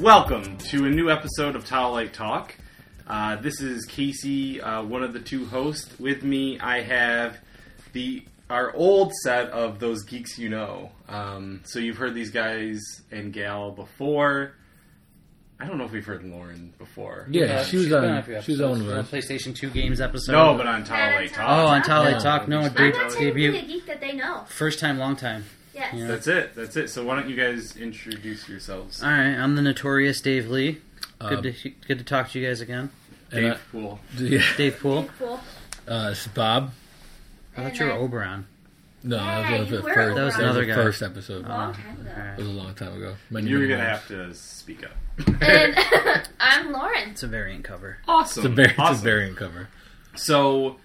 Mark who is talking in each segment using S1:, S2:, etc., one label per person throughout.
S1: welcome to a new episode of Towel Light Talk. Uh, this is Casey, uh, one of the two hosts. With me, I have the our old set of those geeks you know. Um, so you've heard these guys and gal before. I don't know if we've heard Lauren before.
S2: Yeah,
S3: Uh,
S2: she was
S3: she's been a
S2: on.
S3: few
S2: She was
S3: episodes.
S2: on with us.
S3: She's PlayStation 2 games episode.
S1: No, but on Towel Light
S3: oh,
S1: Talk.
S3: on Tally
S2: Yeah.
S3: Talk. No,
S1: I'm
S3: de-
S1: not
S4: That's
S1: Dave,
S4: technically
S3: debut.
S4: a geek that they know.
S3: First time, long time.
S4: Yes.
S3: Yeah.
S1: That's it. That's it. So why don't you guys introduce yourselves?
S3: All right, I'm the notorious Dave Lee. Good,
S2: Uh,
S3: to, good to talk to you guys again.
S2: and
S1: Dave
S2: I- Mm-hmm.
S1: Poole.
S2: yeah,
S3: Dave Pool.
S4: Pretty Cool.
S2: uh, it's Bob.
S3: I thought
S4: And
S3: you were
S4: then-
S3: Oberon.
S2: No,
S4: Yeah,
S2: that was
S4: you
S2: the
S4: were
S2: first.
S4: That was
S2: the
S3: another guy.
S2: first episode.
S4: A
S3: Uh,
S4: long time ago.
S2: It was a long time ago. Many,
S1: You're
S2: many
S1: gonna
S2: years.
S1: have to speak up.
S4: And I'm Lauren.
S3: It's a variant cover.
S1: awesome.
S2: It's a, var- it's a
S1: Awesome.
S2: variant cover.
S1: So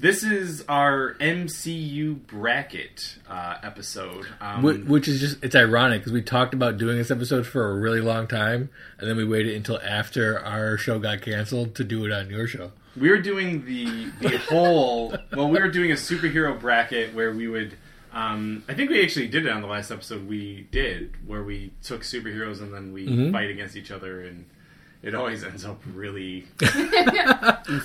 S1: this is our MCU bracket uh, episode. Um,
S2: Wh- Which is just, it's ironic because we talked about doing this episode for a really long time, and then we waited until after our show got canceled to do it on your show.
S1: we were doing the the whole. Well, we were doing a superhero bracket where we would. Um, I think we actually did it on the last episode we did, where we took superheroes and then we
S2: Mhm.
S1: fight against each other, and it always ends up really.
S4: You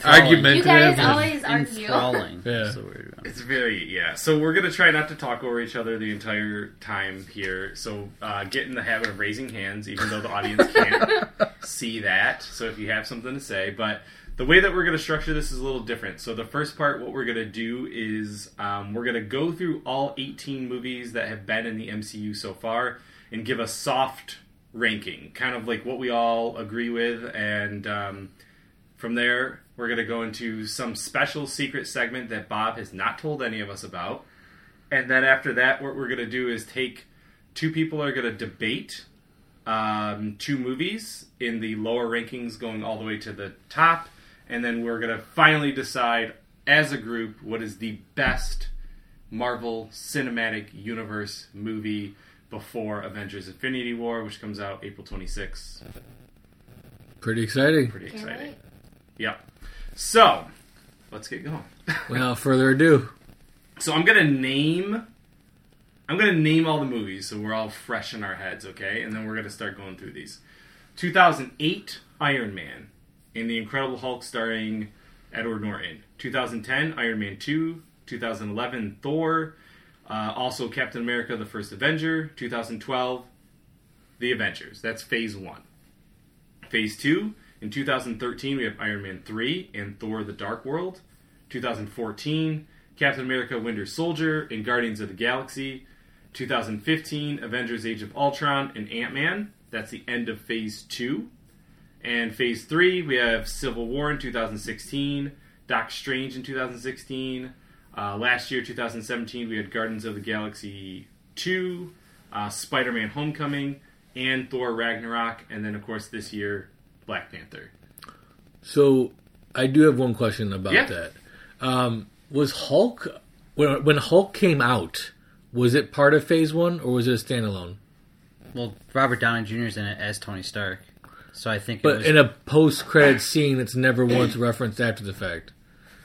S2: Argumentative.
S4: guys
S2: and-
S4: always argue.
S3: Enthralling.
S2: Yeah.
S3: That's the word.
S1: It's very yeah. So we're gonna try not to talk over each other the entire time here. So uh, get in the habit of raising hands, even though the audience can't see that. So if you have something to say, but the way that we're gonna structure this is a little different. So the first part, what we're gonna do is um, we're gonna go through all 18 movies that have been in the MCU so far and give a soft ranking, kind of like what we all agree with and. Um, from there, we're going to go into some special secret segment that Bob has not told any of us about. And then after that, what we're going to do is take two people are going to debate um, two movies in the lower rankings going all the way to the top. And then we're going to finally decide as a group what is the best Marvel Cinematic Universe movie before Avengers Infinity War, which comes out April 26th.
S2: Pretty exciting.
S1: Pretty
S4: Can't
S1: exciting.
S4: wait.
S1: Yep. So, let's get going.
S2: Without further ado,
S1: so I'm gonna name. I'm gonna name all the movies so we're all fresh in our heads, okay? And then we're gonna start going through these. 2008 Iron Man and the Incredible Hulk starring Edward Norton. 2010 Iron Man 2. 2011 Thor. Uh, also Captain America: The First Avenger. 2012 The Avengers. That's Phase One. Phase Two in 2013 we have Iron Man 3 and Thor: The Dark World. 2014, Captain America Winter Soldier and Guardians of the Galaxy. 2015, Avengers Age of Ultron and Ant Man. That's the end of phase two. And phase three, we have Civil War in 2016, Doc Strange in 2016. Uh, last year, 2017, we had Guardians of the Galaxy 2, uh, Spider Man Homecoming, and Thor Ragnarok. And then, of course, this year, Black Panther.
S2: So I do have one question about
S1: Yeah.
S2: that. Um, was Hulk when when Hulk came out? Was it part of Phase One or was it a standalone?
S3: Well, Robert Downey Jr. is in it as Tony Stark. So I think it
S2: But
S3: was,
S2: in a post credit scene that's never once referenced after the fact.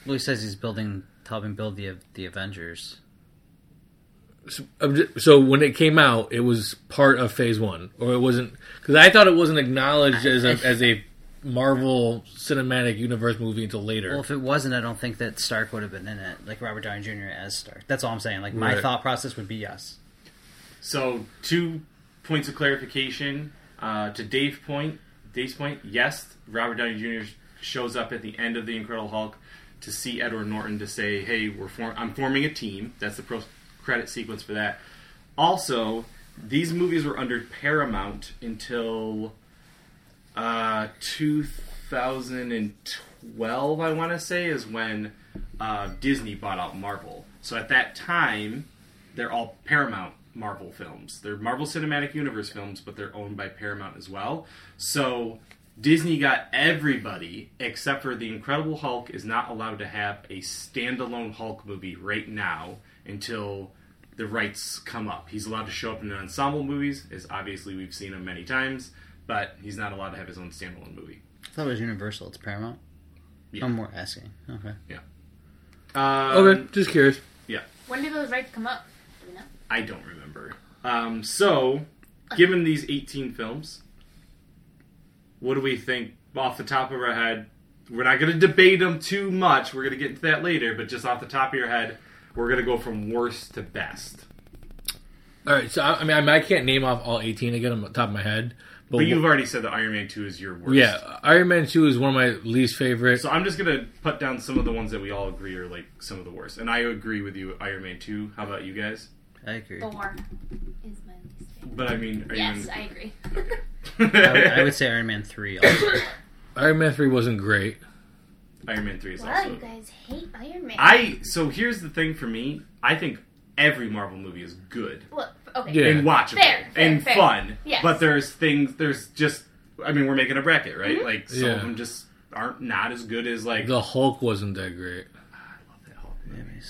S3: well, he says he's building, helping build the the Avengers.
S2: So, I'm ju- so when it came out, it was part of Phase One, or it wasn't because I thought it wasn't acknowledged as a as a Marvel Cinematic Universe movie until later.
S3: Well, if it wasn't, I don't think that Stark would have been in it, like Robert Downey Jr. as Stark. That's all I'm saying. Like my
S2: Right.
S3: thought process would be yes.
S1: So two points of clarification uh, to Dave point. Dave's point. Yes, Robert Downey Jr. shows up at the end of the Incredible Hulk to see Edward Norton to say, "Hey, we're form- I'm forming a team." That's the pro credit sequence for that. Also, these movies were under Paramount until uh, 2012, I want to say, is when uh, Disney bought out Marvel. So at that time, they're all Paramount Marvel films. They're Marvel Cinematic Universe films, but they're owned by Paramount as well. So Disney got everybody except for The Incredible Hulk is not allowed to have a standalone Hulk movie right now until the rights come up. He's allowed to show up in ensemble movies, as obviously we've seen him many times, but he's not allowed to have his own standalone movie.
S3: I thought it was Universal. It's Paramount.
S1: Yeah.
S3: I'm more asking. Okay.
S1: Um,
S2: okay, just curious.
S4: When did those rights come up? Do we know?
S1: I don't remember. Um, so, given these 18 films, What do we think off the top of our head? We're not going to debate them too much. We're going to get into that later, but just off the top of your head, we're going to go from worst to best.
S2: All right, so I, I mean, I, I can't name off all 18 again on the top of my head, but,
S1: But you've already said that Iron Man 2 is your worst.
S2: yeah, Iron Man 2 is one of my least favorite.
S1: So I'm just going to put down some of the ones that we all agree are like some of the worst. And I agree with you, Iron Man 2. How about you guys?
S3: I agree.
S4: Thor is my least favorite.
S1: But I mean, are
S4: Yes,
S1: you
S4: I agree.
S3: I would, I would say Iron Man three. Also.
S2: Iron Man 3 wasn't great.
S1: Iron Man 3 is
S4: wow, you
S1: also.
S4: guys hate Iron Man.
S1: I so here's the thing for me. I think every Marvel movie is good
S4: Well, okay.
S2: Yeah.
S1: and watchable
S4: Fair, fair,
S1: and
S4: fair.
S1: fun.
S4: Yes.
S1: But there's things. There's just. I mean, we're making a bracket, right?
S4: Mm-hmm.
S1: Like some
S2: Yeah.
S1: of them just aren't not as good as like.
S2: The Hulk wasn't that great.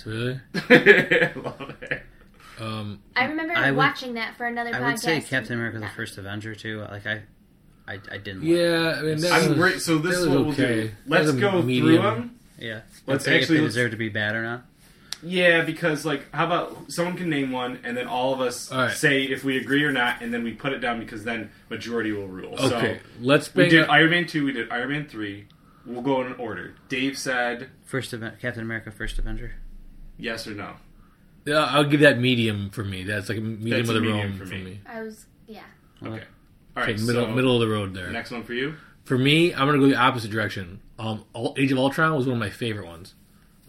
S2: Really?
S1: I love it.
S2: Um,
S4: I remember
S3: I would-
S4: watching that for another
S3: I
S4: podcast.
S3: would say Captain America: The First Avenger too. Like I, I, I didn't. like it.
S2: yeah, I mean, that
S1: I'm
S2: was,
S1: great. So this
S2: that
S1: is
S2: was
S1: what we'll
S2: okay.
S1: do.
S2: That was
S1: Let's
S2: a
S1: go through
S2: medium.
S1: them.
S3: yeah.
S1: Let's
S3: Let's say
S1: actually-
S3: if they
S1: let's-
S3: deserve to be bad or not.
S1: Yeah, because like, how about someone can name one, and then all of us
S2: All right.
S1: say if we agree or not, and then we put it down because then majority will rule.
S2: Okay,
S1: So
S2: let's
S1: we
S2: bang.
S1: did
S2: up-
S1: Iron Man two, we did Iron Man three. We'll go in order. Dave said
S3: First Aven- Captain America: First Avenger.
S1: yes or no.
S2: Yeah, I'll give that medium for me. That's like a medium
S1: That's
S2: of
S1: a
S2: the
S1: medium
S2: road
S1: for
S2: for,
S1: me.
S2: me.
S4: I was, yeah.
S1: Okay.
S3: Okay.
S1: All right.
S2: Okay, middle
S1: so
S2: middle of the road there.
S1: Next one for you.
S2: For me, I'm gonna go the opposite direction. Um, Ul- Age of Ultron was one of my favorite ones.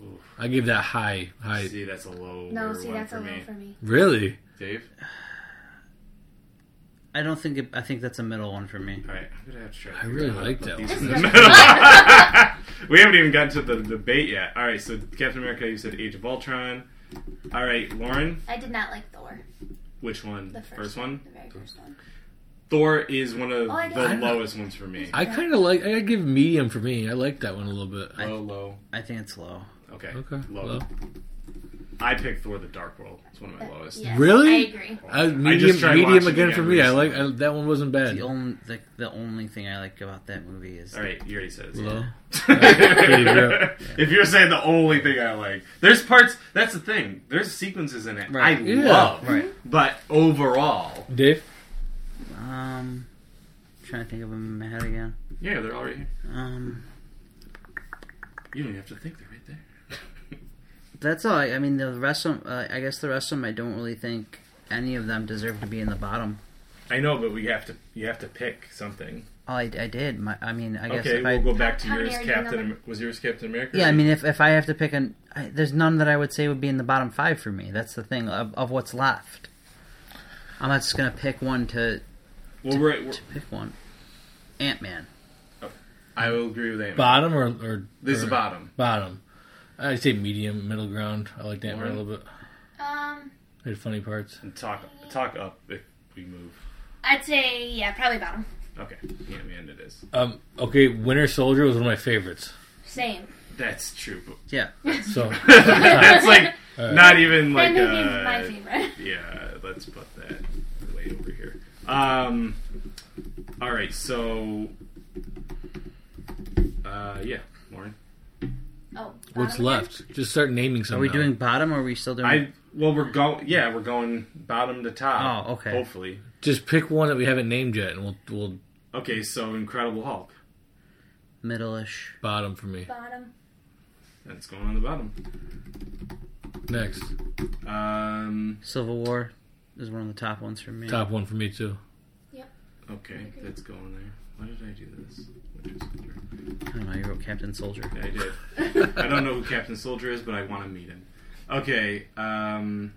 S1: Oof.
S2: I give that high high.
S1: see, that's a low.
S4: No, see,
S1: one
S4: that's
S1: for
S4: a
S1: me.
S4: no for me.
S2: Really?
S1: Dave.
S3: I don't think it, I think that's a middle one for me.
S1: All right, I'm gonna have to try. to
S2: I
S1: figure
S2: really
S1: out how
S2: like
S1: to put
S2: that
S1: these
S2: one.
S1: in the
S4: This is
S1: middle. we haven't even gotten to the debate yet. All right, so Captain America, you said Age of Ultron. All right, Lauren,
S4: I did not like Thor.
S1: which one?
S4: The first,
S1: one.
S4: The very first one.
S1: Thor is one of
S4: Oh, I
S1: the
S4: don't-
S1: lowest ones for me.
S2: I kind of like. I give medium for me. I like that one a little bit.
S3: I-
S1: low, low.
S3: I think it's low.
S1: Okay.
S2: Okay.
S1: Low.
S2: well.
S1: I picked Thor: The Dark World. It's one of my
S4: That-
S1: lowest.
S4: yes,
S2: Really?
S4: I agree.
S2: Uh,
S1: I
S2: medium,
S1: just tried
S2: medium
S1: watching
S2: again
S1: it
S2: for me. I like
S1: recently.
S2: I, that one wasn't bad.
S3: The only the, the only thing I like about that movie is
S1: All right, you already said it.
S2: Low.
S1: if you're saying the only thing I like, there's parts. That's the thing. There's sequences in it I
S3: Right.
S2: Yeah.
S1: love,
S3: Right.
S1: but overall,
S2: Dave,
S3: um, trying to think of them in my head again.
S1: yeah, they're all right here.
S3: Um,
S1: You don't even have to think; they're right there.
S3: that's all. I, I mean, the rest of 'em- uh, I guess the rest of them I don't really think any of them deserve to be in the bottom.
S1: I know, but we have to. You have to pick something.
S3: Oh, I, I did. My, I mean, I guess
S1: Okay,
S3: if
S1: we'll
S3: I
S1: go back to
S4: How many
S1: yours.
S4: are you
S1: Captain
S4: number-
S1: Am- was yours Captain America?
S3: Yeah, I mean, if, if I have to pick an, I, there's none that I would say would be in the bottom five for me. That's the thing of, of what's left. I'm not just gonna pick one to,
S1: well, we're, we're,
S3: to pick one. Ant Man.
S1: I will agree with Ant.
S2: bottom or or
S1: This is
S2: or-
S1: the bottom.
S2: Bottom. I'd say medium, middle ground. I like that one a
S1: Lauren?
S2: little bit.
S4: Um,
S2: It had funny parts.
S1: And talk talk up if we move.
S4: I'd say yeah, probably bottom.
S1: Okay, Ant Man it is.
S2: Um, okay, Winter Soldier was one of my favorites.
S4: Same.
S1: That's true. but-
S3: Yeah,
S2: So
S1: that's like
S2: All right.
S1: not even like.
S4: that movie's my
S1: uh,
S4: favorite.
S1: Yeah, let's put that way over here. Um, all right, so uh, yeah, Lauren.
S4: Oh,
S2: what's
S4: bottom again?
S2: left? Just start naming
S3: are
S2: some.
S3: we
S2: now.
S3: doing bottom or are we still doing?
S1: I well, we're going. Yeah, we're going bottom to top.
S3: Oh, okay.
S1: Hopefully,
S2: Just pick one that we haven't named yet, and we'll we'll
S1: okay. So Incredible Hulk.
S3: middle-ish.
S2: bottom for me
S4: Bottom.
S1: That's going on the bottom.
S2: next.
S1: Um,
S3: Civil War is one of the top ones for me.
S2: Top one for me too.
S1: okay, that's going there. Why did I do this? Winter Soldier.
S3: I don't know. You wrote Captain Soldier.
S1: Yeah, I did. I don't know who Captain Soldier is, but I want to meet him. Okay, um,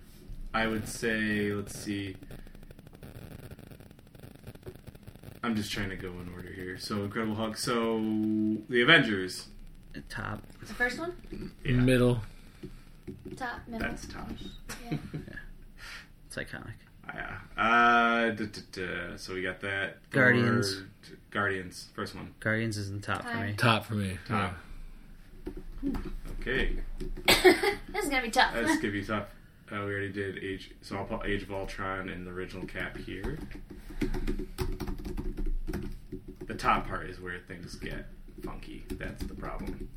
S1: I would say, let's see. I'm just trying to go in order here. So, Incredible Hulk. So, The Avengers.
S3: Top.
S4: The first one.
S1: Yeah,
S2: Middle.
S4: Top. Middle.
S1: that's tough.
S4: Yeah.
S3: It's iconic.
S1: Yeah. Uh, duh, duh, duh. So, we got that.
S3: Guardians.
S1: Third- Guardians, first one.
S3: Guardians is in top for me.
S2: Top for me.
S1: Top. Okay,
S4: this is gonna be tough.
S1: that's gonna be tough. Uh, we already did Age, so I'll put Age of Ultron and the original Cap here. The top part is where things get funky. That's the problem.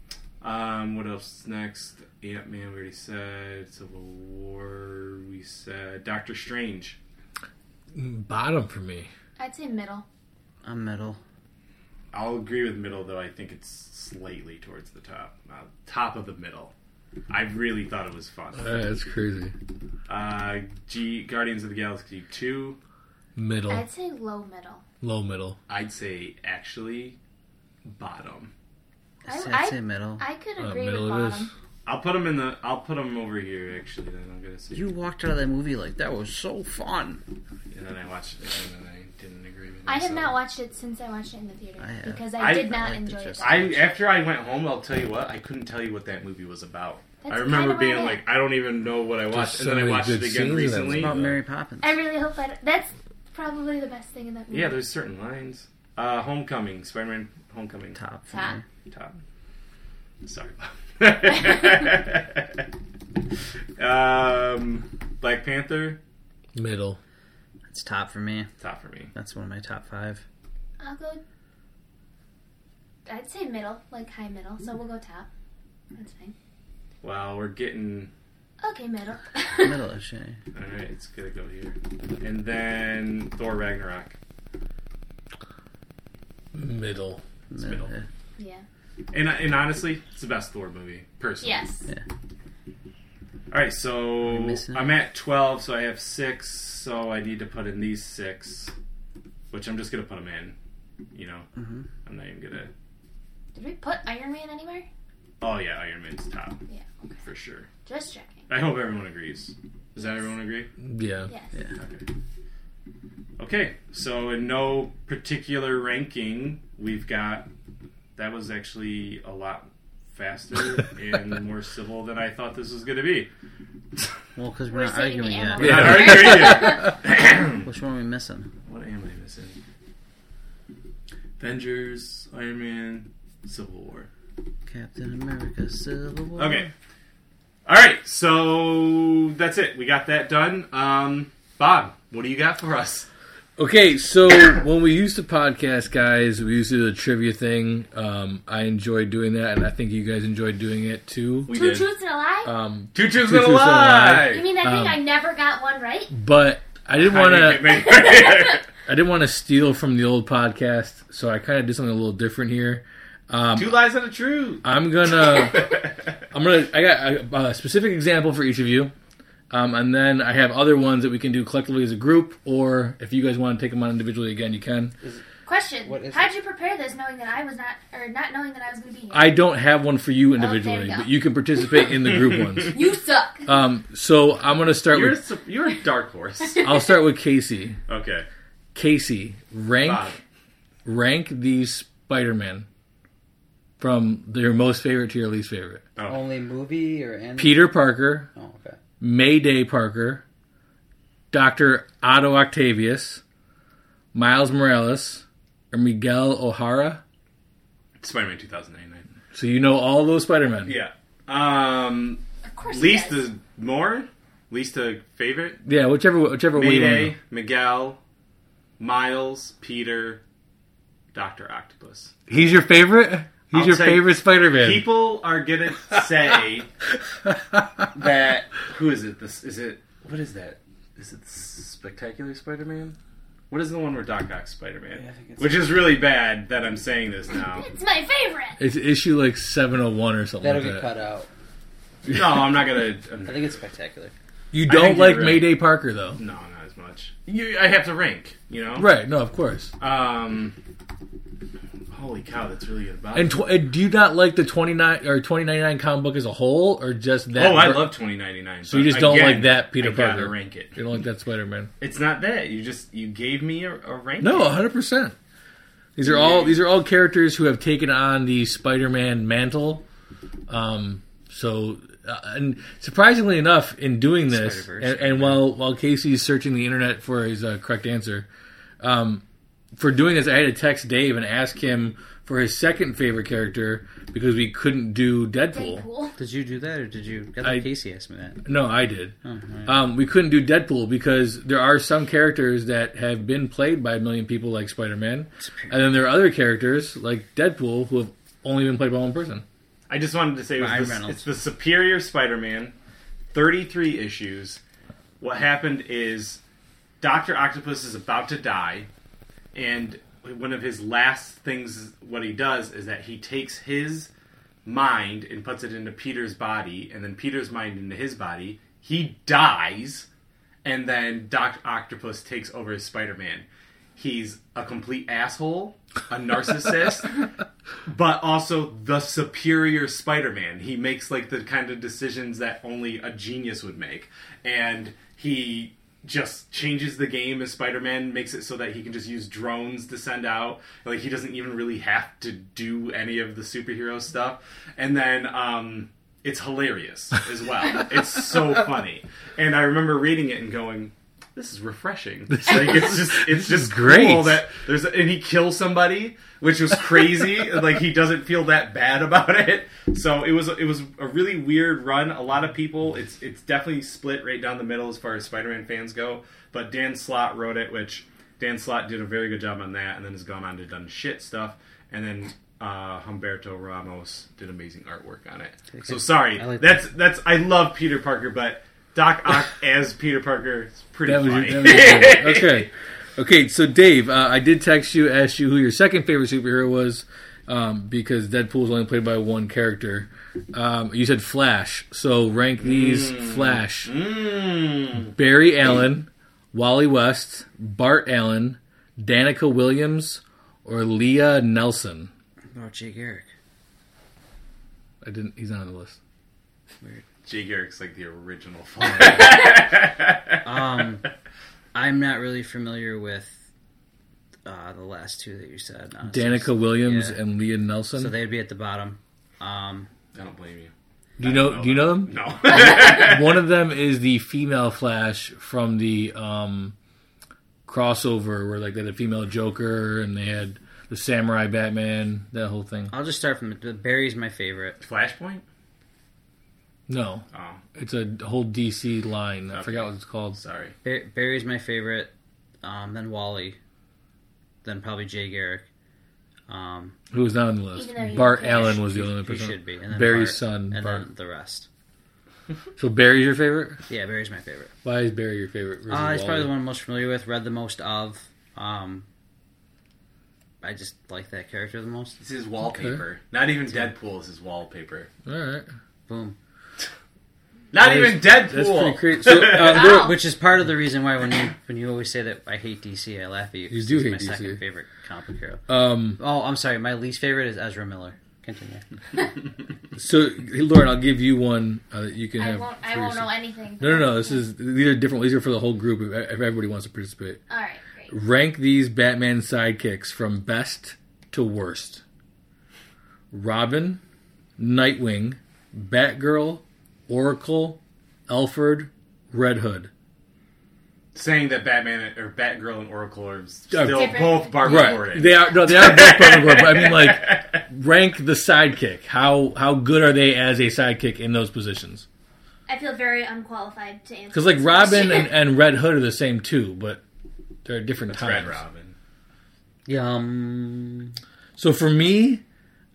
S1: Um, what else is next? Ant Man, we already said. Civil War, we said. Doctor Strange.
S2: Yeah. Bottom for me.
S4: I'd say middle.
S3: I'm middle.
S1: I'll agree with middle though. I think it's slightly towards the top, uh, top of the middle. I really thought it was fun.
S2: Uh, that's crazy.
S1: Uh, G Guardians of the Galaxy two.
S2: Middle,
S4: I'd say low middle.
S2: low middle.
S1: I'd say actually bottom.
S4: I,
S3: I'd say
S4: I,
S3: middle.
S4: I could
S2: Uh,
S4: agree with
S2: middle it is.
S4: bottom.
S1: I'll put them in the. I'll put them over here actually. Then I'm gonna see.
S3: you walked out of that movie like that was so fun.
S1: And then I watched it again and I didn't agree with.
S4: I have
S1: myself.
S4: not watched it since I watched it in the theater
S3: I have.
S4: because I,
S1: I-
S4: did
S3: I
S4: not
S3: liked it
S4: enjoy it.
S3: just-
S1: I after I went home, I'll tell you what. I couldn't tell you what that movie was about.
S4: That's
S1: I remember
S4: kinda
S1: being
S4: what I-
S1: like, I don't even know what I watched,
S2: so
S1: and then I
S2: many
S1: watched
S2: good
S1: it
S2: scenes
S1: again
S2: in that
S1: recently.
S2: movie.
S3: About Mary Poppins.
S4: I really hope I. That's probably the best thing in that movie.
S1: Yeah, there's certain lines. Uh, Homecoming, Spider-Man, Homecoming, top.
S3: Top. for
S4: Top.
S3: me.
S1: Mm-hmm. Sorry. Bob. um, Black Panther,
S2: Middle.
S3: It's top for me.
S1: top for me.
S3: That's one of my top five.
S4: I'll go. I'd say middle, like high middle. So we'll go top. That's fine.
S1: Wow, we're getting.
S4: Okay, middle.
S3: Middle ish. eh?
S1: All right, it's gonna go here, and then Thor Ragnarok.
S2: Middle.
S1: middle.
S3: eh.
S4: yeah.
S1: And and honestly, it's the best Thor movie, personally.
S4: Yes.
S3: Yeah.
S1: All right, so
S3: we missing
S1: I'm at 12, so I have six, so I need to put in these six, which I'm just going to put them in. You know,
S3: Mhm.
S1: I'm not even going to.
S4: Did we put Iron Man anywhere?
S1: Oh, yeah, Iron Man's top,
S4: Yeah. Okay.
S1: for sure.
S4: Just checking.
S1: I hope everyone agrees. Does that everyone agree?
S2: Yeah.
S4: Yes.
S3: Yeah.
S1: Okay. Okay, so in no particular ranking, we've got. That was actually a lot faster and more civil than I thought this was going to be.
S3: Well, because we're,
S4: We're
S3: not
S4: saving
S3: arguing
S4: the
S3: yet.
S4: ammo.
S1: Not
S2: Yeah.
S1: arguing yet.
S3: Which one are we missing?
S1: What am I missing? Avengers, Iron Man, Civil War.
S3: Captain America: Civil War.
S1: Okay. All right, so that's it. We got that done. Um, Bob, what do you got for us?
S2: Okay, so when we used to podcast, guys, we used to do the trivia thing. Um, I enjoyed doing that, and I think you guys enjoyed doing it too.
S1: We
S4: Two
S1: did.
S4: truths and a lie?
S2: Um,
S1: Two truths
S2: Two
S1: and a
S2: truths and a lie.
S4: you
S1: lie.
S4: mean I
S2: um,
S4: think I never got one right?
S2: but I didn't want
S1: I
S2: to.
S1: didn't get me.
S2: I didn't want to steal from the old podcast, so I kind of did something a little different here.
S1: Two lies and a truth.
S2: I'm gonna, I'm gonna, I got a, a specific example for each of you, um, and then I have other ones that we can do collectively as a group, or if you guys want to take them on individually again, you can.
S4: Question.
S3: What is
S4: How'd you prepare this knowing that I was not, or not knowing that I was going to be here?
S2: I don't have one for you individually,
S4: you go.
S2: but you can participate in the group ones.
S4: you suck.
S2: Um, so I'm gonna start
S1: You're a,
S2: with.
S1: sup- you're a dark horse.
S2: I'll start with Casey.
S1: Okay.
S2: Casey, rank
S1: Bob.
S2: rank these Spider-Man from your most favorite to your least favorite.
S1: Oh.
S3: Only movie or anime?
S2: Peter Parker,
S3: Oh, okay.
S2: Mayday Parker, Doctor Otto Octavius, Miles Morales, or Miguel O'Hara.
S1: Spider-Man 2099.
S2: So you know all those Spider-Men.
S1: Yeah. Um,
S4: Of course he
S1: least
S4: does.
S1: is more. Least a favorite.
S2: Yeah, whichever whichever way you wanna
S1: Mayday,
S2: go.
S1: Miguel, Miles, Peter, Doctor Octopus.
S2: He's your favorite. He's
S1: I'll
S2: your
S1: say
S2: favorite Spider-Man.
S1: People are gonna say that who is it? This is it. What is that? Is it Spectacular Spider-Man? What is the one where Doc Ock's Spider-Man?
S3: Yeah, I think it's-
S1: Which is really bad that I'm saying this now.
S4: It's my favorite.
S2: It's issue like 701 or something.
S3: That'll
S2: like that.
S3: get cut out.
S1: no, I'm not gonna. I'm,
S3: I think it's spectacular.
S2: You
S1: I
S2: don't
S1: think you're
S2: like
S1: right.
S2: Mayday Parker though.
S1: no, not as much. You, I have to rank. You know.
S2: Right? No, of course.
S1: Um. Holy cow, that's really good. About
S2: And tw- uh, do you not like the 29 or 2099 comic book as a whole, or just that?
S1: Oh, I
S2: ver-
S1: love 2099.
S2: So you just don't like that Peter
S1: I gotta
S2: Parker.
S1: rank it.
S2: You don't like that Spider Man?
S1: It's not that you just you gave me a, a rank.
S2: No, 100. percent These are all these are all characters who have taken on the Spider Man mantle. Um, so, uh, and surprisingly enough, in doing this, and,
S3: Spider-Verse.
S2: and while while Casey's searching the internet for his uh, correct answer, um, for doing this, I had to text Dave and ask him for his second favorite character because we couldn't do
S4: Deadpool.
S3: Did you do that, or did you? I
S2: I-
S3: think Casey asked me that.
S2: No, I did.
S3: Oh, right.
S2: Um, we couldn't do Deadpool because there are some characters that have been played by a million people, like Spider Man, and then there are other characters like Deadpool who have only been played by one person.
S1: I just wanted to say it was
S3: Ryan
S1: the-
S3: Reynolds.
S1: it's the Superior Spider-Man, 33 issues. What happened is Doctor Octopus is about to die, and one of his last things what he does is that he takes his mind and puts it into Peter's body and then Peter's mind into his body. He dies and then Doc Octopus takes over as Spider-Man. He's a complete asshole, a narcissist, but also the superior Spider-Man. He makes like the kind of decisions that only a genius would make, and he just changes the game as Spider-Man, makes it so that he can just use drones to send out. Like he doesn't even really have to do any of the superhero stuff, and then. um it's hilarious as well. it's so funny, and I remember reading it and going, "This is refreshing." Like it's just it's just
S2: great.
S1: cool that there's and he kills somebody, which was crazy. like he doesn't feel that bad about it. So it was it was a really weird run. A lot of people, it's it's definitely split right down the middle as far as Spider-Man fans go. But Dan Slott wrote it, which Dan Slott did a very good job on that, and then has gone on to done shit stuff, and then. Uh, Humberto Ramos did amazing artwork on it. So sorry,
S3: I like
S1: that's that's I love Peter Parker, but Doc Ock as Peter Parker is pretty
S2: That was
S1: funny.
S2: your- that was your- okay. Okay, so Dave, uh, I did text you, ask you who your second favorite superhero was, um, because Deadpool's only played by one character. Um, you said Flash, so rank these:
S3: Hmm.
S2: Flash,
S1: Mm.
S2: Barry Allen, Wally West, Bart Allen, Danica Williams, or Leah Nelson.
S3: Oh, Jake Eric.
S2: I didn't. He's not on the list.
S1: Jay Garrick's like the original fun.
S3: Um, I'm not really familiar with uh, the last two that you said. honestly.
S2: Danica Williams
S3: yeah.
S2: and Leah Nelson.
S3: So they'd be at the bottom. Um,
S1: I don't blame you.
S2: do you know? Do you know them?
S1: No.
S2: One of them is the female Flash from the um, crossover where like they had a female Joker and they had the Samurai Batman, that whole thing.
S3: I'll just start from the Barry's my favorite.
S1: Flashpoint?
S2: No,
S1: Oh,
S2: it's a whole DC line. I forgot what it's called.
S1: sorry.
S3: Bar- Barry's my favorite. Um, then Wally. Then probably Jay Garrick. Um,
S2: Who was not on the list?
S4: Even though you
S2: Bart
S4: don't care.
S2: Allen was the only
S3: he
S2: person.
S3: should be. And then
S2: Barry's
S3: Bart,
S2: son.
S3: And
S2: Bart.
S3: then the rest.
S2: So Barry's your favorite?
S3: Yeah, Barry's my favorite.
S2: Why is Barry your favorite? versus
S3: Uh, he's probably
S2: Wally?
S3: the one I'm most familiar with, read the most of. Um, I just like that character the most.
S1: It's his wallpaper. Not even Deadpool is his wallpaper.
S2: All right.
S3: Boom.
S1: Not
S2: That is-
S1: even Deadpool.
S2: That's pretty crazy. So, uh,
S4: Wow.
S3: Which is part of the reason why when you when you always say that I hate DC, I laugh at you. 'cause
S2: You do
S3: he's
S2: hate
S3: my
S2: DC.
S3: second favorite comic hero.
S2: um,
S3: Oh, I'm sorry. My least favorite is Ezra Miller. Continue.
S2: so hey, Lauren, I'll give you one uh, that you can
S4: I
S2: have.
S4: won't.
S2: for
S4: I won't
S2: yourself.
S4: know anything.
S2: No, no, no. This is these are different. These are for the whole group. If if everybody wants to participate,
S4: All right. Great.
S2: rank these Batman sidekicks from best to worst: Robin, Nightwing, Batgirl, Oracle, Alfred, Red Hood.
S1: Saying that Batman or Batgirl and Oracle are still
S2: Uh, Different.
S1: both Barbara Gordon.
S2: They are no, they are both Batman. But I mean, like, rank the sidekick. How how good are they as a sidekick in those positions?
S4: I feel very unqualified to answer.
S2: Because like
S4: this
S2: Robin
S4: question.
S2: and, and Red Hood are the same too, but they're at different
S1: It's
S2: times.
S1: Red Robin.
S3: Yum.
S2: So for me,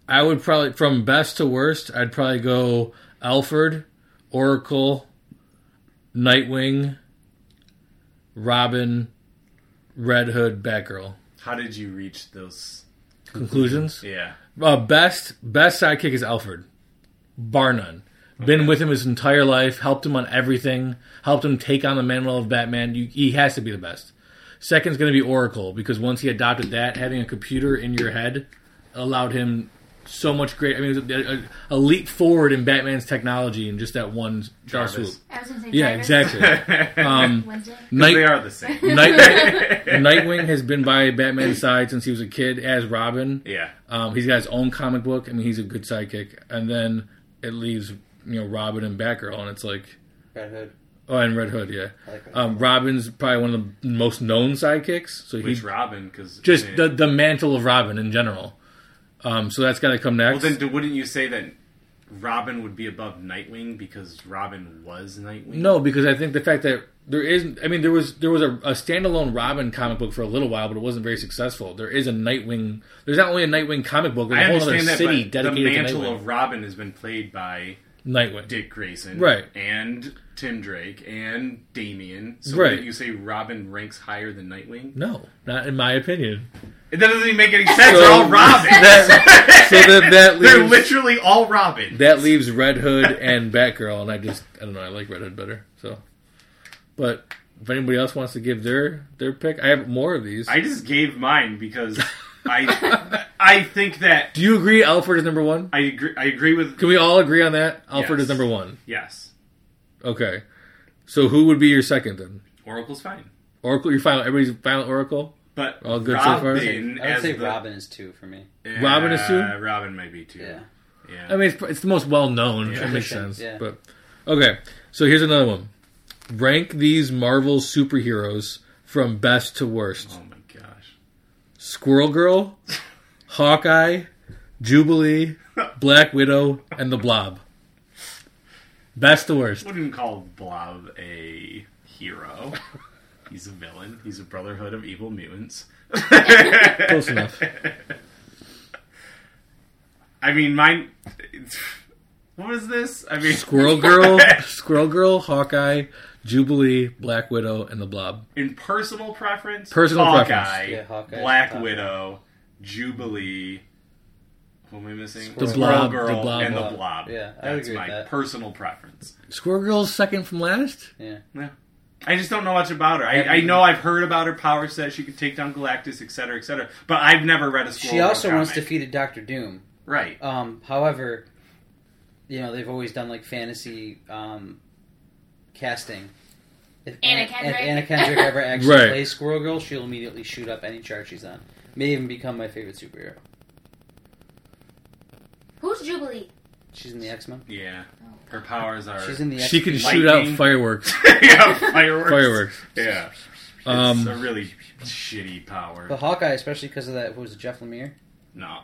S2: I would probably from best to worst, I'd probably go Alfred, Oracle, Nightwing, Robin, Red Hood, Batgirl.
S1: How did you reach those?
S2: Conclusions?
S1: Yeah.
S2: Uh, best best sidekick is Alfred, bar none. Been with him his entire life, helped him on everything, helped him take on the mantle of Batman. You, he has to be the best. Second's going to be Oracle because once he adopted that, having a computer in your head allowed him so much great. I mean, it was a, a, a leap forward in Batman's technology in just that one fell
S1: Jarvis.
S2: swoop.
S4: I was gonna say
S2: Yeah,
S4: Jarvis.
S2: exactly. Um,
S4: Wednesday.
S1: they
S2: Night,
S1: are the same.
S2: Nightwing, Nightwing has been by Batman's side since he was a kid as Robin.
S1: Yeah.
S2: Um, he's got his own comic book. I mean, he's a good sidekick. And then it leaves, you know, Robin and Batgirl, and it's like,
S3: Red Hood.
S2: oh, and Red Hood, yeah.
S3: I like Red
S2: Um, Robin's probably one of the most known sidekicks. So
S1: Which
S2: he's
S1: Robin? Because
S2: just the the mantle of Robin in general. Um, so that's got to come
S1: Well,
S2: next.
S1: then d- wouldn't you say that Robin would be above Nightwing because Robin was Nightwing?
S2: no, because I think the fact that there is, I mean, there was there was a, a standalone Robin comic book for a little while, but it wasn't very successful. There is a Nightwing. There's not only a Nightwing comic book, there's
S1: I
S2: a whole other
S1: understand that,
S2: city
S1: but the
S2: dedicated to
S1: mantle
S2: Nightwing.
S1: of Robin has been played by
S2: Nightwing.
S1: Dick Grayson,
S2: Right.
S1: and Tim Drake and Damien. So
S2: Right.
S1: that you say Robin ranks higher than Nightwing?
S2: No, not in my opinion.
S1: That doesn't even make any sense. They're all
S2: So-
S1: Robin.
S2: that- so that that
S1: They're
S2: leaves
S1: literally all Robin.
S2: that leaves Red Hood and Batgirl, and I just I don't know. I like Red Hood better. So, but if anybody else wants to give their their pick, I have more of these.
S1: I just gave mine because I I think that
S2: Do you agree? Alfred is number one.
S1: I agree, I agree with
S2: Can we all agree on that? Alfred is
S1: Yes.
S2: number one.
S1: yes.
S2: Okay. So who would be your second then?
S1: Oracle's fine,
S2: Oracle, your final, everybody's final Oracle.
S1: but
S2: All good so
S1: Robin
S2: far?
S3: I would
S1: as
S3: say
S1: the-
S3: Robin is two for me.
S1: Yeah,
S2: Robin is two?
S1: Robin might be two.
S3: Yeah.
S1: Yeah.
S2: I mean, it's, it's the most well known.
S1: Yeah.
S2: It makes
S3: Tradition,
S2: sense.
S3: yeah.
S2: But okay, so here's another one. Rank these Marvel superheroes from best to worst:
S1: oh my gosh.
S2: Squirrel Girl, Hawkeye, Jubilee, Black Widow, and the Blob. Best to worst.
S1: Wouldn't call Blob a hero. He's a villain. He's a brotherhood of evil mutants.
S2: Close enough.
S1: I mean, mine. it's- What is this? I mean,
S2: Squirrel Girl, Squirrel Girl, Hawkeye, Jubilee, Black Widow, and the Blob.
S1: in personal preference,
S2: Personal
S1: Hawkeye,
S2: preference.
S3: Yeah, Hawkeye's
S1: Black
S3: top.
S1: Widow, Jubilee. Who am I missing?
S3: The
S1: Squirrel
S2: Blob,
S1: Girl
S2: the Blob.
S1: and
S3: Blob.
S1: the Blob.
S3: Yeah, I would
S1: that's
S3: agree with
S1: my
S3: that.
S1: personal preference.
S2: Squirrel Girl's second from last.
S3: Yeah.
S1: Yeah. I just don't know much about her. I,
S3: Yeah,
S1: I
S3: me
S1: know I've heard about her power set. She could take down Galactus, etc., etc. But I've never read a Squirrel
S3: She also
S1: Girl
S3: once
S1: comic.
S3: defeated Doctor Doom.
S1: Right.
S3: Um, however, you know they've always done like fantasy um, casting. If
S4: Anna Kendrick.
S3: if Anna Kendrick ever actually
S2: Right.
S3: plays Squirrel Girl, she'll immediately shoot up any chart she's on. May even become my favorite superhero.
S4: Who's Jubilee?
S3: She's in the X Men.
S1: Yeah. Her powers are.
S3: She's in the X.
S2: She can shoot out
S1: Lightning.
S2: fireworks.
S1: yeah, fireworks.
S2: Fireworks.
S1: Yeah. It's
S2: Um,
S1: a really shitty power.
S3: But Hawkeye, especially because of that, who was it, Jeff Lemire?
S1: No.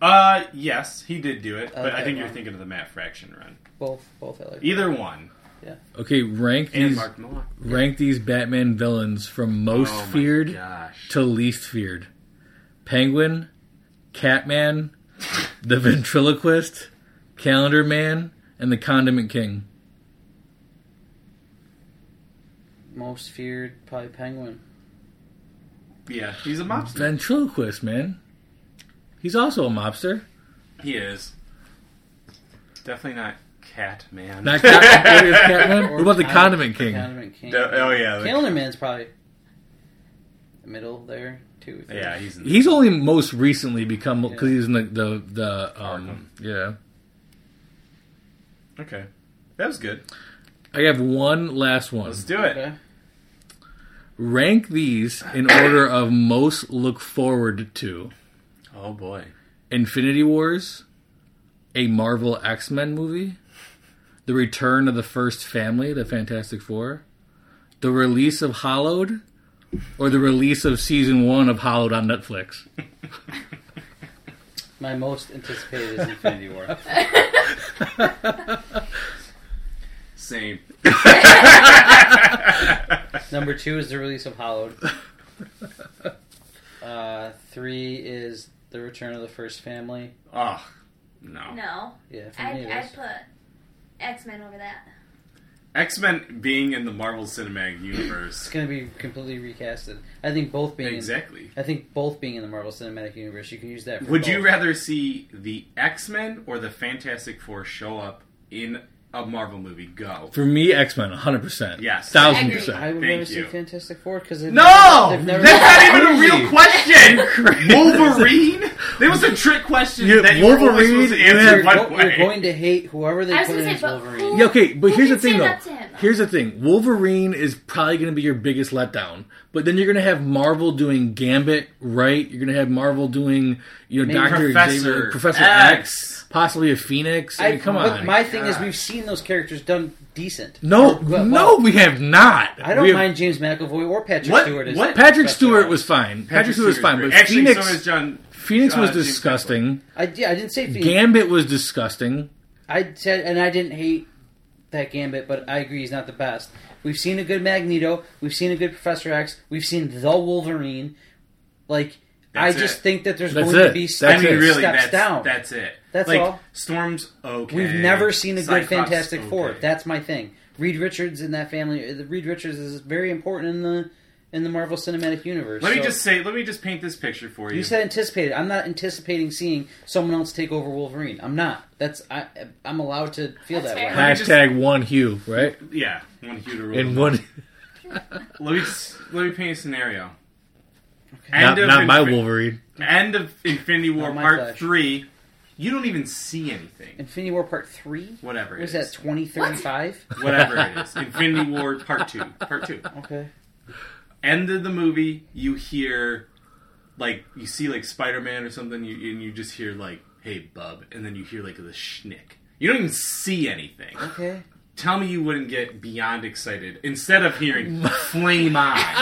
S1: Uh, yes, he did do it, but I
S3: Okay,
S1: think you're
S3: well.
S1: thinking of the Matt Fraction run.
S3: Both, both I like.
S1: Either one.
S2: Okay, rank
S1: And
S2: these
S1: Mark Millar.
S2: rank these Batman villains from most
S1: Oh my
S2: feared
S1: gosh.
S2: to least feared. Penguin, Catman, the ventriloquist, Calendar Man, and the Condiment King.
S3: Most feared, probably Penguin.
S1: Yeah, he's a mobster.
S2: Ventriloquist, man. He's also a mobster.
S1: He is. Definitely not Cat Man.
S2: Not Cat- what is Catman? What about the
S3: Con-
S2: Condiment King?
S3: Condiment King.
S1: oh, yeah. the-
S3: Calendar Man's probably the middle there too. I think.
S1: yeah, he's in the-
S2: He's only most recently become because
S3: Yeah.
S2: he's in the the, the um, yeah.
S1: Okay. That was good.
S2: I have one last one.
S1: Let's do it.
S3: Okay.
S2: Rank these in order of most look forward to
S1: Oh, boy.
S2: Infinity Wars, a Marvel X Men movie, The Return of the First Family, the Fantastic Four, the release of Hollowed, or the release of season one of Hollowed on Netflix.
S3: My most anticipated is Infinity War.
S1: Same.
S3: Number two is the release of Hollowed. Uh, three is the Return of the First Family.
S1: Oh, no.
S4: No.
S3: Yeah, for me
S4: I'd,
S3: it
S4: I'd
S3: was.
S4: put X Men over that.
S1: X Men being in the Marvel Cinematic Universe.
S3: It's gonna be completely recasted. I think both being
S1: exactly.
S3: In, I think both being in the Marvel Cinematic Universe, you can use that. For
S1: Would you
S3: both.
S1: rather see the X Men or the Fantastic Four show up in a Marvel movie? Go.
S2: For me, X Men, 100%.
S1: Yes.
S2: Thousand
S3: I
S2: percent.
S3: would
S1: Thank
S3: never see
S1: you.
S3: Fantastic Four because
S1: No,
S3: Never, they've never
S1: that's not even a
S2: Crazy.
S1: real question. Wolverine. There was a trick question
S2: Yeah,
S1: that you were only
S2: Wolverine,
S1: supposed to
S2: yeah.
S1: answer
S3: You're,
S1: one
S3: go- you're
S1: way.
S3: going to hate whoever they
S4: I was
S3: put in
S4: gonna say,
S3: as
S4: but
S3: Wolverine.
S4: who-
S2: Yeah, okay, but
S4: Who
S2: here's the
S4: can
S2: thing,
S4: stand
S2: though.
S4: up to him?
S2: Here's the thing. Wolverine is probably going to be your biggest letdown. But then you're going to have Marvel doing Gambit, right? You're going to have Marvel doing, you know,
S3: Maybe
S2: Doctor
S1: Professor
S2: Xavier, Professor
S1: X.
S2: X, possibly a Phoenix. I mean, come
S3: but
S2: on.
S3: My thing is,
S1: God.
S3: we've seen those characters done decent.
S2: no,
S3: Or- well,
S2: no, we have not.
S3: I don't
S2: We have-
S3: mind James McAvoy or Patrick
S1: What-
S3: Stewart. As
S1: what-
S2: Patrick
S3: Professor
S2: Stewart
S3: X.
S2: was fine. Patrick, Stewart was
S1: Stewart's
S2: fine,
S1: great.
S2: but
S1: actually,
S2: Phoenix,
S1: so is John.
S2: Phoenix was
S1: uh, James
S2: disgusting.
S3: I, yeah, I didn't say Phoenix.
S2: Gambit was disgusting.
S3: I said, and I didn't hate that Gambit, but I agree he's not the best. We've seen a good Magneto. We've seen a good Professor X. We've seen the Wolverine. Like,
S1: That's
S3: I just
S1: it.
S3: think that there's
S2: That's
S3: going to
S2: it.
S3: be
S2: That's
S1: I
S3: steps,
S1: mean,
S2: it.
S1: really,
S3: steps
S1: that's
S3: down.
S1: that's it.
S3: That's
S1: like,
S3: all.
S1: Storm's okay.
S3: We've never seen a good
S1: Cyclops,
S3: Fantastic Four.
S1: okay.
S3: That's my thing. Reed Richards in that family. the Reed Richards is very important in the in the Marvel Cinematic Universe.
S1: Let me
S3: So
S1: just say, let me just paint this picture for you.
S3: You said anticipated. I'm not anticipating seeing someone else take over Wolverine. I'm not. That's I. I'm allowed to feel
S4: That's
S3: that
S4: fair.
S3: way.
S1: Let me just-
S2: Hashtag one Hugh, right?
S1: yeah, one hue to rule.
S2: And
S1: them all.
S2: one
S1: Let me just, let me paint a scenario.
S2: not, not my
S1: Infin-
S2: Wolverine.
S1: End of Infinity War
S3: Not my
S1: Part
S3: Flash.
S1: Three. You don't even see anything.
S3: Infinity War Part Three.
S1: Whatever.
S3: What
S1: it
S3: is
S1: is.
S3: that? Twenty thirty five.
S1: Whatever it is. Infinity War Part Two. Part Two.
S3: Okay.
S1: End of the movie. You hear, like, you see like Spider Man or something, you, and you just hear like, "Hey, bub," and then you hear like the schnick. You don't even see anything.
S3: Okay.
S1: Tell me you wouldn't get beyond excited instead of hearing "Flame On."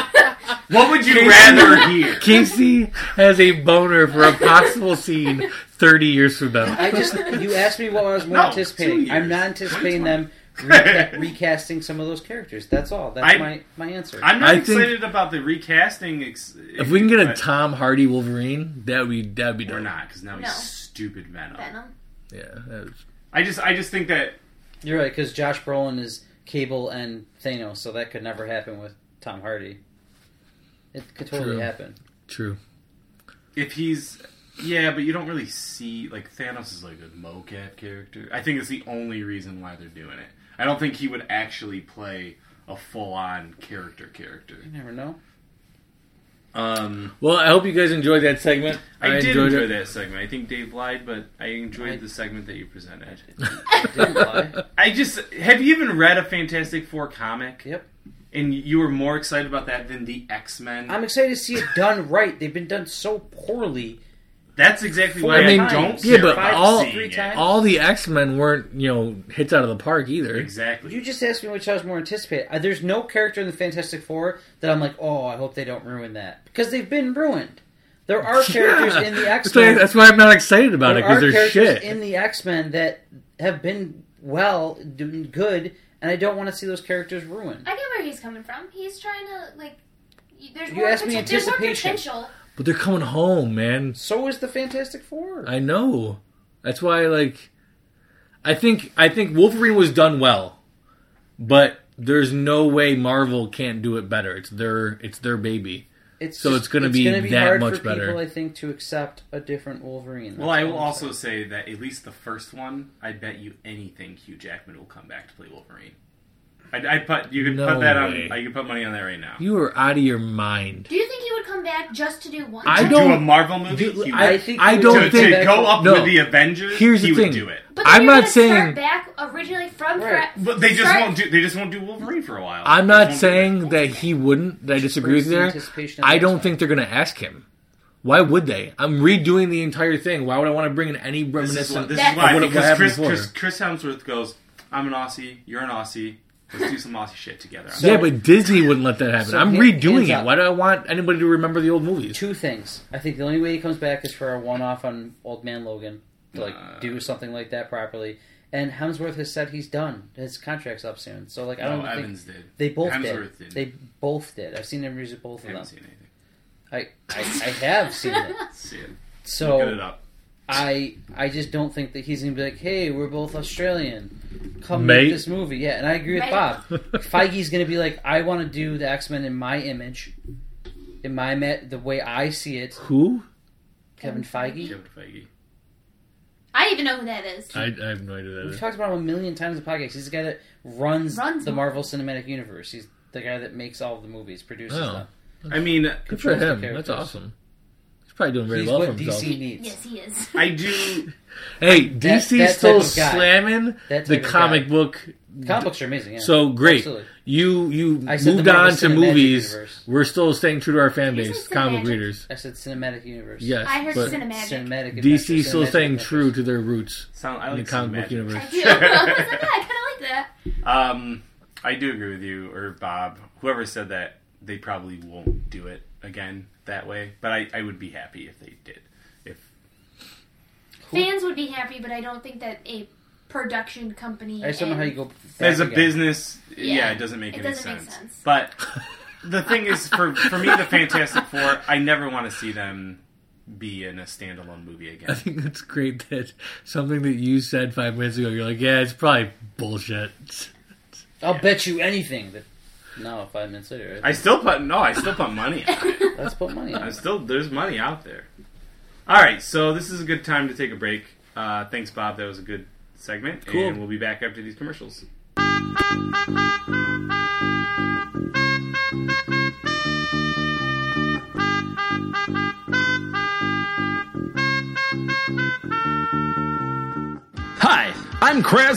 S1: What would you rather hear?
S2: Casey has a boner for a possible scene 30 years from now.
S3: I just you asked me what I was more
S1: No, two
S3: anticipating.
S1: years.
S3: I'm not anticipating them reca- recasting some of those characters. That's all. That's
S1: I-
S3: my my answer.
S1: I'm not
S2: I think-
S1: excited about the recasting. Ex-
S2: If we can get a
S1: but
S2: Tom Hardy Wolverine, that would be, that'd be
S1: we're
S2: dope.
S1: not because now he's
S4: No.
S1: stupid Venom.
S4: Venom.
S2: Yeah. that was-
S1: I just, I just think that
S3: You're right because Josh Brolin is Cable and Thanos, so that could never happen with Tom Hardy. It could totally
S2: True.
S3: happen.
S2: True.
S1: if he's, yeah, but you don't really see like Thanos is like a mocap character. I think it's the only reason why they're doing it. I don't think he would actually play a full-on character character.
S3: You never know.
S1: Um,
S2: Well, I hope you guys enjoyed that segment.
S1: I, did
S2: enjoyed
S1: enjoy
S2: it.
S1: that segment. I think Dave lied, but I enjoyed
S3: I-
S1: the segment that you presented.
S3: Didn't lie.
S1: I just have you even read a Fantastic Four comic?
S3: Yep.
S1: And you were more excited about that than the X Men.
S3: I'm excited to see it done right. They've been done so poorly.
S1: That's exactly
S3: Four
S1: why I,
S2: I mean,
S1: don't.
S2: yeah,
S1: care
S2: but
S1: about
S2: all-
S1: seeing
S3: three
S1: it.
S3: times?
S2: All the X Men weren't, you know, hits out of the park either.
S1: Exactly.
S3: You just asked me which I was more anticipated. Uh, There's no character in the Fantastic Four that I'm like, oh, I hope they don't ruin that because they've been ruined. There are characters
S2: Yeah.
S3: in the
S2: That's
S3: X
S2: why,
S3: Men.
S2: that's why I'm not excited about it
S3: There
S2: because
S3: are
S2: they're shit.
S3: characters in the X Men that have been well, doing good, and I don't want to see those characters ruined.
S4: I get where he's coming from. He's trying to like. y- There's
S3: You
S4: more
S3: asked me
S4: poten- there's more
S3: anticipation.
S4: potential.
S2: but they're coming home, man.
S3: So is the Fantastic Four.
S2: I know. That's why, like, I think I think Wolverine was done well, but there's no way Marvel can't do it better. It's their it's their baby.
S3: it's
S2: so it's gonna be
S3: gonna
S2: that
S3: hard
S2: much
S3: for
S2: better.
S3: People, I think to accept a different Wolverine.
S1: Well,
S3: That's
S1: I will
S3: all I'm saying.
S1: also say that at least the first one, I bet you anything Hugh Jackman will come back to play Wolverine. I, I put you could
S2: No
S1: put that
S2: way.
S1: on. I could put money on that right now.
S2: You are out of your mind.
S4: Do you think he would come back just to do one?
S2: I
S1: to
S4: thing?
S2: don't-
S1: do a Marvel movie.
S2: Dude,
S1: he
S2: I-
S1: would.
S3: think
S2: I
S3: he would
S2: don't
S1: to,
S3: come
S1: to
S2: think-
S3: back
S1: go up
S2: no.
S1: with the Avengers,
S2: Here's the
S1: he
S2: thing.
S1: would do it.
S4: But then
S2: I'm
S4: you're
S2: not
S4: gonna
S2: saying-
S4: start back originally from.
S3: Right.
S4: fra-
S1: But they just
S4: start-
S1: won't do. They just won't do Wolverine for a while.
S2: I'm
S1: They
S2: not
S1: won't do
S2: saying
S1: it.
S2: that he wouldn't. That I disagree with you
S3: the
S2: there.
S3: anticipation of
S2: I
S3: the
S2: don't
S3: X-Men.
S2: think they're going to ask him. Why would they? I'm redoing the entire thing. Why would I want to bring in any
S1: This is, what,
S2: reminiscent?
S1: this
S4: That's-
S1: is why
S2: Of what- what
S1: because
S2: happened
S1: Chris,
S2: before.
S1: Chris, Chris Hemsworth goes, "I'm an Aussie. You're an Aussie. Let's do some Aussie shit together." I'm
S2: yeah, but Disney wouldn't let that happen.
S3: So
S2: I'm
S3: ha-
S2: redoing
S3: hands
S2: it.
S3: up.
S2: Why do I want anybody to remember the old movies?
S3: two things. I think the only way he comes back is for a one-off on Old Man Logan to like
S1: Nah.
S3: do something like that properly. And Hemsworth has said he's done. His contract's up soon, so like I
S1: No,
S3: don't think
S1: Evans did.
S3: they both
S1: Hemsworth
S3: did.
S1: did.
S3: They both did. I've seen interviews with both
S1: I
S3: of
S1: haven't
S3: them.
S1: seen anything.
S3: I, I I have seen it.
S1: See it. Look it
S3: So
S1: up.
S3: I I just don't think that he's gonna be like, hey, we're both Australian. Come
S2: Mate.
S3: make this movie, yeah. And I agree with
S4: Mate.
S3: Bob. Feige's gonna be like, I want to do the X Men in my image, in my met the way I see it.
S2: Who?
S3: Kevin Feige.
S1: Kevin Feige.
S4: I even know who that is.
S2: I, I have no idea. That
S3: We've
S2: is.
S3: talked about him a million times in the podcast. He's the guy that runs,
S4: Runs
S3: the
S4: them.
S3: Marvel Cinematic Universe. He's the guy that makes all the movies, produces
S2: Oh.
S3: them.
S1: I mean,
S2: Good for
S3: controls the
S2: him. That's
S3: characters.
S2: awesome. He's probably doing very
S3: He's
S2: well for
S3: what
S2: himself.
S3: DC needs.
S4: Yes, he is.
S1: I do.
S2: Hey,
S3: That-
S2: DC's
S3: that type
S2: still
S3: of guy.
S2: slamming
S3: That type
S2: the
S3: of guy.
S2: comic book.
S3: Comic books are amazing. Yeah.
S2: So great.
S3: Absolutely.
S2: You you
S3: I said the
S2: moved
S3: Marvel
S2: on to
S3: Cinematic
S2: movies.
S3: Universe.
S2: We're still staying true to our fan
S4: You said
S2: base, comic book
S4: cinematic.
S2: readers.
S3: I said cinematic universe.
S2: Yes,
S4: I heard
S2: but
S4: cinematic.
S3: Cinematic. adventure,
S2: DC still
S3: cinematic
S2: staying
S3: adventures.
S2: true to their roots
S1: Sound, I
S2: in the
S1: like
S2: comic book
S1: universe.
S4: I
S2: universe.
S4: do. I was like, yeah, I kind of like that.
S1: Um, I do agree with you, or Bob, whoever said that. They probably won't do it again that way, but I, I would be happy if they did. If
S4: Fans would be happy, but I don't think that a production company.
S3: I just don't know how you go. Back
S1: as a
S3: again.
S1: business, yeah,
S4: Yeah.
S1: it doesn't make
S4: It
S1: any
S4: doesn't make
S1: sense.
S4: sense.
S1: But the thing is, for for me, the Fantastic Four, I never want to see them be in a standalone movie
S2: I
S1: again.
S2: think that's great that something that you said five minutes ago, you're like, yeah, it's probably bullshit.
S3: I'll bet you anything that. No, five minutes later.
S1: I still put no. I still put money on it.
S3: Let's put money on
S1: I'm
S3: it.
S1: still there's money out there. All right, so this is a good time to take a break. Uh, thanks, Bob. That was a good segment,
S2: Cool.
S1: and we'll be back after these commercials.
S5: Hi, I'm Chris.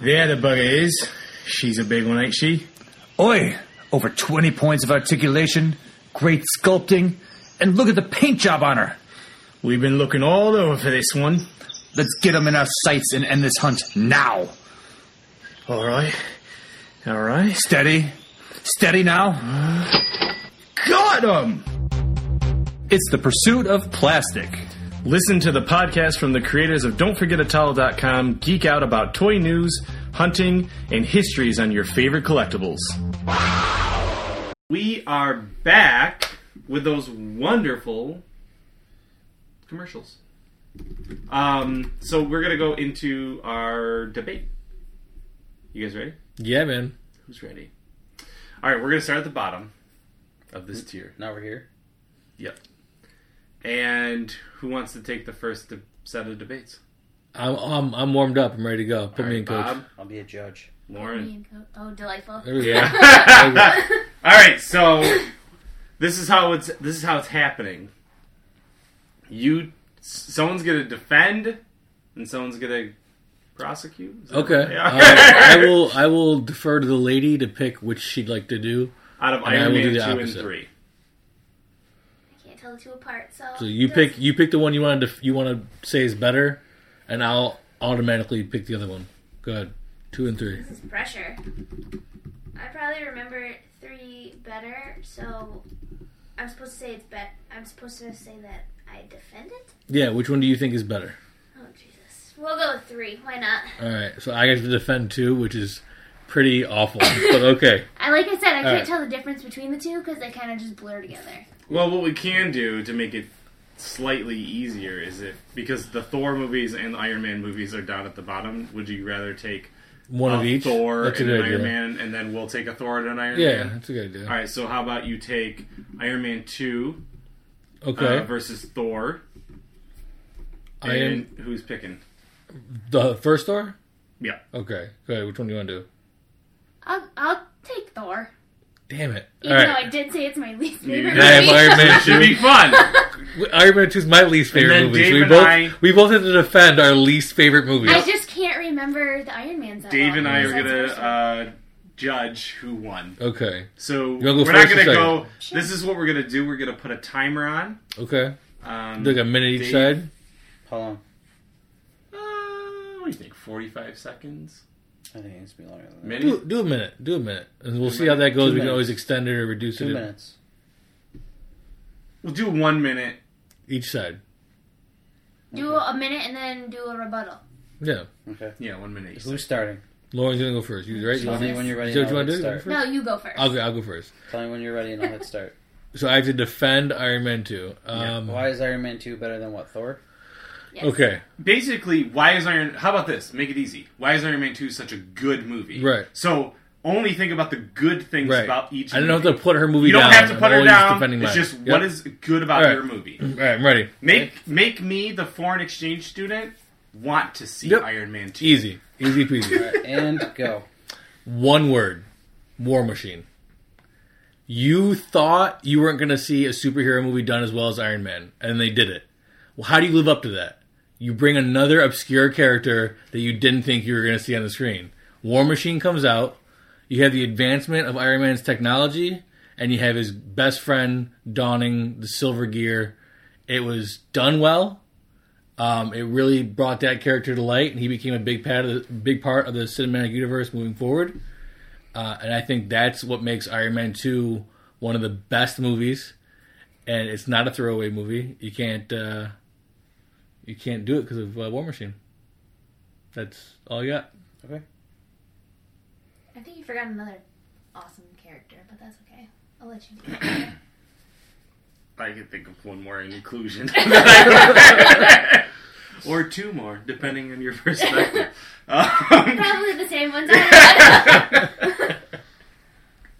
S1: There the bugger is. She's a big one, ain't she?
S6: Oi! Over 20 points of articulation, great sculpting, and look at the paint job on her!
S1: We've been looking all over for this one.
S6: Let's get them in our sights and end this hunt now!
S1: All right. All right.
S6: Steady. Steady now.
S1: Got him!
S6: It's the pursuit of plastic.
S1: Listen to the podcast from the creators of don'tforgetatowel.com. Geek out about toy news, hunting, and histories on your favorite collectibles. We are back with those wonderful commercials. Um, so we're going to go into our debate. You guys ready?
S2: Yeah, man.
S1: Who's ready? All right, we're going to start at the bottom of this tier.
S3: Now we're here.
S1: Yep. And who wants to take the first de- set of debates?
S2: I'm, I'm I'm warmed up. I'm ready to go. Put
S1: All
S2: me
S1: right,
S2: in, coach.
S1: Bob,
S3: I'll be a judge.
S1: Lauren.
S4: Oh, delightful.
S2: There we go.
S1: All right, so this is how it's this is how it's happening. You, someone's gonna defend, and someone's gonna prosecute. Is that
S2: Okay.
S1: what they are?
S2: Uh, I will I will defer to the lady to pick which she'd like to do.
S1: Out of
S2: I
S1: Iron
S2: will
S1: Man
S2: do
S1: two
S2: the
S1: and
S2: opposite.
S1: three.
S4: Can't tell the two apart. So,
S2: So you pick you pick the one you want to def- you want to say is better, and I'll automatically pick the other one. Go ahead. Two and three.
S4: This is pressure. I probably remember three better, so I'm supposed to say it's bet. I'm supposed to say that I defend it.
S2: Yeah. Which one do you think is better?
S4: Oh Jesus! We'll go with three. Why not?
S2: All right. So I get to defend two, which is pretty awful. but okay.
S4: I like I said, I
S2: Alright.
S4: can't tell the difference between the two because they kind of just blur together.
S1: Well, what we can do to make it slightly easier is if because the Thor movies and the Iron Man movies are down at the bottom. Would you rather take
S2: One
S1: a
S2: of each.
S1: Thor
S2: That's a
S1: and
S2: good
S1: an Iron
S2: idea.
S1: Man, and then we'll take a Thor and an Iron
S2: Yeah,
S1: Man?
S2: that's a good idea.
S1: All right, so how about you take Iron Man two uh,
S2: Okay.
S1: versus Thor?
S2: I
S1: and
S2: am
S1: who's picking?
S2: the first Thor.
S1: Yeah.
S2: Okay. Go ahead. Which one do you want to do?
S4: I'll I'll take Thor,
S2: Damn it. All
S4: even
S2: right.
S4: though I did say it's my least favorite
S1: Yeah.
S2: I have
S4: movie.
S2: Iron Man
S1: Should be
S2: two.
S1: fun.
S2: Iron Man two is my least favorite
S1: then
S2: movie. so
S1: Dave
S2: we
S1: and
S2: both
S1: I-
S2: we both have to defend our least favorite movies.
S4: I just can't remember the Iron Man's. that
S1: Dave
S4: well.
S1: and I are
S4: So that's
S1: gonna
S4: the first one.
S1: uh, judge who won.
S2: okay.
S1: So
S2: wanna go
S1: we're not
S2: first or
S1: gonna go.
S2: second?
S1: This is what we're gonna do. We're gonna put a timer on.
S2: Okay.
S1: Um,
S2: Like a minute each
S1: Dave-
S2: side.
S3: How long?
S1: Uh, what do you think? Forty-five seconds.
S3: I think it needs to be longer than that.
S2: Do
S1: Minute.
S2: do a minute. Do a minute, and we'll see how that goes. we
S3: Two
S2: can
S3: minutes.
S2: always extend it or reduce
S3: Two
S2: it
S3: minutes.
S1: We'll do one minute.
S2: each side.
S4: do a minute and then do a rebuttal.
S2: Yeah.
S3: Okay.
S1: Yeah, one minute. each.
S3: Who's starting?
S2: Lauren's gonna go first. You right?
S3: Tell me when you're ready.
S2: Is that what
S3: and
S2: you want
S3: I'll
S2: to
S3: hit
S2: do?
S3: Start.
S4: No, you go first.
S2: I'll go, I'll go first.
S3: Tell me when you're ready, and I'll hit start.
S2: So I have to defend Iron Man two. Um,
S3: Why is Iron Man two better than what Thor?
S4: Yes.
S2: Okay.
S1: basically why is iron how about this make it easy why is iron man 2 such a good movie
S2: Right.
S1: so only think about the good things
S2: Right.
S1: about each
S2: I don't have
S1: movie.
S2: to put her movie
S1: you don't
S2: down.
S1: have to put
S2: I'm
S1: her
S2: always
S1: down
S2: defending
S1: it's
S2: mine.
S1: just
S2: Yep.
S1: what is good about
S2: All right.
S1: your movie
S2: All right, I'm ready.
S1: make make me the foreign exchange student want to see
S2: Yep.
S1: iron man 2
S2: Easy, easy peasy.
S3: And go.
S2: One word: War Machine. you thought you weren't going to see a superhero movie done as well as Iron Man, and they did it. Well, how do you live up to that? You bring another obscure character that you didn't think you were going to see on the screen. War Machine comes out. You have the advancement of Iron Man's technology, and you have his best friend donning the silver gear. It was done well. Um, it really brought that character to light, and he became a big part of the, big part of the cinematic universe moving forward. Uh, and I think that's what makes Iron Man Two one of the best movies. And it's not a throwaway movie. You can't uh, you can't do it because of uh, War Machine. That's all you got.
S3: Okay.
S4: I think you forgot another awesome character, but that's okay. I'll let you.
S1: I can think of one more inclusion. that I remember. or two more, depending on your perspective. Um,
S4: Probably the same ones. I had.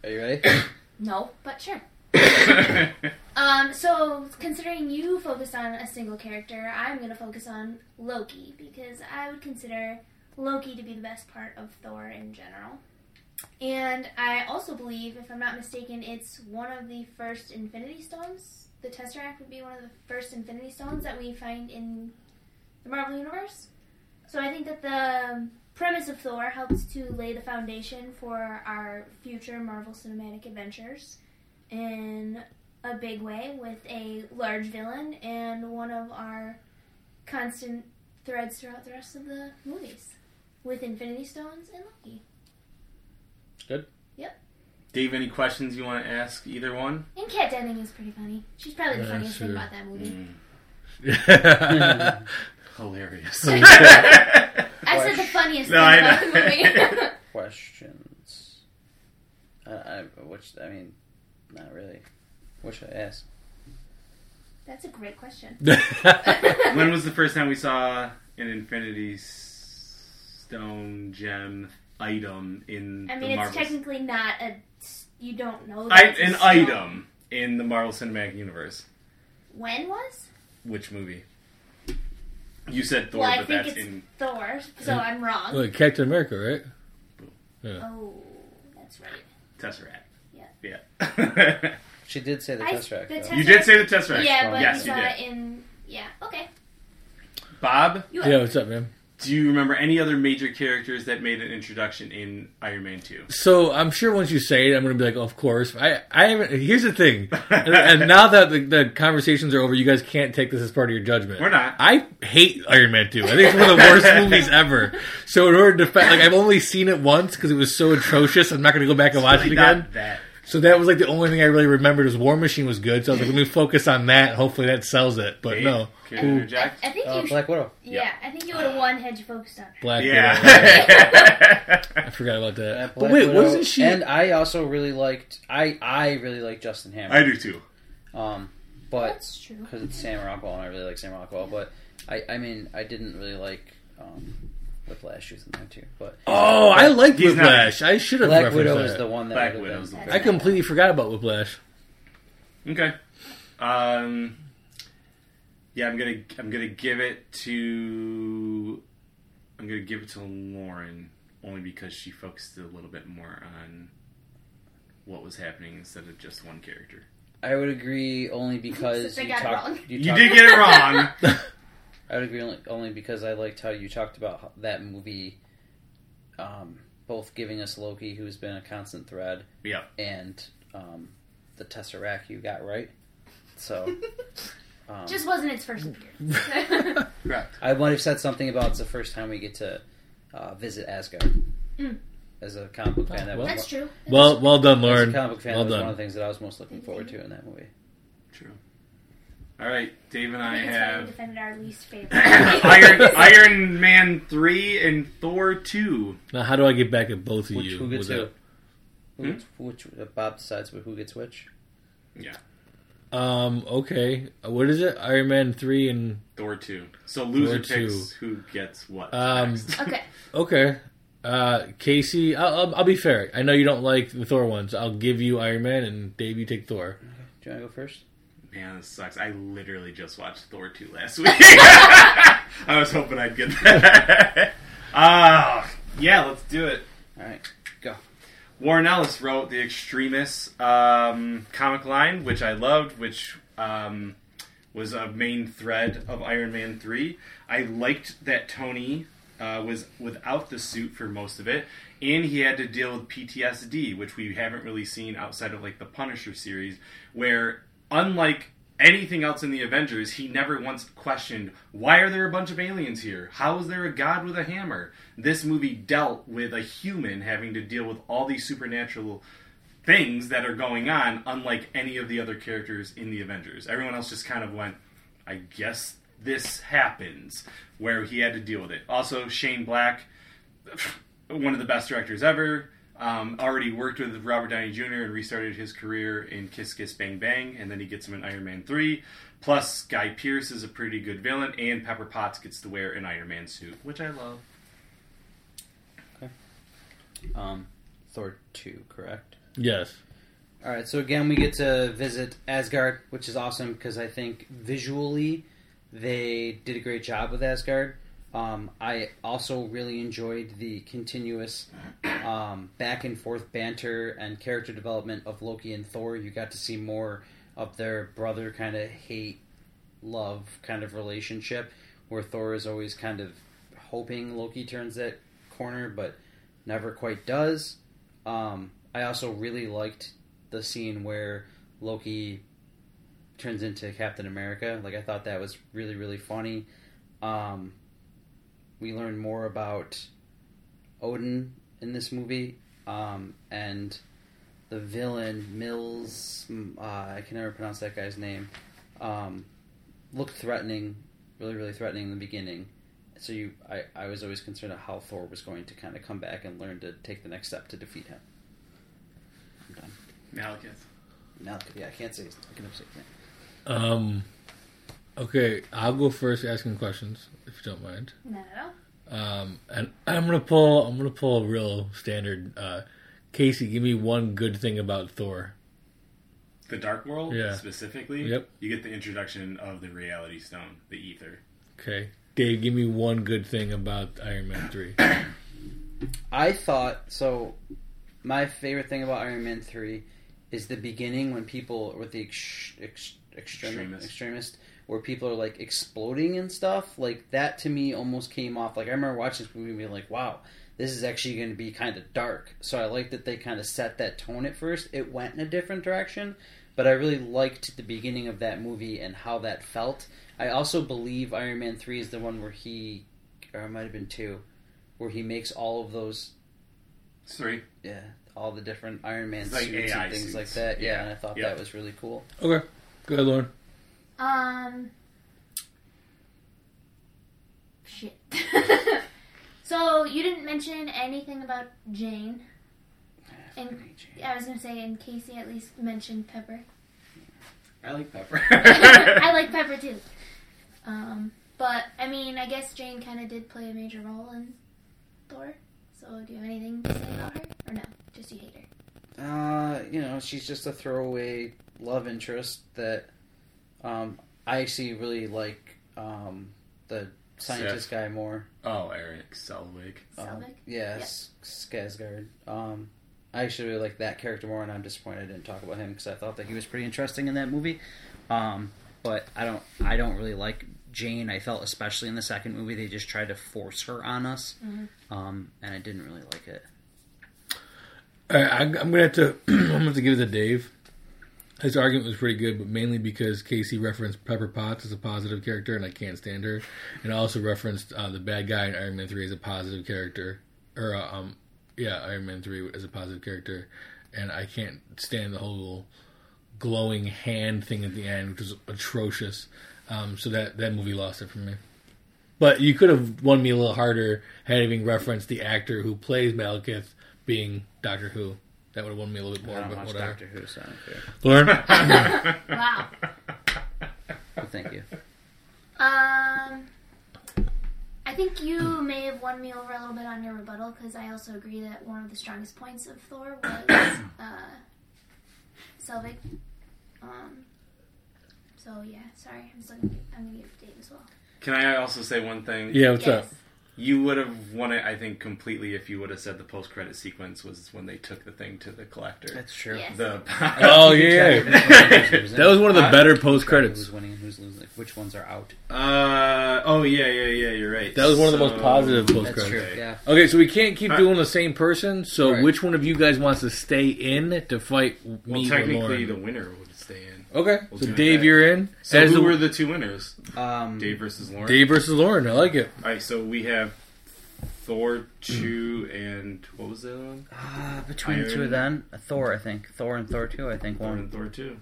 S3: Are you ready?
S4: no, but sure. Um, so considering you focused on a single character, I'm gonna focus on Loki because I would consider Loki to be the best part of Thor in general. And I also believe, if I'm not mistaken, it's one of the first Infinity Stones. The Tesseract would be one of the first Infinity Stones that we find in the Marvel Universe. So I think that the um, premise of Thor helps to lay the foundation for our future Marvel cinematic adventures in a big way with a large villain and one of our constant threads throughout the rest of the movies with Infinity Stones and Loki.
S1: Dave, any questions you want to ask either one?
S4: And Kat Denning is pretty funny. She's probably the
S2: Yeah,
S4: funniest thing
S2: sure.
S4: about that movie.
S2: Mm,
S1: Hilarious.
S4: I said the funniest
S1: No, I
S4: thing about the
S1: know.
S4: movie.
S3: Questions. I, I, which I mean, not really. What should I ask?
S4: That's a great question.
S1: when was the first time we saw an Infinity S- Stone gem item in
S4: I
S1: the
S4: mean, it's
S1: Marvel?
S4: technically not a. You don't know.
S1: I,
S4: that it's a
S1: an
S4: stone.
S1: item in the Marvel Cinematic Universe.
S4: When was?
S1: Which movie? You said Thor,
S4: well, I
S1: but
S4: think
S1: that's
S4: it's
S1: in.
S4: Thor, so I'm wrong.
S2: Look, Captain America, right?
S4: Oh, that's right.
S1: Tesseract.
S4: Yeah.
S1: Yeah.
S3: She did say the
S4: I-
S3: test rack.
S4: the
S3: though.
S4: test-
S1: you did say the Tesseract.
S4: Yeah, but
S1: yes,
S4: you
S1: you
S4: saw
S1: did.
S4: it in. Yeah, okay.
S1: Bob,
S4: You
S2: Yeah, what's up, man?
S1: do you remember any other major characters that made an introduction in Iron Man 2?
S2: So I'm sure once you say it, I'm going to be like, of course. I, I haven't. Here's the thing, and, and now that the, the conversations are over, you guys can't take this as part of your judgment.
S1: We're not.
S2: I hate Iron Man 2. I think it's one of the worst movies ever. So in order to defend, like I've only seen it once because it was so atrocious. I'm not going to go back and watch it
S1: Not
S2: again.
S1: that.
S2: So that was like the only thing I really remembered was War Machine was good. So I was like, let me focus on that. Hopefully that sells it. But no,
S1: Can you interject?
S4: I think
S3: Oh,
S4: you. sh-
S3: Black Widow.
S4: yeah, I think you would have
S1: Uh,
S4: won had you focused on her.
S2: Black Widow.
S1: Yeah.
S2: I forgot about that.
S3: Black
S2: but wait,
S3: Widow.
S2: wasn't she?
S3: And I also really liked. I I really like Justin
S1: I
S3: Hammer.
S1: do too.
S3: um, but
S4: That's true.
S3: because it's Sam Rockwell and I really like Sam Rockwell. But I I mean I didn't really like um, Whiplash. She was in there too. But
S2: oh, I liked
S1: He's not-
S2: Whiplash. I should have
S3: Black
S2: referenced
S3: Widow
S2: that.
S3: is the one that
S1: Black
S3: would've
S1: Widow's
S3: been-
S1: the
S2: I completely forgot about Whiplash.
S1: Okay. Um, yeah, I'm gonna I'm gonna give it to I'm gonna give it to Lauren only because she focused a little bit more on what was happening instead of just one character.
S3: I would agree only because
S4: They
S3: you
S4: got it wrong.
S3: talked.
S1: You,
S3: talked-
S1: did get it wrong.
S3: I would agree only, only because I liked how you talked about how- that movie, um, both giving us Loki, who's been a constant thread,
S1: yeah.
S3: and um, the Tesseract you got right. So um,
S4: Just wasn't its first appearance.
S1: Correct.
S3: I might have said something about it's the first time we get to uh, visit Asgard.
S4: Mm.
S3: As a comic book fan, that
S2: well.
S3: was
S4: That's true.
S2: Well, well done,
S3: one, as
S2: Lauren.
S3: a comic book fan,
S2: well
S3: that was one
S2: done.
S3: of the things that I was most looking forward to in that movie.
S1: True. All right, Dave and I
S4: I think it's why we
S1: have
S4: defended our least favorite.
S1: Iron Iron Man three and Thor two.
S2: Now, how do I get back at both of
S3: Which,
S2: you?
S3: who gets
S2: with
S3: who?
S2: it?
S3: Who gets- Which uh, Bob decides who gets which.
S1: Yeah.
S2: Um. Okay. What is it? Iron Man three and
S1: Thor two. So loser
S2: Thor
S1: picks who gets what.
S2: Um,
S1: next.
S4: Okay.
S2: okay. Uh, Casey, I'll, I'll, I'll be fair. I know you don't like the Thor ones. I'll give you Iron Man, and Dave, you take Thor.
S3: Do you want to go first?
S1: Man, this sucks. I literally just watched Thor 2 last week. I was hoping I'd get that. Ah, yeah, let's do it.
S3: All right, go.
S1: Warren Ellis wrote the extremist um, comic line, which I loved, which um, was a main thread of Iron Man three. I liked that Tony uh, was without the suit for most of it, and he had to deal with PTSD, which we haven't really seen outside of like the Punisher series, where unlike anything else in the Avengers, he never once questioned why are there a bunch of aliens here? How is there a god with a hammer? This movie dealt with a human having to deal with all these supernatural things that are going on, unlike any of the other characters in the Avengers. Everyone else just kind of went, I guess this happens, where he had to deal with it. Also, Shane Black, one of the best directors ever. Um, already worked with Robert Downey Jr. and restarted his career in Kiss Kiss Bang Bang, and then he gets him in Iron Man 3. Plus, Guy Pearce is a pretty good villain, and Pepper Potts gets to wear an Iron Man suit, which I love.
S3: Um, Thor two, correct?
S2: Yes.
S3: All right, so again, we get to visit Asgard, which is awesome because I think visually they did a great job with Asgard. Um, I also really enjoyed the continuous um, back and forth banter and character development of Loki and Thor. You got to see more of their brother kind of hate love kind of relationship where Thor is always kind of hoping Loki turns that corner, but never quite does. Um, I also really liked the scene where Loki turns into Captain America. Like I thought that was really really funny. Um, we learn more about Odin in this movie um, and the villain Mills. mm, Uh, I can never pronounce that guy's name. Um, looked threatening, really really threatening in the beginning. So you, I, I was always concerned of how Thor was going to kind of come back and learn to take the next step to defeat him. I'm done.
S1: Malekith.
S3: No, yeah, I can't say. I can say that.
S2: Um, okay, I'll go first asking questions if you don't mind.
S4: Not at all.
S2: Um, and I'm gonna pull. I'm gonna pull a real standard. Uh, Casey, give me one good thing about Thor.
S1: The Dark World,
S2: Yeah.
S1: specifically.
S2: Yep.
S1: You get the introduction of the Reality Stone, the Ether.
S2: Okay, Dave, give me one good thing about Iron Man three.
S3: I thought so. My favorite thing about Iron Man three is the beginning when people with the ex, ex, extremi-
S1: Extremist.
S3: extremist. where people are like exploding and stuff. Like that to me almost came off. Like I remember watching this movie and being like, "Wow, this is actually going to be kind of dark." So I like that they kind of set that tone at first. It went in a different direction, but I really liked the beginning of that movie and how that felt. I also believe Iron Man three is the one where he, or it might have been two, where he makes all of those
S1: Sorry.
S3: yeah, all the different Iron Man
S1: It's like
S3: suits
S1: AI
S3: and things
S1: suits.
S3: like that. Yeah,
S1: Yeah.
S3: and I thought
S1: Yeah.
S3: that was really cool.
S2: Okay, go ahead, Lauren.
S4: Um. Shit. so you didn't mention anything about Jane. And I was gonna say, and Casey at least mentioned Pepper.
S3: I like Pepper.
S4: I like Pepper too. Um, but I mean, I guess Jane kind of did play a major role in Thor. So do you have anything to say about her, or no? Just you hate her.
S3: Uh, you know, she's just a throwaway love interest that um, I actually really like um, the scientist guy more.
S1: Oh, Eric Selvig.
S3: Um,
S4: Selvig?
S3: yeah, S- Skarsgård. Um, I actually really like that character more, and I'm disappointed I didn't talk about him because I thought that he was pretty interesting in that movie. Um, but I don't, I don't really like Jane. I felt especially in the second movie they just tried to force her on us, um, and I didn't really like it.
S2: All right, I, I'm gonna have to. I'm gonna have to give it to Dave. His argument was pretty good, but mainly because Casey referenced Pepper Potts as a positive character, and I can't stand her, and I also referenced uh, the bad guy in Iron Man Three as a positive character, or uh, um, yeah, Iron Man Three as a positive character, and I can't stand the whole glowing hand thing at the end, which was atrocious. Um, so that that movie lost it for me. But you could have won me a little harder had having referenced the actor who plays Malekith being Doctor Who. That would have won me a little bit more.
S3: I don't
S2: But
S3: watch
S2: whatever.
S3: Doctor Who, so I don't care.
S2: Lauren.
S4: Wow.
S3: But thank you.
S4: Um, I think you may have won me over a little bit on your rebuttal because I also agree that one of the strongest points of Thor was uh, Selvig. Um, so yeah, sorry, I'm still gonna give, I'm gonna give it to Dave as well.
S1: Can I also say one thing?
S2: yeah, what's
S4: yes.
S2: up?
S1: You would have won it, I think, completely if you would have said the post credit sequence was when they took the thing to the collector.
S3: That's true.
S4: Yes.
S1: the
S2: Oh yeah, that
S3: that
S2: was one of the better post
S3: Who's
S2: credits.
S3: winning and who's losing? Like, which ones are out?
S1: uh, oh yeah, yeah, yeah. You're right.
S2: That was one of the most
S1: So-
S2: positive post
S3: That's true.
S2: credits.
S1: Okay.
S3: Yeah.
S2: Okay, so we can't keep
S1: Uh,
S2: doing the same person. So
S3: Right.
S2: which one of you guys wants to stay in to fight me
S1: Well,
S2: or
S1: technically,
S2: Lauren?
S1: the winner would stay in.
S2: okay,
S1: We'll
S2: so
S1: do it
S2: Dave,
S1: that.
S2: you're in.
S1: So
S2: As
S1: who
S2: the-
S1: were the two winners?
S3: Um,
S1: Dave versus Lauren.
S2: Dave versus Lauren. I like it.
S1: All right, so we have Thor two and what was the other one?
S3: ah, between the
S1: Iron-
S3: two of them, uh, Thor, I think. Thor and Thor 2, I think.
S1: Thor
S3: One.
S1: and Thor two.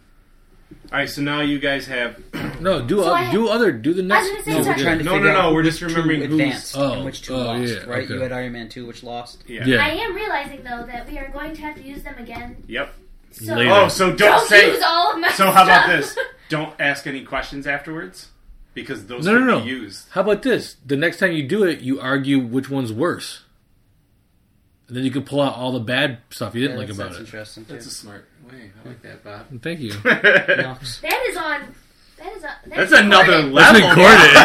S1: All right, so now you guys have
S2: No, do
S4: So
S2: oth-
S4: I have-
S2: do other do the next.
S4: gonna say,
S2: no,
S4: sorry.
S2: we did.
S3: trying to
S1: No,
S3: figure
S1: no, no,
S3: out
S1: we're
S3: which
S1: just remembering
S3: two
S1: who's-
S3: advanced
S2: Oh,
S3: and which two
S2: oh,
S3: lost,
S2: yeah,
S3: right?
S2: okay.
S3: You had Iron Man 2, which lost.
S1: yeah.
S4: I
S2: yeah.
S4: am realizing though that we are going to have to use them again.
S1: Yep.
S4: So
S2: Later.
S1: Oh, so don't,
S4: don't
S1: say.
S4: use all of my
S1: so how about
S4: stuff.
S1: this? Don't ask any questions afterwards because those
S2: No,
S1: can
S2: no, no.
S1: be used.
S2: How about this? The next time you do it, you argue which one's worse, and then you can pull out all the bad stuff you didn't
S3: Yeah,
S2: like
S3: that's-
S2: about
S3: that's
S2: it.
S3: interesting, too.
S1: That's a smart way. I like that, Bob.
S2: Thank you.
S3: No.
S4: That is on. That is on.
S1: That's another
S4: recorded.
S1: level.
S2: That's recorded.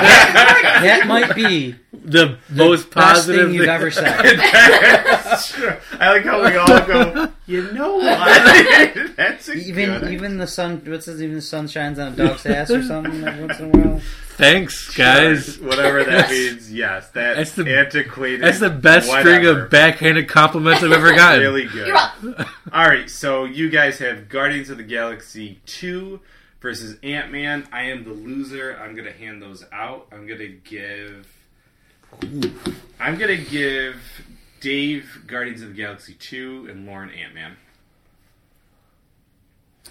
S3: that might be
S2: the most
S3: best
S2: positive
S3: thing you've ever said.
S1: That's true. I like how we all go. You know what? That's a good
S3: Even
S1: idea.
S3: even the sun, what's this, even the sun shines on a dog's ass or something like, once in a while.
S2: Thanks, guys.
S1: Whatever that means, yes, that
S2: That's the-
S1: antiquated.
S2: That's the best string
S1: whatever.
S2: of backhanded compliments I've ever gotten.
S1: Really good.
S4: You're up.
S1: All right, so you guys have Guardians of the Galaxy 2 versus Ant Man. I am the loser. I'm going to hand those out. I'm going to give. I'm going to give Dave Guardians of the Galaxy 2 and Lauren Ant Man.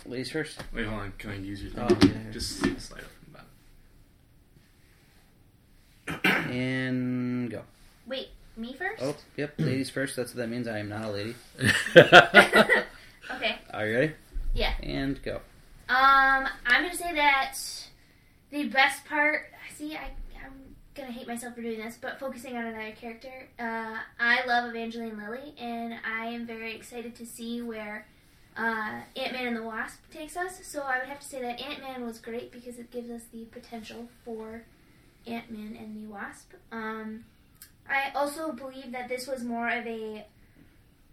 S3: Ladies first.
S1: Wait, hold on. Can I use your thing?
S3: Oh, yeah, yeah.
S1: Just slide up from the bottom.
S3: And go.
S4: Wait, me first.
S3: Oh, yep, ladies first. That's what that means. I am not a lady.
S4: Okay.
S3: Are you ready?
S4: Yeah.
S3: And go.
S4: Um, I'm gonna say that the best part. See, I, I'm gonna hate myself for doing this, but focusing on another character. Uh, I love Evangeline Lilly, and I am very excited to see where uh, Ant Man and the Wasp takes us. So I would have to say that Ant Man was great because it gives us the potential for Ant Man and the Wasp. Um, I also believe that this was more of a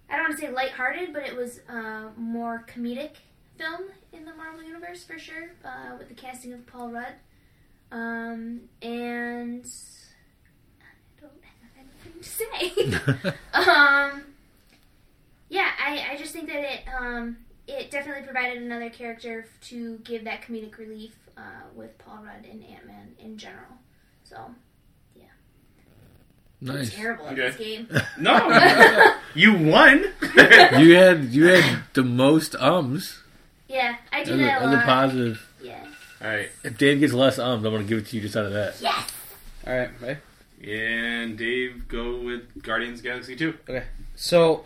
S4: I don't want to say lighthearted, but it was uh, more comedic film in the Marvel Universe for sure, uh, with the casting of Paul Rudd. Um, and I don't have anything to say. um, yeah, I, I just think that it um, it definitely provided another character to give that comedic relief uh, with Paul Rudd and Ant Man in general. So I'm
S2: nice.
S4: terrible at
S1: Okay.
S4: this game.
S1: No! you won!
S2: You had you had the most ums.
S4: Yeah, I do
S2: As a,
S4: that a
S2: as a
S4: lot.
S2: positive.
S4: yeah.
S1: All right.
S2: If Dave gets less ums, I'm gonna give it to you just out of that.
S4: Yes.
S3: All right, ready?
S1: And Dave, go with Guardians of the Galaxy 2.
S3: Okay. So,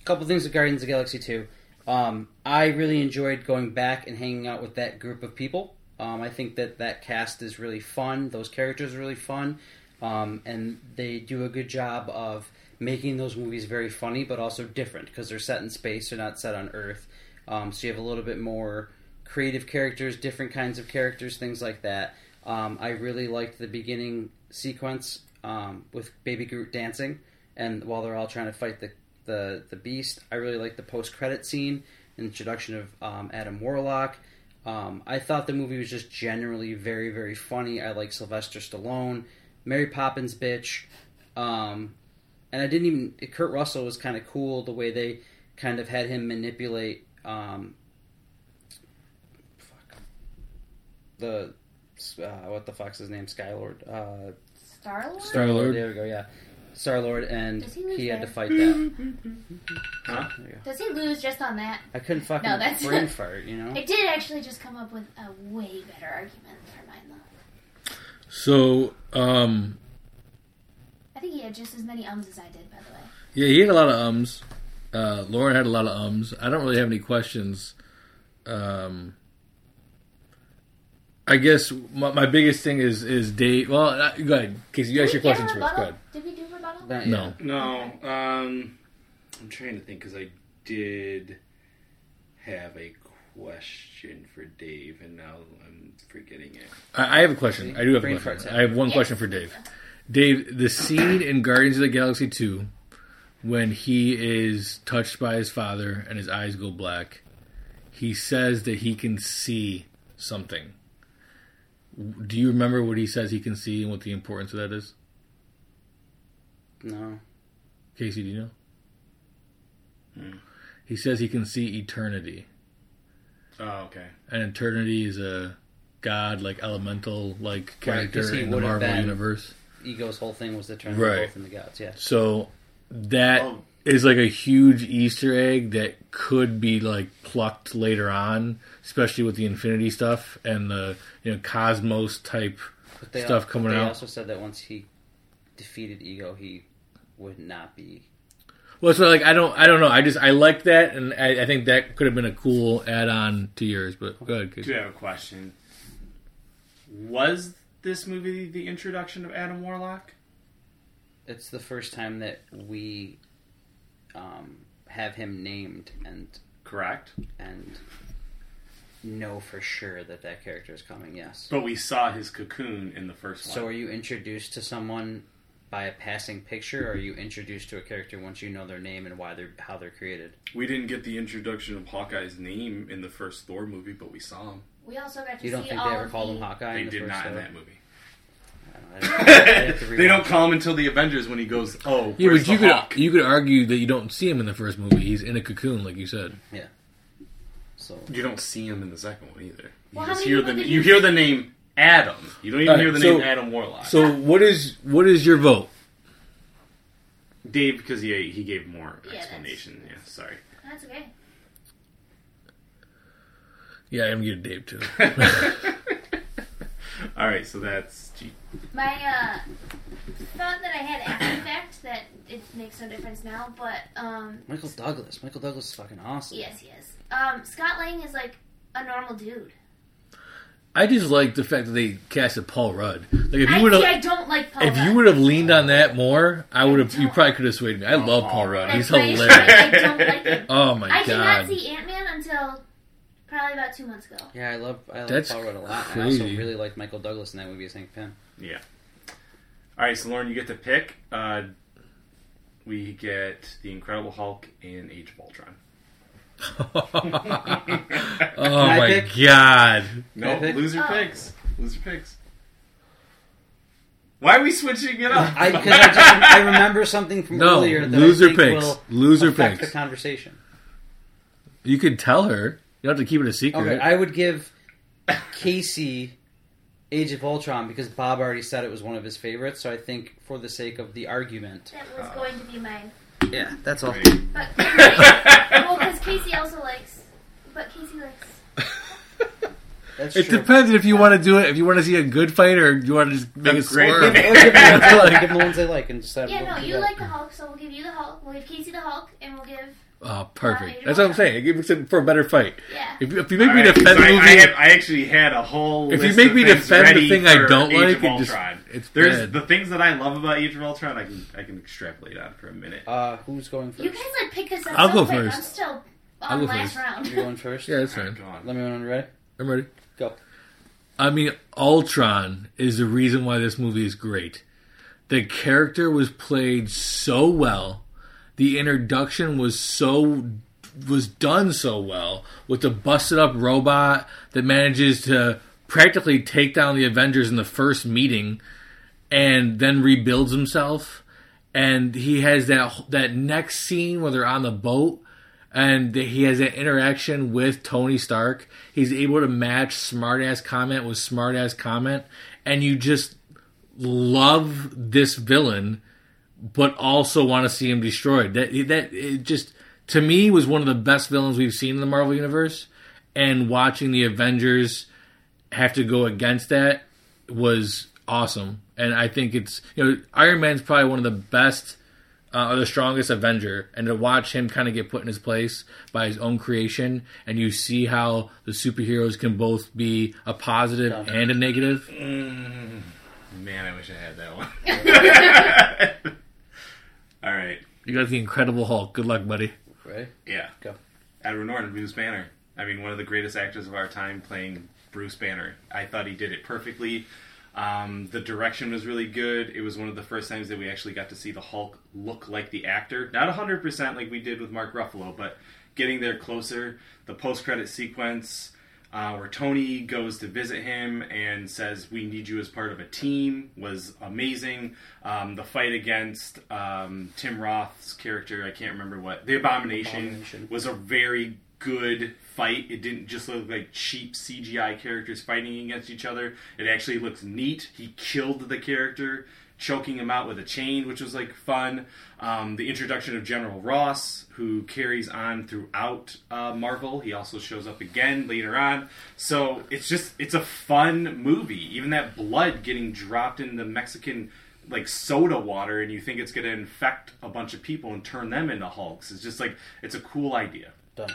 S3: a couple things with Guardians of the Galaxy 2. Um, I really enjoyed going back and hanging out with that group of people. Um, I think that that cast is really fun. Those characters are really fun. Um, and they do a good job of making those movies very funny, but also different because they're set in space, they're not set on Earth. Um, so you have a little bit more creative characters, different kinds of characters, things like that. Um, I really liked the beginning sequence um, with Baby Groot dancing, and while they're all trying to fight the the, the Beast, I really liked the post credit scene, introduction of um, Adam Warlock. Um, I thought the movie was just generally very very funny. I like Sylvester Stallone, Mary Poppins bitch. Um, and I didn't even Kurt Russell was kind of cool the way they kind of had him manipulate um, fuck the uh, what the fuck's his name Skylord uh,
S4: Star Lord.
S2: Star Lord.
S3: there we go yeah Star Lord and
S4: Does he
S3: he,
S4: lose
S3: had to
S4: that?
S3: fight that
S4: Does he lose just on that?
S3: I couldn't fucking
S4: No, that's-
S3: brain fart you know
S4: I did actually just come up with a way better argument for mine though.
S2: So um
S4: I think he had just as many ums as I did, by the way.
S2: yeah, he had a lot of ums. Uh Lauren had a lot of ums. I don't really have any questions. Um I guess my, my biggest thing is is Dave. Well, uh, go ahead, Casey. You ask
S4: Did
S2: your
S4: we get a
S2: questions first. Go
S4: rebuttal?
S2: ahead.
S4: Did we do rebuttal?
S3: Not yet.
S2: No,
S1: No, um, I'm trying to think because I did have a question for Dave, and now I'm forgetting it.
S2: I, I have a question. I do have a
S3: Brain
S2: question.
S3: farts.
S2: I have one
S4: Yes.
S2: question for Dave. Dave, the scene in Guardians of the Galaxy 2 when he is touched by his father and his eyes go black, he says that he can see something. Do you remember what he says he can see and what the importance of that is?
S3: No.
S2: Casey, do you know?
S3: Hmm.
S2: He says he can see eternity.
S1: Oh, okay.
S2: And eternity is a god like elemental like character
S3: 'cause he
S2: in the
S3: would've
S2: Marvel
S3: been-
S2: universe.
S3: Ego's whole thing was the turn
S2: Right.
S3: of both in the gods. Yeah.
S2: So that is
S1: Oh.
S2: like a huge Easter egg that could be like plucked later on, especially with the Infinity stuff and the you know Cosmos type
S3: But they
S2: stuff
S3: al-
S2: coming
S3: they
S2: out.
S3: also said that once he defeated Ego, he would not be.
S2: Well, so like I don't, I don't know. I just I like that, and I, I think that could have been a cool add-on to yours. But go
S1: I
S2: ahead.
S1: do
S2: Casey.
S1: have a question. Was this movie the introduction of Adam Warlock?
S3: It's the first time that we um, have him named and
S1: Correct.
S3: and know for sure that that character is coming. Yes.
S1: But we saw his cocoon in the first one.
S3: So are you introduced to someone by a passing picture, or are you introduced to a character once you know their name and why they're how they're created?
S1: we didn't get the introduction of Hawkeye's name in the first Thor movie, but we saw him.
S4: We also got to
S3: You don't
S4: see
S3: think
S4: all
S3: they ever
S4: of
S3: called
S4: the,
S3: him Hawkeye?
S1: They
S3: in the
S1: did
S3: first
S1: not in
S3: Thor?
S1: that movie.
S3: I don't know. I'd have to
S1: They
S3: rewatch
S1: don't
S3: it.
S1: call him until the Avengers when he goes, "Oh,
S2: Yeah,
S1: where's
S2: but you
S1: the
S2: could
S1: Hawk?"
S2: you could argue that you don't see him in the first movie. He's in a cocoon, like you said.
S3: Yeah. So
S1: You don't see him in the second one either. You
S4: Well, how
S1: just
S4: many
S1: hear
S4: people
S1: the
S4: did
S1: you
S4: you-
S1: hear the name Adam. You don't even
S2: All right,
S1: hear the
S2: so-
S1: name Adam Warlock.
S2: So what is what is your vote?
S1: Dave, because he he gave more
S4: Yeah, that's-
S1: explanation. Yeah, sorry.
S4: That's okay.
S2: Yeah, I'm gonna Dave too.
S1: All right, so that's G-
S4: My uh, thought that I had after the fact that it makes no difference now, but um,
S3: Michael Douglas. Michael Douglas is fucking awesome.
S4: yes, he is. Um, Scott Lang is like a normal dude.
S2: I just like the fact that they casted Paul Rudd. Like if you
S4: I,
S2: would
S4: see, I
S2: have
S4: don't like Paul.
S2: if you
S4: Rudd.
S2: would have leaned on that more, I would have. You probably could have swayed me. I love Paul Rudd.
S4: That's
S2: He's
S4: my issue.
S2: hilarious.
S4: I don't like him.
S2: Oh my
S4: I did not
S2: god.
S4: see Ant Man until probably about two months ago.
S3: Yeah, I love I love
S2: That's
S3: Paul Rudd a lot. and I
S2: crazy.
S3: also really like Michael Douglas in that movie as Hank Pym.
S1: yeah. All right, so Lauren, you get to pick. Uh, we get the Incredible Hulk and Age of Ultron.
S2: Oh
S3: I
S2: my
S3: pick?
S2: god.
S1: No,
S3: Uh, I pick?
S1: loser
S4: Oh.
S1: picks. Loser picks. Why are we switching it up?
S3: I because I, just I remember something from
S2: No,
S3: earlier. That
S2: loser
S3: I think
S2: picks.
S3: Will
S2: Loser
S3: affect
S2: picks.
S3: The conversation.
S2: You could tell her. You don't have to keep it a secret.
S3: Okay, I would give Casey Age of Ultron because Bob already said it was one of his favorites. So I think for the sake of the argument,
S4: That
S2: Oh.
S4: was going to be mine,
S3: yeah, that's all.
S1: Great.
S4: but well, because Casey also likes, but Casey likes.
S3: That's
S2: it
S3: true.
S2: depends if you want to do it. If you want to see a good fight or you want to just make a
S1: That's great.
S2: swerve.
S3: Or give them the ones I like, give them the ones I like, and decide.
S4: Yeah,
S3: what
S4: no,
S3: we
S4: you
S3: got.
S4: like the Hulk, so we'll give you the Hulk. We'll give Casey the Hulk, and we'll give
S2: Oh, perfect. That's what I'm saying. It makes it for a better fight.
S4: yeah.
S2: If, if you make
S1: All
S2: me
S1: right,
S2: defend
S1: so
S2: the
S1: I,
S2: movie,
S1: I, have, I actually had a whole.
S2: If you
S1: list
S2: make
S1: of
S2: me
S1: things
S2: defend the
S1: ready
S2: thing I
S1: for
S2: don't
S1: Age
S2: like,
S1: of
S2: it just-
S1: Ultron.
S2: it's
S1: There's
S2: bad.
S1: the things that I love about Age of Ultron. I can I can extrapolate on for a minute.
S3: Uh, who's going first?
S4: You guys like pick this up.
S2: I'll
S4: so
S2: go
S4: quick.
S2: first.
S4: I'm still on
S2: I'll go
S4: last
S2: first.
S3: You're
S4: round.
S3: going first.
S2: yeah, that's fine.
S1: Go on.
S3: Let me know when you're ready.
S2: I'm ready.
S3: Go.
S2: I mean, Ultron is the reason why this movie is great. The character was played so well. The introduction was so was done so well with the busted up robot that manages to practically take down the Avengers in the first meeting and then rebuilds himself and he has that that next scene where they're on the boat and he has that interaction with Tony Stark. He's able to match smartass comment with smartass comment, and you just love this villain, but also want to see him destroyed. That that it just to me was one of the best villains we've seen in the Marvel universe, and watching the Avengers have to go against that was awesome. And I think it's you know Iron Man's probably one of the best uh, or the strongest Avenger, and to watch him kind of get put in his place by his own creation, and you see how the superheroes can both be a positive and a negative.
S1: Man, I wish I had that one. All right.
S2: You got the Incredible Hulk. Good luck, buddy.
S3: Ready?
S1: Yeah.
S3: Go.
S1: Edward Norton, Bruce Banner. I mean, one of the greatest actors of our time playing Bruce Banner. I thought he did it perfectly. Um, the direction was really good. It was one of the first times that we actually got to see the Hulk look like the actor. Not 100% like we did with Mark Ruffalo, but getting there closer. The post credit sequence uh, where Tony goes to visit him and says, We need you as part of a team was amazing. Um, the fight against um, Tim Roth's character, I can't remember what, The Abomination,
S3: Abomination.
S1: was a very good fight. It didn't just look like cheap CGI characters fighting against each other. It actually looks neat. He killed the character, choking him out with a chain, which was like fun. Um, the introduction of General Ross, who carries on throughout uh, Marvel. He also shows up again later on. So it's just it's a fun movie. Even that blood getting dropped in the Mexican like soda water and you think it's going to infect a bunch of people and turn them into hulks it's just like it's a cool idea
S3: Done.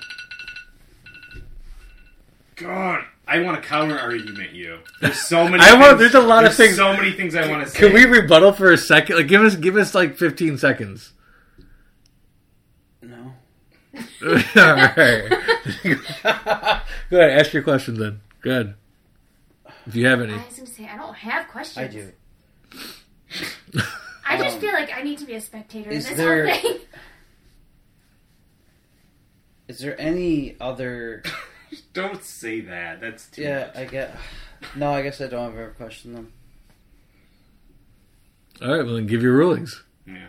S1: God, I want to counter argument you. There's so many.
S2: I want-
S1: things-
S2: there's a lot of things-
S1: So many things I want to say.
S2: Can we rebuttal for a second? Like, give us give us like fifteen seconds.
S3: No.
S2: All right. Go ahead, ask your question then. Go ahead. If you have any.
S4: I was going to say, I don't have questions.
S3: I do.
S4: I just
S3: Um,
S4: feel like I need to be a spectator in
S3: is
S4: this
S3: there-
S4: whole thing.
S3: Is there any other?
S1: Don't say that. That's too
S3: Yeah,
S1: much.
S3: I get. No, I guess I don't have a question then.
S2: All right, well then give your rulings.
S1: yeah.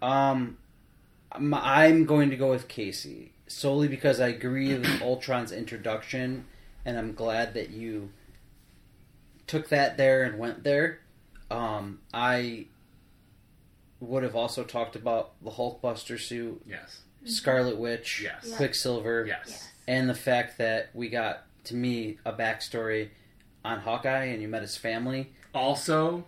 S3: Um, I'm- I'm going to go with Casey solely because I agree with Ultron's introduction, and I'm glad that you took that there and went there. Um, I would have also talked about the Hulkbuster suit,
S1: Yes.
S3: Scarlet Witch,
S1: Yes. Yeah.
S3: Quicksilver,
S1: Yes.
S3: and the fact that we got to me a backstory on Hawkeye, and you met his family
S1: Also,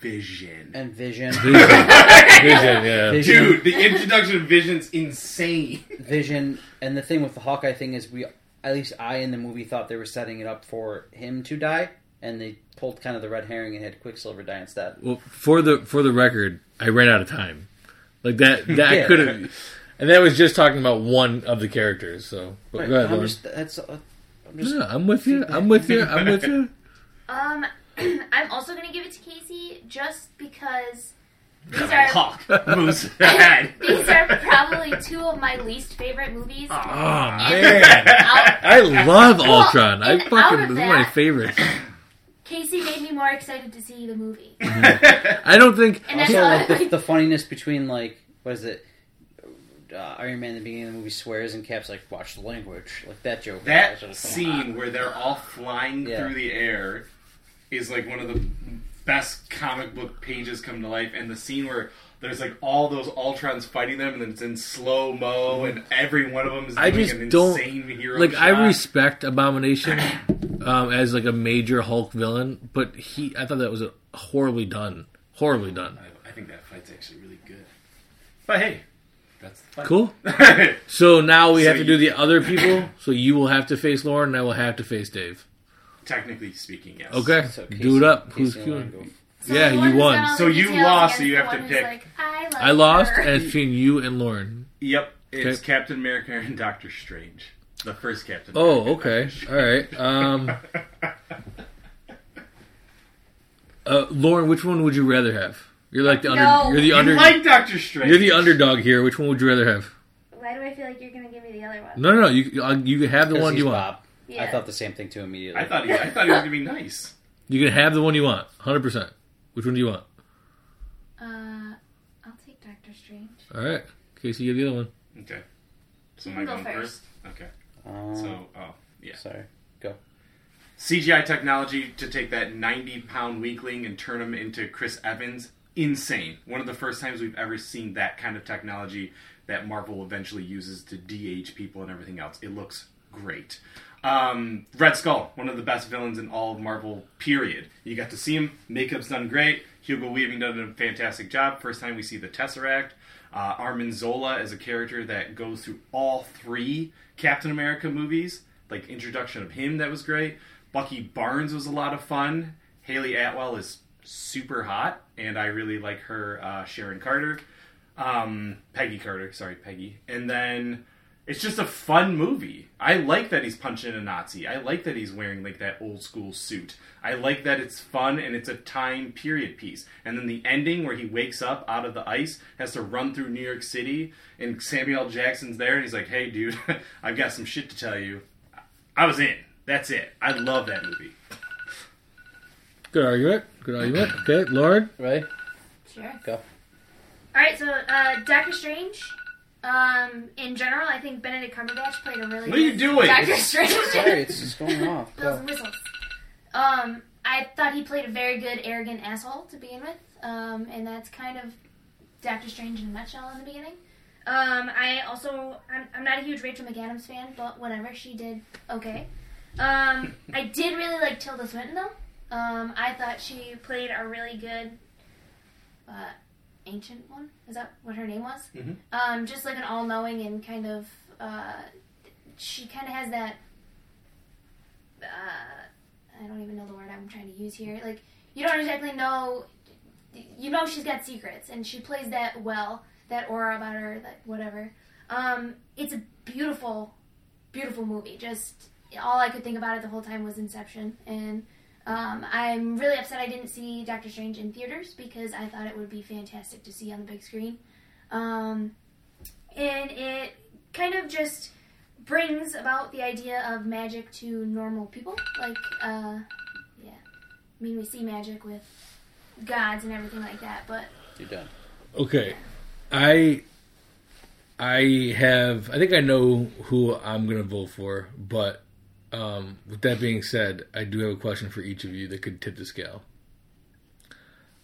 S1: Vision.
S3: and Vision.
S2: Vision. Vision, yeah.
S3: Vision
S1: Dude, the introduction of Vision's insane.
S3: Vision and the thing with the Hawkeye thing is we at least I in the movie thought they were setting it up for him to die and they pulled kind of the red herring and had Quicksilver die instead.
S2: Well, for the for the record, I ran out of time. Like that that
S3: Yeah.
S2: could have and that was just talking about one of the characters, so but go ahead,
S3: I'm
S2: Lauren.
S3: just, that's uh, I'm just
S2: Yeah, I'm with you. I'm with you. I'm with you.
S4: Um, I'm also going to give it to Casey just because these are
S1: Hawk moves ahead.
S4: these are probably two of my least favorite movies.
S2: Oh man,
S4: Out-
S2: I love
S4: Well,
S2: Ultron. I
S4: and out
S2: fucking
S4: of
S2: this is my
S4: that-
S2: favorite.
S4: Casey made me more excited to see the movie, and
S2: I don't think
S4: that's
S3: also
S4: all.
S3: like the,
S4: Like,
S3: the funniness between like what is it uh, Iron Man in the beginning of the movie swears and Cap's like watch the language like that joke. I was
S1: That
S3: just like,
S1: scene where they're all flying
S3: Yeah.
S1: through the air is like one of the best comic book pages come to life. And the scene where there's like all those Ultrons fighting them, and then it's in slow mo, and every one of them is doing
S2: I
S1: an
S2: just don't
S1: insane hero.
S2: like. I
S1: shot.
S2: respect Abomination um, as like a major Hulk villain, but he. I thought that was a horribly done. Horribly done.
S1: I- I think that fight's actually really good. But hey, that's the fight.
S2: Cool. So now we have to do the other people. So you will have to face Lauren, and I will have to face Dave.
S1: Technically speaking, yes.
S2: Okay,
S3: So
S2: do it up.
S3: Casey
S2: Who's
S3: and Lauren
S2: queuing?
S4: so
S2: yeah,
S4: the
S2: you
S4: one who's
S2: won.
S4: got all the
S1: So you
S4: details
S1: lost, so
S4: against
S1: you
S4: the
S1: have to
S4: one who's
S1: pick.
S4: like, I, love
S2: I lost,
S4: her.
S2: and it's between you and Lauren.
S1: Yep, it's
S2: Okay.
S1: Captain America and Doctor Strange. The first Captain America.
S2: Oh, okay. All right. Um, uh, Lauren, which one would you rather have? You're like the under.
S4: No.
S2: You're the
S1: You
S2: under.
S1: like Doctor Strange.
S2: You're the underdog here. Which one would you rather have?
S4: Why do I feel like you're gonna give me the other one?
S2: No, no, no. You uh, you can have the
S3: Because
S2: one
S3: he's
S2: you want.
S3: Bob.
S4: Yeah.
S3: I thought the same thing too immediately.
S1: I thought he, I thought he was gonna be nice.
S2: You can have the one you want. Hundred percent. Which one do you want?
S4: Uh, I'll take Doctor Strange.
S2: All right. Casey, you have the other one.
S1: Okay. So
S4: You
S1: am I
S4: go
S1: going
S4: first.
S1: first? Okay.
S3: Um,
S1: So, oh, yeah.
S3: sorry. Go.
S1: CGI technology to take that 90 pound weakling and turn him into Chris Evans, insane. One of the first times we've ever seen that kind of technology that Marvel eventually uses to DH people and everything else. It looks great. Um, Red Skull, one of the best villains in all of Marvel, period. You got to see him. Makeup's done great. Hugo Weaving done a fantastic job. First time we see the Tesseract. Uh, Armin Zola is a character that goes through all three Captain America movies. Like introduction of him, that was great. Bucky Barnes was a lot of fun. Haley Atwell is super hot, and I really like her. Uh, Sharon Carter, um, Peggy Carter, sorry Peggy, and then It's just a fun movie. I like that he's punching a Nazi. I like that he's wearing like that old school suit. I like that it's fun and it's a time period piece. And then the ending where he wakes up out of the ice, has to run through New York City, and Samuel L. Jackson's there, and he's like, "Hey, dude, I've got some shit to tell you." I was in. That's it. I love that movie.
S2: Good argument. Good argument. Okay, Lord.
S3: Ready?
S4: Sure.
S3: Go.
S4: All right, so uh, Doctor Strange. Um, in general, I think Benedict Cumberbatch played a really.
S1: What are you
S4: good
S1: doing?
S4: Doctor Strange.
S3: Sorry, it's just going off.
S4: Bells
S3: Go.
S4: and whistles. Um, I thought he played a very good arrogant asshole to begin with, um, and that's kind of Doctor Strange in a nutshell in the beginning. Um, I also I'm, I'm not a huge Rachel McAdams fan, but whatever she did, okay. Um, I did really like Tilda Swinton though. Um, I thought she played a really good uh, ancient one. Is that what her name was?
S1: Mhm.
S4: Um, just like an all-knowing and kind of uh, she kind of has that uh, I don't even know the word I'm trying to use here. Like, you don't exactly know. You know she's got secrets, and she plays that well. That aura about her, that whatever. Um, it's a beautiful, beautiful movie. Just all I could think about it the whole time was Inception, and um, I'm really upset I didn't see Doctor Strange in theaters because I thought it would be fantastic to see on the big screen. Um, and it kind of just brings about the idea of magic to normal people. Like, uh, yeah. I mean, we see magic with gods and everything like that, but
S3: You're done.
S2: Okay, I I have I think I know who I'm gonna vote for, but um, with that being said, I do have a question for each of you that could tip the scale.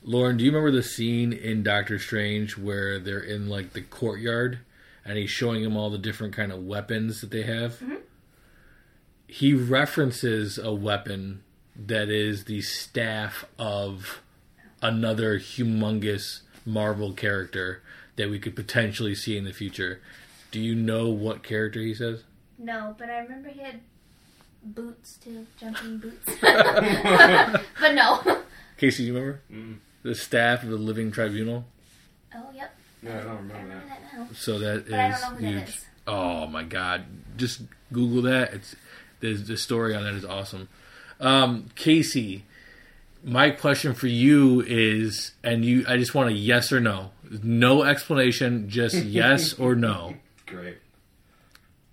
S2: Lauren, do you remember the scene in Doctor Strange where they're in like the courtyard and he's showing him all the different kind of weapons that they have? He references a weapon that is the staff of another humongous Marvel character that we could potentially see in the future. Do you know what character he says?
S4: no. But I remember he had boots too, jumping boots. but no.
S2: Casey, you remember? The staff of the Living Tribunal.
S4: Oh, yep.
S1: No, I don't
S4: I remember that now.
S2: So that is
S4: But I don't know who
S2: huge.
S4: that is.
S2: Oh my god! Just Google that. It's the the story on that is awesome. Um, Casey, my question for you is, and you, I just want a yes or no, no explanation, just yes or no.
S1: Great.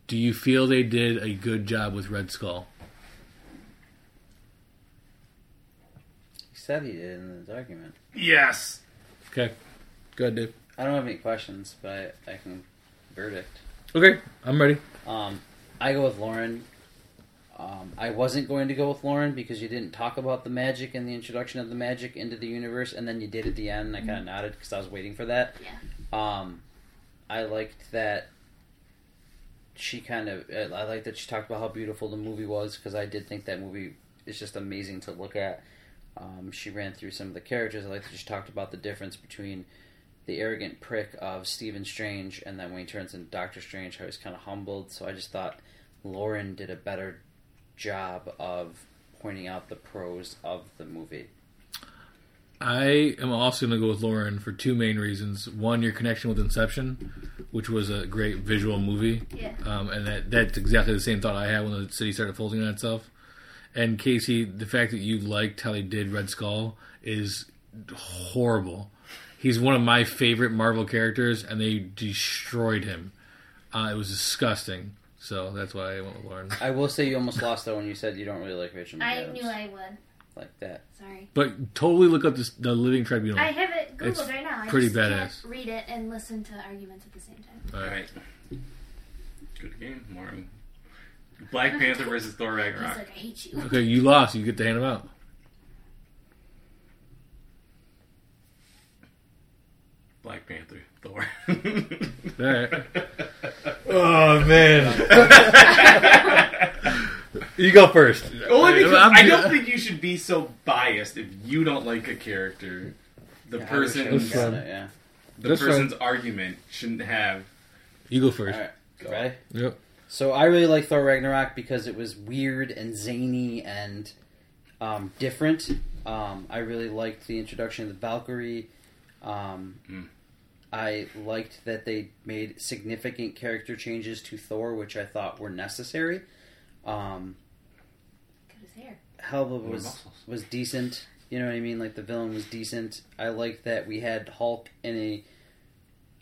S2: Do you feel they did a good job with Red Skull?
S3: He said he did in his argument.
S1: Yes.
S2: Okay. Good, dude.
S3: I don't have any questions, but I, I can verdict.
S2: Okay, I'm ready.
S3: Um, I go with Lauren. Um, I wasn't going to go with Lauren because you didn't talk about the magic and the introduction of the magic into the universe, and then you did at the end. And I kind of nodded because I was waiting for that.
S4: Yeah.
S3: Um, I liked that she kind of. I liked that she talked about how beautiful the movie was because I did think that movie is just amazing to look at. Um, she ran through some of the characters. I liked that she talked about the difference between the arrogant prick of Stephen Strange and then when he turns into Doctor Strange, how he's kind of humbled. So I just thought Lauren did a better job of pointing out the pros of the movie.
S2: I am also going to go with Lauren for two main reasons. One, your connection with Inception, which was a great visual movie.
S4: Yeah.
S2: Um, and that, that's exactly the same thought I had when the city started folding on itself. And Casey, the fact that you liked how they did Red Skull is horrible. He's one of my favorite Marvel characters, and they destroyed him. Uh, it was disgusting. So that's why I went with Lauren.
S3: I will say you almost lost though when you said you don't really like Rachel
S4: I
S3: McAdams.
S4: knew I would.
S3: like that.
S4: Sorry.
S2: But totally look up this, the Living Tribunal.
S4: I have it googled
S2: It's
S4: right now. I
S2: pretty
S4: just can't
S2: badass.
S4: read it and listen to arguments at the same time.
S2: All
S1: All
S2: right.
S1: right. Good game, Martin. Black Panther versus Thor
S4: He's
S1: Ragnarok.
S4: like, I hate you.
S2: Okay, you lost. You get to hand them out.
S1: Black Panther. Thor.
S2: All right.
S6: Oh, man.
S2: You go first.
S1: Only because
S2: I'm-
S1: I don't think you should be so biased if you don't like a character. The
S3: Yeah, I wish I would've
S1: person's
S3: gotten
S2: one.
S3: it, yeah.
S1: the
S2: That's
S1: person's argument shouldn't have.
S2: You go first.
S3: All right, ready?
S2: Yep.
S3: So I really like Thor Ragnarok because it was weird and zany and um, different. Um, I really liked the introduction of the Valkyrie. Um, I liked that they made significant character changes to Thor, which I thought were necessary. Um,
S4: Look at his hair.
S3: Helva was
S1: muscles.
S3: was decent. You know what I mean? Like the villain was decent. I liked that we had Hulk in a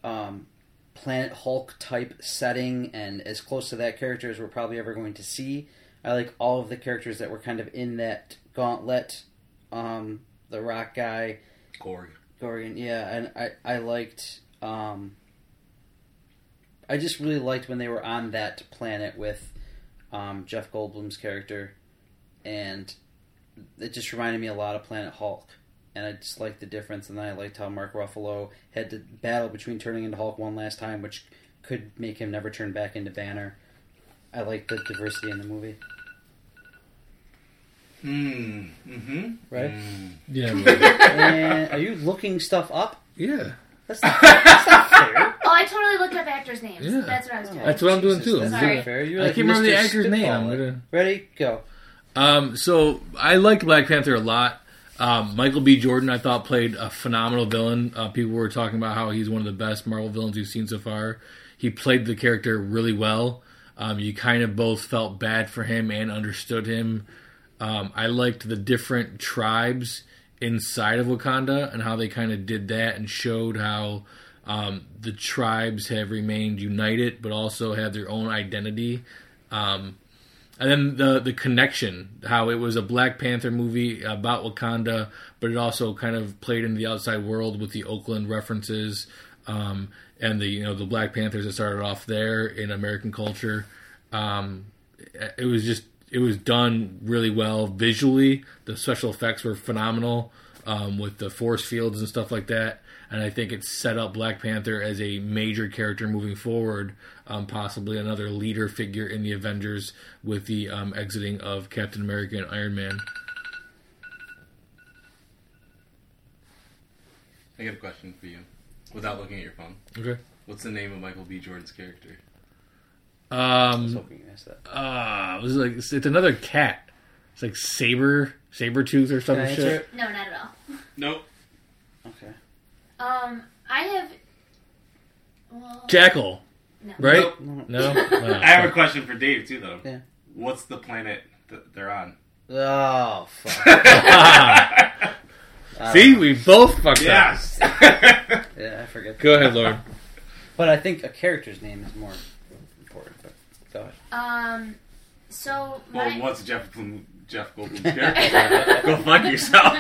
S3: um, Planet Hulk type setting, and as close to that character as we're probably ever going to see. I like all of the characters that were kind of in that gauntlet. Um, the Rock guy,
S2: Gorg.
S3: Gorgon, yeah, and I I liked. Um, I just really liked when they were on that planet with um, Jeff Goldblum's character, and it just reminded me a lot of Planet Hulk. And I just liked the difference, and then I liked how Mark Ruffalo had to battle between turning into Hulk one last time, which could make him never turn back into Banner. I liked the diversity in the movie,
S1: Mm. Mm-hmm.
S3: right?
S2: Yeah. well,
S3: and are you looking stuff up?
S2: yeah.
S3: That's not, that's not fair.
S4: Oh, I totally looked up actors' names.
S2: Yeah.
S4: That's what I was doing.
S2: That's what I'm doing
S3: Jesus,
S2: too. I'm
S3: that's
S4: doing-
S3: not fair. You're
S2: I
S3: like
S2: can't remember the
S3: Mr.
S2: actor's name.
S3: Spitball.
S2: I'm gonna-
S3: Ready? Go.
S2: Um, so I like Black Panther a lot. Um, Michael B. Jordan, I thought, played a phenomenal villain. Uh, people were talking about how he's one of the best Marvel villains you've seen so far. He played the character really well. Um, you kind of both felt bad for him and understood him. Um, I liked the different tribes inside of Wakanda and how they kind of did that and showed how um, the tribes have remained united but also have their own identity. Um, and then the the connection, how it was a Black Panther movie about Wakanda, but it also kind of played into the outside world with the Oakland references, um, and the you know the Black Panthers that started off there in American culture. Um, it- it was just it was done really well visually. The special effects were phenomenal um, with the force fields and stuff like that. And I think it set up Black Panther as a major character moving forward, um, possibly another leader figure in the Avengers with the um, exiting of Captain America and Iron Man.
S1: I got a question for you. Without looking at your phone,
S2: Okay.
S1: what's the name of Michael B. Jordan's character?
S3: I was
S2: Um,
S3: hoping you asked that.
S2: uh, it was like it's it's another cat. It's like saber saber tooth or
S3: Can I
S2: something
S3: answer
S2: shit.
S4: No, not at all.
S1: Nope.
S3: Okay.
S4: Um, I have. Well,
S2: Jackal,
S4: no.
S2: right?
S1: Nope.
S3: No, no.
S2: No. Oh,
S1: I have a question for Dave too, though.
S3: Yeah.
S1: What's the planet that they're on?
S3: Oh, fuck.
S2: See, we both fucked up.
S1: Yes.
S3: yeah, I forget.
S2: Go ahead, Lord.
S3: But I think a character's name is more important. But go ahead.
S4: Um, so
S1: well,
S4: my
S1: what's Jeff Blum, Jeff Goldblum's character? Go fuck yourself.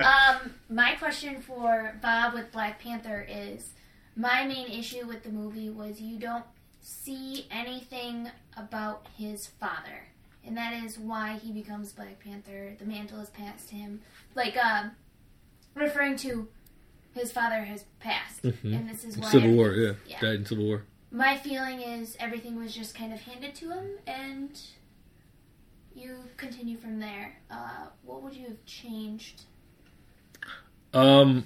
S4: um my question for Bob with Black Panther is my main issue with the movie was you don't see anything about his father, and that is why he becomes Black Panther. The mantle is passed him, like um, referring to his father has passed, and this is why
S2: Mm-hmm. Civil War, yeah.
S4: Yeah.
S2: Died in Civil War.
S4: my feeling is everything was just kind of handed to him and you continue from there uh, what would you have changed
S2: Um,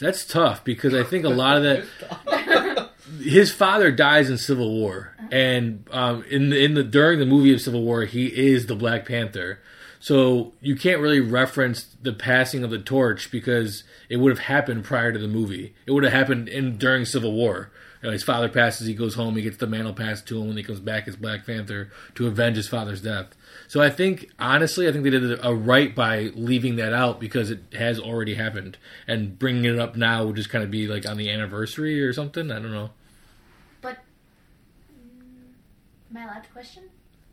S2: that's tough because I think a lot of that. his father dies in Civil War, and um, in the, in the during the movie of Civil War, he is the Black Panther. So you can't really reference the passing of the torch because it would have happened prior to the movie. It would have happened in during Civil War. You know, his father passes, he goes home, he gets the mantle passed to him, and he comes back as Black Panther to avenge his father's death. So I think, honestly, I think they did a right by leaving that out because it has already happened, and bringing it up now would just kind of be like on the anniversary or something. I don't know.
S4: but mm, am i allowed to question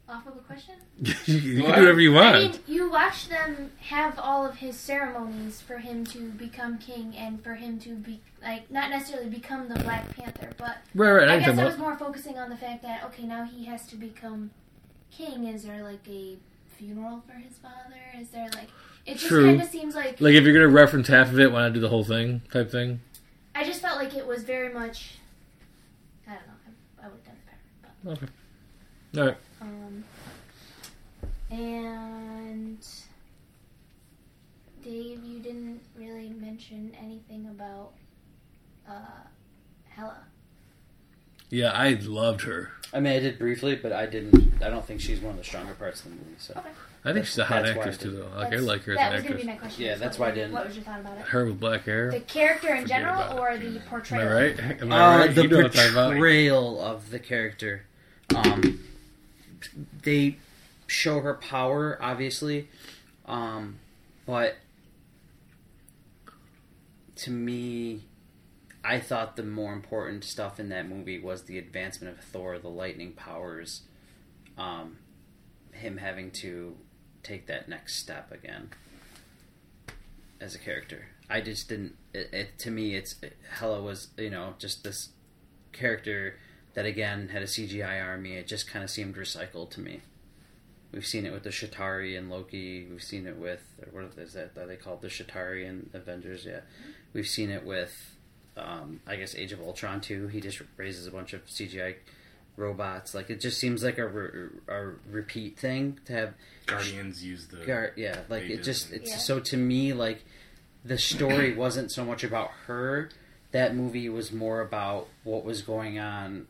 S4: off of a question
S2: you you can
S1: What?
S2: do whatever you want.
S4: i mean you watch them have all of his ceremonies for him to become king and for him to be like not necessarily become the black panther but
S2: right, right. I,
S4: I
S2: didn't
S4: guess I
S2: talk
S4: was
S2: about-
S4: more focusing on the fact that okay, now he has to become king. Is there like a funeral for his father? Is there like it just
S2: True.
S4: kind of seems like
S2: Like if you're gonna reference half of it, why not do the whole thing? Type thing.
S4: I just felt like it was very much. I don't know. I, I would have done it better.
S2: Okay. All right.
S4: But, um, and Dave, you didn't really mention anything about uh, Hella.
S2: Yeah, I loved her.
S3: I mean, I did briefly, but I didn't. I don't think she's one of the stronger parts of the movie. So
S4: Okay.
S2: I think she's a hot
S3: That's why I
S2: actress
S3: did-
S2: too, though. Like I
S4: That's-
S2: like her as
S4: That was
S2: an
S4: going to be
S2: actress.
S4: my question.
S3: Yeah,
S4: So
S3: that's
S4: what-
S3: why I didn't-
S4: What was your thought about it?
S2: Her with black hair.
S4: The character in general,
S2: about
S4: or the
S2: Am I
S4: portrayal?
S2: right? Am I
S3: uh,
S2: right?
S3: the
S2: you know what I'm talking about.
S3: portrayal of the character. Um, they show her power, obviously, um, but to me, I thought the more important stuff in that movie was the advancement of Thor, the lightning powers, um, him having to take that next step again as a character. I just didn't. It, it, to me, it's Hela was you know just this character that again had a CGI army. It just kind of seemed recycled to me. We've seen it with the Shatari and Loki. We've seen it with or what is that? Are they called the Shatari and Avengers? Yeah, we've seen it with um, I guess Age of Ultron too. He just raises a bunch of CGI robots. Like it just seems like a, re- a repeat thing to have
S1: Guardians use the.
S3: Gar- yeah, like
S1: They
S3: it just
S1: didn't.
S3: it's
S4: Yeah.
S3: so to me like the story wasn't so much about her. That movie was more about what was going on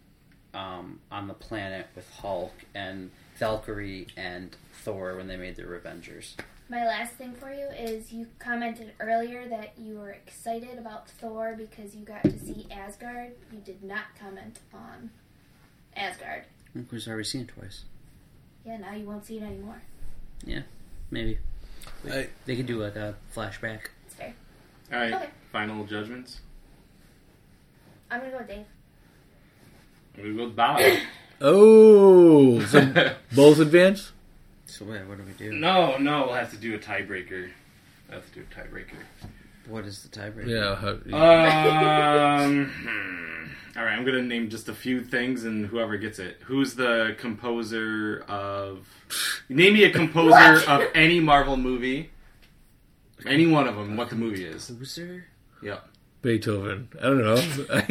S3: um, on the planet with Hulk and Valkyrie and Thor when they made their Revengers.
S4: My last thing for you is you commented earlier that you were excited about Thor because you got to see Asgard. You did not comment on Asgard.
S3: We've already seen it twice.
S4: Yeah, now you won't see it anymore.
S3: Maybe
S2: I-
S3: they could do like a flashback.
S4: It's fair.
S1: All right.
S4: Okay.
S1: Final judgments.
S4: I'm gonna go with Dave.
S1: I'm gonna go with Bob.
S2: Oh, so both advance.
S3: So what, what do we do?
S1: no, no. We'll have to do a tiebreaker. I have to do a tiebreaker.
S3: What is the tiebreaker?
S2: Yeah. how-
S1: Um. hmm. All right, I'm gonna name just a few things, and whoever gets it. Who's the composer of? Name me a composer
S4: What?
S1: of any Marvel movie. Any one of them. What the movie is?
S3: Loser.
S1: Yep.
S2: Beethoven. I don't know. I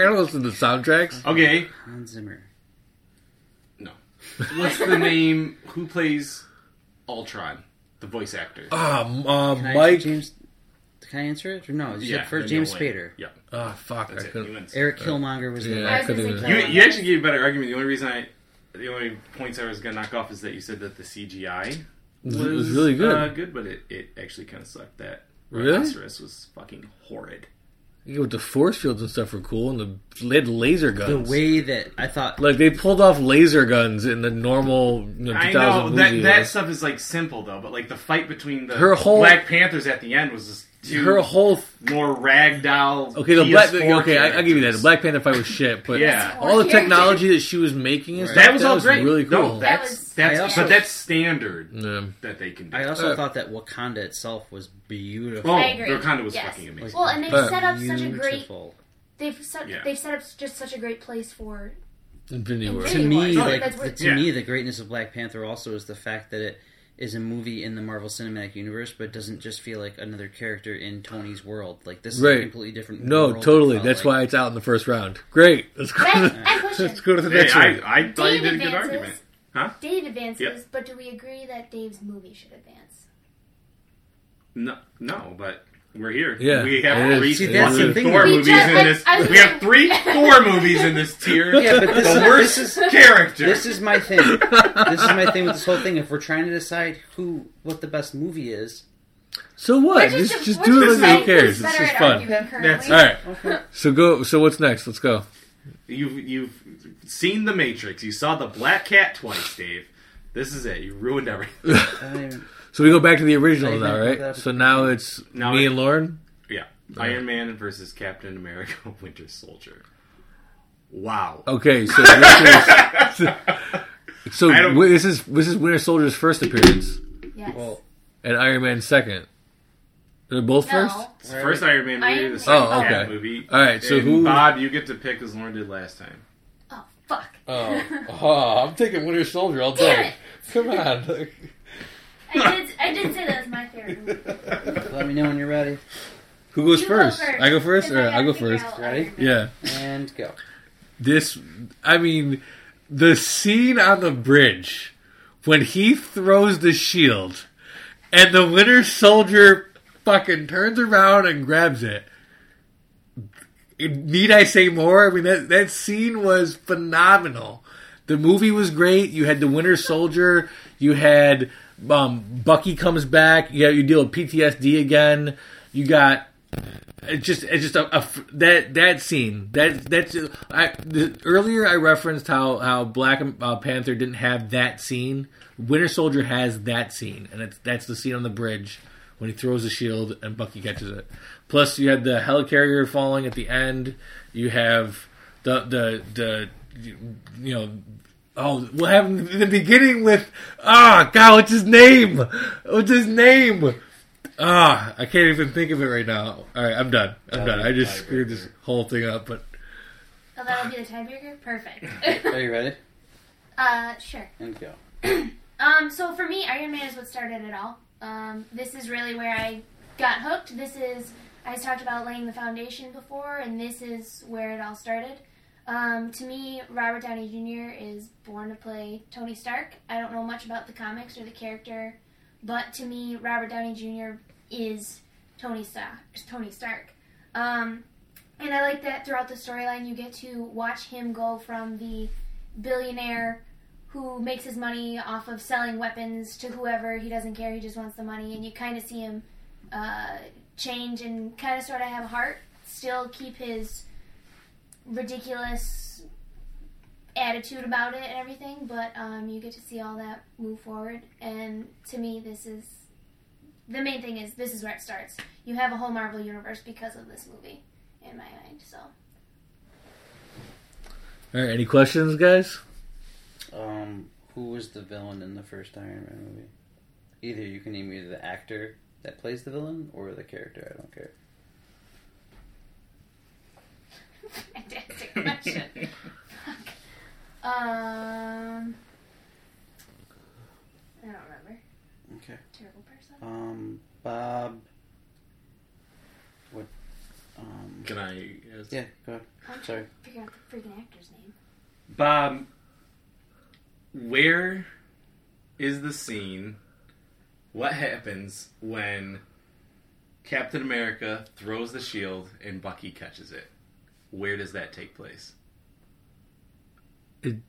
S2: don't listen to soundtracks.
S1: Okay.
S3: Hans Zimmer.
S1: No. What's the name? Who plays Ultron? The voice actor.
S2: Ah, m- uh,
S3: Can I
S2: Mike.
S3: answer James. Can I answer it? No, you said first
S1: then you'll
S3: James
S1: win.
S3: Spader.
S1: Yep.
S2: Ah, fuck.
S1: That's
S2: I
S1: it.
S2: couldn't.
S1: You win.
S3: Eric Killmonger was the
S2: Yeah.
S4: I
S3: last
S4: was gonna
S2: couldn't
S4: say
S1: You,
S4: Killmonger.
S1: you actually gave a better argument. The only reason I, the only points I was gonna knock off is that you said that the CGI
S2: It was really good.
S1: uh, good, but it, it actually kind of sucked. That
S2: Really?
S1: rhinoceros was fucking horrid.
S2: Yeah, with the force fields and stuff were cool, and the they had laser
S3: The
S2: guns.
S3: way that I thought
S2: like they pulled off laser guns in the normal you know,
S1: I
S2: 2000
S1: know that
S2: movie.
S1: that stuff is like simple though, but like the fight between the
S2: Her whole-
S1: Black Panthers at the end was just two
S2: her whole
S1: more ragdoll.
S2: okay, the black
S1: PS4
S2: okay, I, I'll give you that. The
S1: characters.
S2: Black Panther fight was shit, but
S1: Yeah.
S2: all the technology that she was making and stuff,
S1: that was all great.
S2: really
S1: No,
S2: cool. Mm.
S1: that's
S4: was-
S1: that's
S3: I also-
S1: but that's standard
S2: yeah.
S1: that they can do.
S3: I also
S2: Uh,
S3: thought that Wakanda itself was beautiful.
S1: oh,
S4: I agree.
S1: Wakanda was
S4: Yes.
S1: fucking amazing.
S4: Well, and they
S2: Uh,
S4: have set up such a great.
S3: beautiful.
S4: They've set,
S1: Yeah.
S4: they've set up just such a great place for.
S2: Infinity War.
S4: To
S3: To me,
S4: No,
S3: like
S4: that's
S3: the,
S4: what-
S3: to
S1: yeah.
S3: me, the greatness of Black Panther also is the fact that it is a movie in the Marvel Cinematic Universe, but doesn't just feel like another character in Tony's world. Like this is
S2: Right.
S3: a completely different.
S2: No,
S3: world
S2: totally.
S3: it felt
S2: That's
S3: like.
S2: why it's out in the first round. Great. Let's go.
S4: Right?
S2: To,
S4: And question.
S2: let's go to the
S1: Hey,
S2: next one.
S1: I, I thought you
S4: Dave
S1: did a good
S4: advances.
S1: argument. Huh?
S4: Dave advances,
S1: Yep.
S4: but do we agree that Dave's movie should advance?
S1: No, no, but we're here.
S2: Yeah,
S1: we have
S2: it
S1: three
S2: is. See,
S3: that's the
S1: fucking
S3: thing.
S1: Thor
S3: We
S1: movies
S4: just-
S1: in this.
S4: I was
S1: We
S4: gonna-
S1: have three Thor movies in this tier.
S3: Yeah, but this
S1: the
S3: is-
S1: worst
S3: this
S1: character.
S3: This is my thing. this is my thing with this whole thing. If we're trying to decide who, what the best movie is,
S2: So what?
S4: We're
S2: Just,
S4: just-
S2: just,
S4: we're
S2: do
S4: just
S2: it like who
S4: saying
S2: cares.
S4: who's
S2: It's
S4: better
S2: just
S4: at
S2: fun.
S4: arguing currently.
S1: That's-
S2: All right. So go. So what's next? Let's go.
S1: You've you've seen The Matrix. You saw the Black Cat twice, Dave. This is it. You ruined everything.
S3: I don't even-
S2: So we go back to the original
S3: Like,
S2: now,
S3: that-
S2: right?
S3: that-
S2: So now it's
S1: Now
S2: me
S1: it-
S2: and Lauren.
S1: yeah, Iron Man versus Captain America: Winter Soldier. Wow.
S2: Okay, so this is so
S1: I don't-
S2: wi- this is this is Winter Soldier's first appearance
S4: Yes.
S3: well,
S2: and Iron Man's second. They're both
S4: no.
S2: first.
S1: It's the first Iron Man movie,
S4: Iron
S1: the second
S2: Man. Oh,
S1: Cat
S2: okay.
S1: movie.
S2: All right, so
S1: And
S2: who-
S1: Bob, you get to pick as Lauren did last time.
S4: Oh fuck!
S2: Oh, oh, I'm taking Winter Soldier all
S4: Damn it!
S2: Come on.
S4: I did. I did say that was my favorite movie.
S3: let me know when you're ready
S2: Who goes
S4: You go
S2: first? I go first,
S4: Because
S2: or
S4: I
S2: I
S4: gotta
S2: go
S4: figure
S2: first.
S4: out
S3: Ready?
S4: Iron Man.
S2: Yeah.
S3: and go.
S2: This, I mean, the scene on the bridge when he throws the shield and the Winter Soldier fucking turns around and grabs it. need I say more? I mean, that that scene was phenomenal. The movie was great. You had the Winter Soldier. You had um, Bucky comes back. You got you deal with PTSD again. You got it's just it's just a, a f- that that scene that that's I the, earlier I referenced how how Black uh, Panther didn't have that scene. Winter Soldier has that scene, and it's, that's the scene on the bridge when he throws the shield and Bucky catches it. Plus, you had the helicarrier falling at the end. You have the the the you know. Oh, what happened in the beginning with ah God? What's his name? What's his name? Ah, I can't even think of it right now. All right, I'm done. I'm done. I just screwed this whole thing up, but
S4: Oh, that'll be the tiebreaker? Perfect.
S3: Are you ready?
S4: uh, sure.
S3: And go.
S4: Um, so for me, Iron Man is what started it all. Um, this is really where I got hooked. This is I was talked about laying the foundation before, and this is where it all started. Um, to me, Robert Downey Jr. is born to play Tony Stark. I don't know much about the comics or the character, but to me, Robert Downey Jr. is Tony Stark. Tony Stark. Um, and I like that throughout the storyline, you get to watch him go from the billionaire who makes his money off of selling weapons to whoever he doesn't care. He just wants the money, and you kind of see him uh, change and kind of sort of have heart. Still keep his ridiculous attitude about it and everything, but um, you get to see all that move forward. And to me, this is the main thing. Is this is where it starts? You have a whole Marvel universe because of this movie, in my mind. So
S2: all right. Any questions, guys?
S3: Um, who was the villain in the first Iron Man movie? Either you can name either the actor that plays the villain or the character. I don't care.
S4: fantastic question. Fuck. Um, I don't remember.
S3: Okay.
S4: Terrible person.
S3: Um, Bob. What? Um.
S1: Can I? ask-
S3: Yeah. Go ahead.
S4: I'm trying
S3: Sorry.
S4: to figure out the freaking actor's name.
S1: Bob, where is the scene? What happens when Captain America throws the shield and Bucky catches it? Where does that take place?
S4: Thank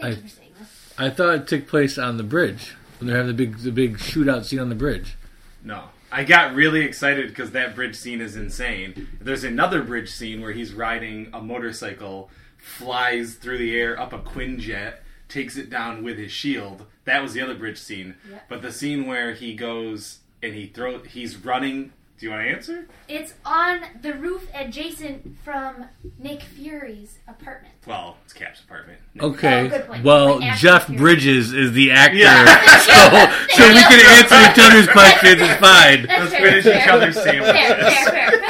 S2: I-
S4: you for saying this.
S2: I thought it took place on the bridge when they're having the big the big shootout scene on the bridge.
S1: No. I got really excited because that bridge scene is insane. There's another bridge scene where he's riding a motorcycle, flies through the air up a Quinjet, takes it down with his shield. That was the other bridge scene.
S4: Yeah.
S1: But the scene where he goes and he throw he's running. Do you want to answer?
S4: It's on the roof adjacent from Nick Fury's apartment.
S1: Well, it's Cap's apartment.
S2: Okay.
S4: Oh, good point.
S2: well,
S4: Like, after
S2: Jeff
S4: the-
S2: Bridges is the actor,
S1: Yeah.
S2: so so we can answer each other's questions. It's fine.
S4: That's
S1: Let's
S4: fair.
S1: finish
S4: fair.
S1: each other's
S4: fair,
S1: sandwiches.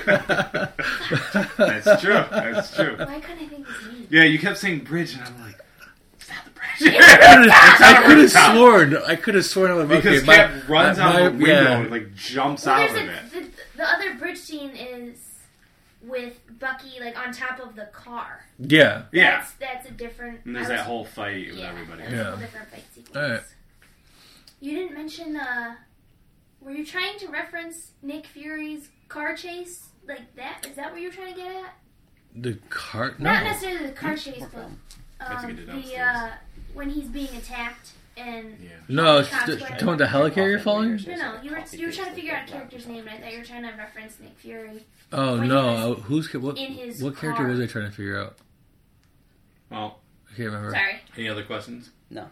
S4: fair, fair.
S1: That's true. That's true.
S4: Why couldn't I think of his name?
S1: Yeah, you kept saying bridge, and I'm like, it's not the bridge.
S2: I could have
S1: Top.
S2: sworn. I could have sworn. I'm like,
S1: because
S2: okay, my-
S1: Cap runs
S2: my-
S1: out
S2: my-
S1: of the window
S2: yeah.
S1: and like jumps
S4: Well,
S1: out of
S4: there's
S1: it.
S4: a, the, the other bridge scene is with Bucky like on top of the car.
S2: yeah.
S1: Yeah.
S4: That's, that's a different.
S1: And there's
S4: I was-
S1: that whole fight with
S4: yeah,
S1: everybody.
S4: That's a
S2: Yeah.
S4: whole different fight sequence.
S2: Alright.
S4: You didn't mention. Uh, were you trying to reference Nick Fury's car chase? Like that? Is that what you're trying to get at?
S2: The cart.
S4: Not
S2: No. Hmm?
S4: necessarily the car chase, but
S1: have to
S4: um,
S1: get it
S4: the
S1: downstairs.
S4: uh, when he's being attacked and
S1: Yeah.
S2: No. It's
S4: Cops
S2: the,
S4: were-
S2: talking about the helicarrier falling.
S4: no, no, you were you were trying to figure out a character's name, and I thought you were trying to reference Nick Fury.
S2: Oh
S4: When he
S2: no! I- Who's what?
S4: in his
S2: What character
S4: car.
S2: was I trying to figure out?
S1: Well,
S2: I can't remember.
S4: Sorry,
S1: any other questions?
S3: No.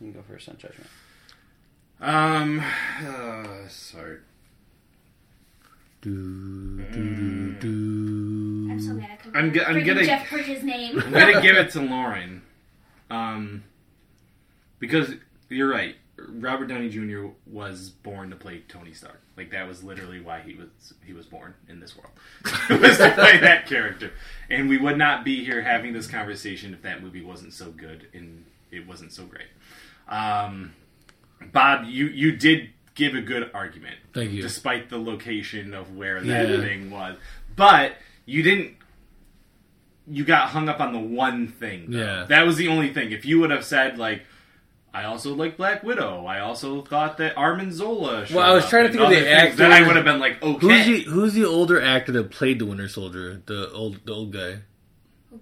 S3: You can go first on judgment.
S1: Um, uh, sorry.
S2: Do, do,
S1: Mm.
S2: do,
S4: I'm so
S2: do.
S4: glad I couldn't.
S1: I'm ge- I'm
S4: freaking
S1: getting-
S4: Jeff Bridges' name.
S1: I'm gonna give it to Lauren, um, because you're right. Robert Downey Jr. was born to play Tony Stark. Like that was literally why he was he was born in this world was to play that character. And we would not be here having this conversation if that movie wasn't so good and it wasn't so great. Um, Bob, you you did give a good argument.
S2: Thank you.
S1: Despite the location of where that
S2: Yeah.
S1: thing was, but you didn't you got hung up on the one thing. though.
S2: Yeah.
S1: That was the only thing. If you would have said like I also like Black Widow. I also thought that Armin Zola. showed
S2: Well, I was
S1: up
S2: trying to
S1: and
S2: think of the
S1: other things.
S2: actor.
S1: Then I would have been like, okay,
S2: Who's the Who's the older actor that played the Winter Soldier? The old the old guy.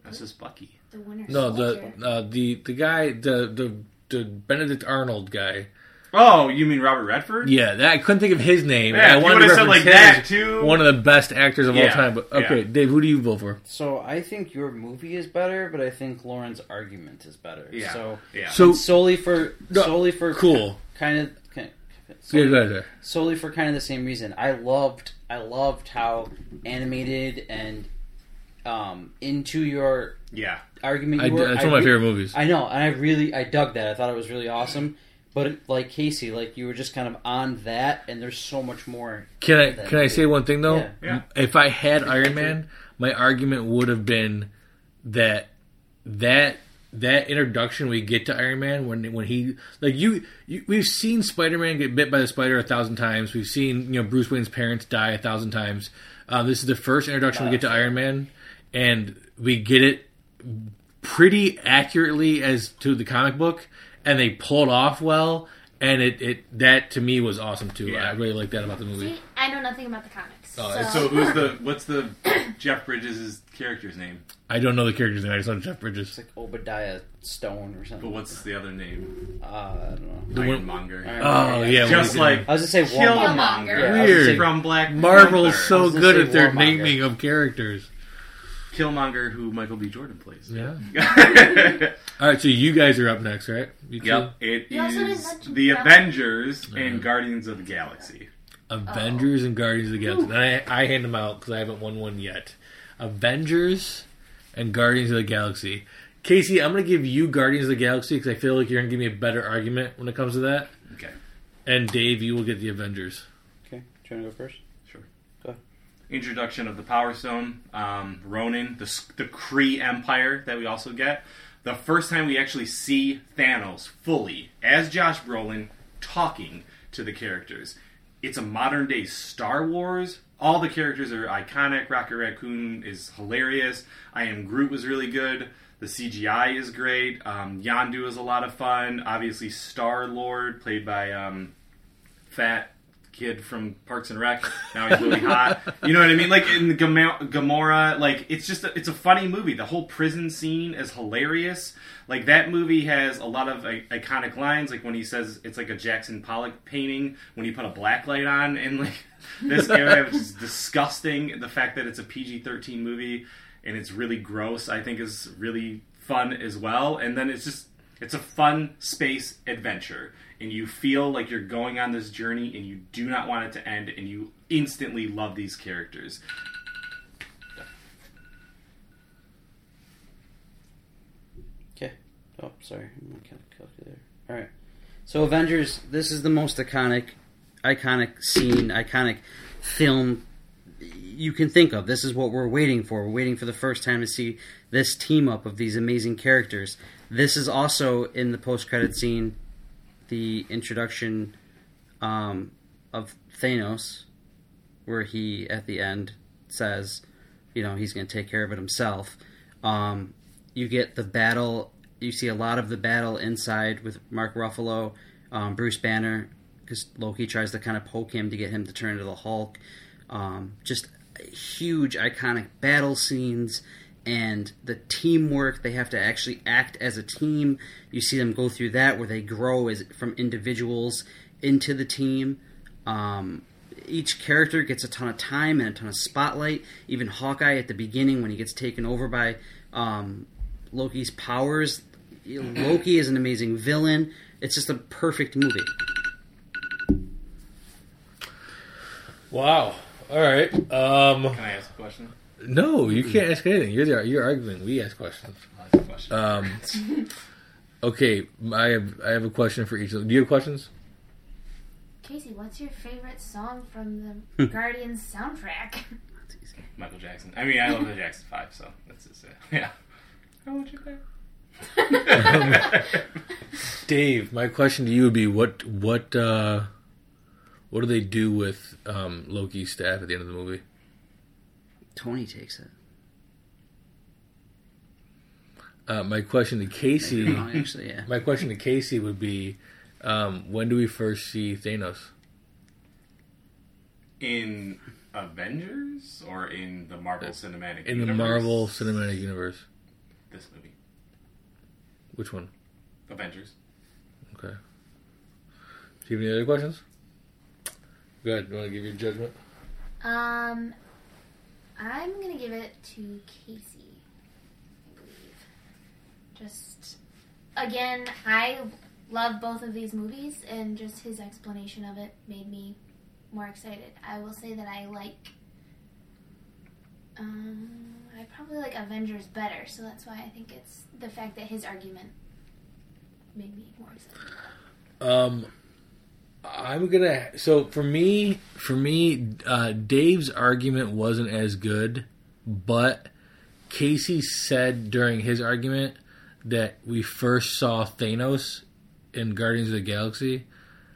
S1: that's just Bucky.
S4: The winner.
S2: No,
S4: soldier.
S2: the uh, the the guy the the the Benedict Arnold guy.
S1: Oh, you mean Robert Redford?
S2: Yeah, that I couldn't think of his name.
S1: Yeah, if
S2: and I
S1: you
S2: wanted to
S1: would've said,
S2: reference
S1: like,
S2: him
S1: that,
S2: as
S1: too.
S2: One of the best actors of all
S1: Yeah,
S2: time. But okay,
S1: yeah.
S2: Dave, who do you vote for?
S3: So I think your movie is better, but I think Lauren's argument is better.
S1: Yeah.
S3: So
S1: yeah.
S2: So
S3: solely for
S2: No,
S3: solely for
S2: cool.
S3: kind of kind
S2: Yeah,
S3: solely,
S2: go ahead.
S3: solely for kind of the same reason. I loved I loved how animated and um into your
S1: yeah.
S3: argument
S2: I,
S3: you were.
S2: that's one
S3: I
S2: of my
S3: re-
S2: favorite movies.
S3: I know, and I really I dug that. I thought it was really awesome. But like Casey, like you were just kind of on that, and there's so much more.
S2: Can I
S3: that
S2: can I say one thing though?
S3: Yeah.
S1: Yeah.
S2: If I had Iron Man, my argument would have been that that that introduction we get to Iron Man when when he like you, you we've seen Spider Man get bit by the spider a thousand times. We've seen you know Bruce Wayne's parents die a thousand times. Uh, this is the first introduction we get to Iron Man, and we get it pretty accurately as to the comic book, and they pulled off well. And it, it that to me was awesome too.
S1: Yeah.
S2: I really like that about the movie.
S4: See, I know nothing about the comics.
S2: Oh, it's
S1: So who's the what's the Jeff Bridges' character's name?
S2: I don't know the character's name. I just know Jeff Bridges.
S3: It's like Obadiah Stone or
S1: But
S3: something.
S1: what's the other name?
S3: Uh, I don't know.
S1: Ironmonger.
S2: Oh yeah,
S1: Just
S2: we-
S1: like
S3: I was gonna say Walmart.
S4: Killmonger.
S3: Yeah, I was gonna
S2: Weird.
S3: say-
S1: from Black
S2: Marvel's
S1: Panther.
S2: so
S3: was gonna
S2: good
S3: say
S2: at their
S3: Warmonger.
S2: naming of characters.
S1: Killmonger, who Michael B. Jordan plays.
S2: Yeah. All right, so you guys are up next, right? You two?
S1: Yep, Mm-hmm. it
S4: You
S1: is
S4: also didn't mention
S1: the
S4: Gal-
S1: Avengers and Guardians of the Galaxy.
S2: Avengers and Guardians of the Galaxy. And I, I hand them out because I haven't won one yet. Avengers and Guardians of the Galaxy. Casey, I'm going to give you Guardians of the Galaxy because I feel like you're going to give me a better argument when it comes to that.
S1: Okay,
S2: And Dave, you will get the Avengers.
S3: Okay, do you want to go first?
S1: sure.
S3: Go ahead.
S1: Introduction of the Power Stone, um, Ronin, the s- the Kree Empire that we also get. The first time we actually see Thanos fully as Josh Brolin talking to the characters. It's a modern day Star Wars. All the characters are iconic. Rocket Raccoon is hilarious. I Am Groot was really good. The CGI is great. Um, Yondu is a lot of fun. Obviously, Star Lord, played by um, fat kid from Parks and Rec. Now he's really hot. You know what I mean? Like in Gamo- Gamora, like it's just a, it's a funny movie. The whole prison scene is hilarious. Like that movie has a lot of I- iconic lines. Like when he says it's like a Jackson Pollock painting when you put a black light on, and like this era which is disgusting. The fact that it's a PG thirteen movie and it's really gross, I think, is really fun as well. And then it's just it's a fun space adventure, and you feel like you're going on this journey, and you do not want it to end, and you instantly love these characters.
S3: Okay. Oh, sorry. I'm kind of calculator. All right. So Avengers. This is the most iconic, iconic scene, iconic film you can think of. This is what we're waiting for. We're waiting for the first time to see this team up of these amazing characters. This is also in the post credit scene, the introduction um, of Thanos, where he at the end says, you know, he's going to take care of it himself. Um, you get the battle. You see a lot of the battle inside with Mark Ruffalo, um, Bruce Banner, because Loki tries to kind of poke him to get him to turn into the Hulk. Um, just huge, iconic battle scenes and the teamwork they have to actually act as a team. You see them go through that where they grow as from individuals into the team. Um, each character gets a ton of time and a ton of spotlight. Even Hawkeye at the beginning, when he gets taken over by um, Loki's powers, Loki is an amazing villain. It's just a perfect movie.
S2: Wow. All right. Um,
S1: Can I ask a question?
S2: no, you can't ask anything. You're the, you're arguing. We ask questions.
S1: I'll ask a question.
S2: Um, okay, I have I have a question for each of them. Do you have questions?
S4: Casey, what's your favorite song from the Guardians soundtrack?
S1: Michael Jackson. I mean, I love the Jackson Five, so that's just it. Yeah. I want you back.
S2: Dave, my question to you would be what what uh, what do they do with um, Loki's staff at the end of the movie?
S3: Tony takes it.
S2: Uh, my question to Casey.
S3: Oh, actually, yeah.
S2: My question to Casey would be, um, when do we first see Thanos?
S1: in Avengers or in the Marvel Cinematic
S2: Uh, in the
S1: Universe?
S2: Marvel Cinematic Universe.
S1: this movie
S2: Which one?
S1: Avengers.
S2: Okay. Do you have any other questions? Go ahead. You want to give your judgment?
S4: Um, I'm gonna give it to Casey. I believe. Just again, I love both of these movies, and just his explanation of it made me more excited. I will say that I like. Um, I probably like Avengers better, so that's why I think it's the fact that his argument made me more excited.
S2: Um, I'm gonna. So for me, for me, uh, Dave's argument wasn't as good, but Casey said during his argument that we first saw Thanos in Guardians of the Galaxy,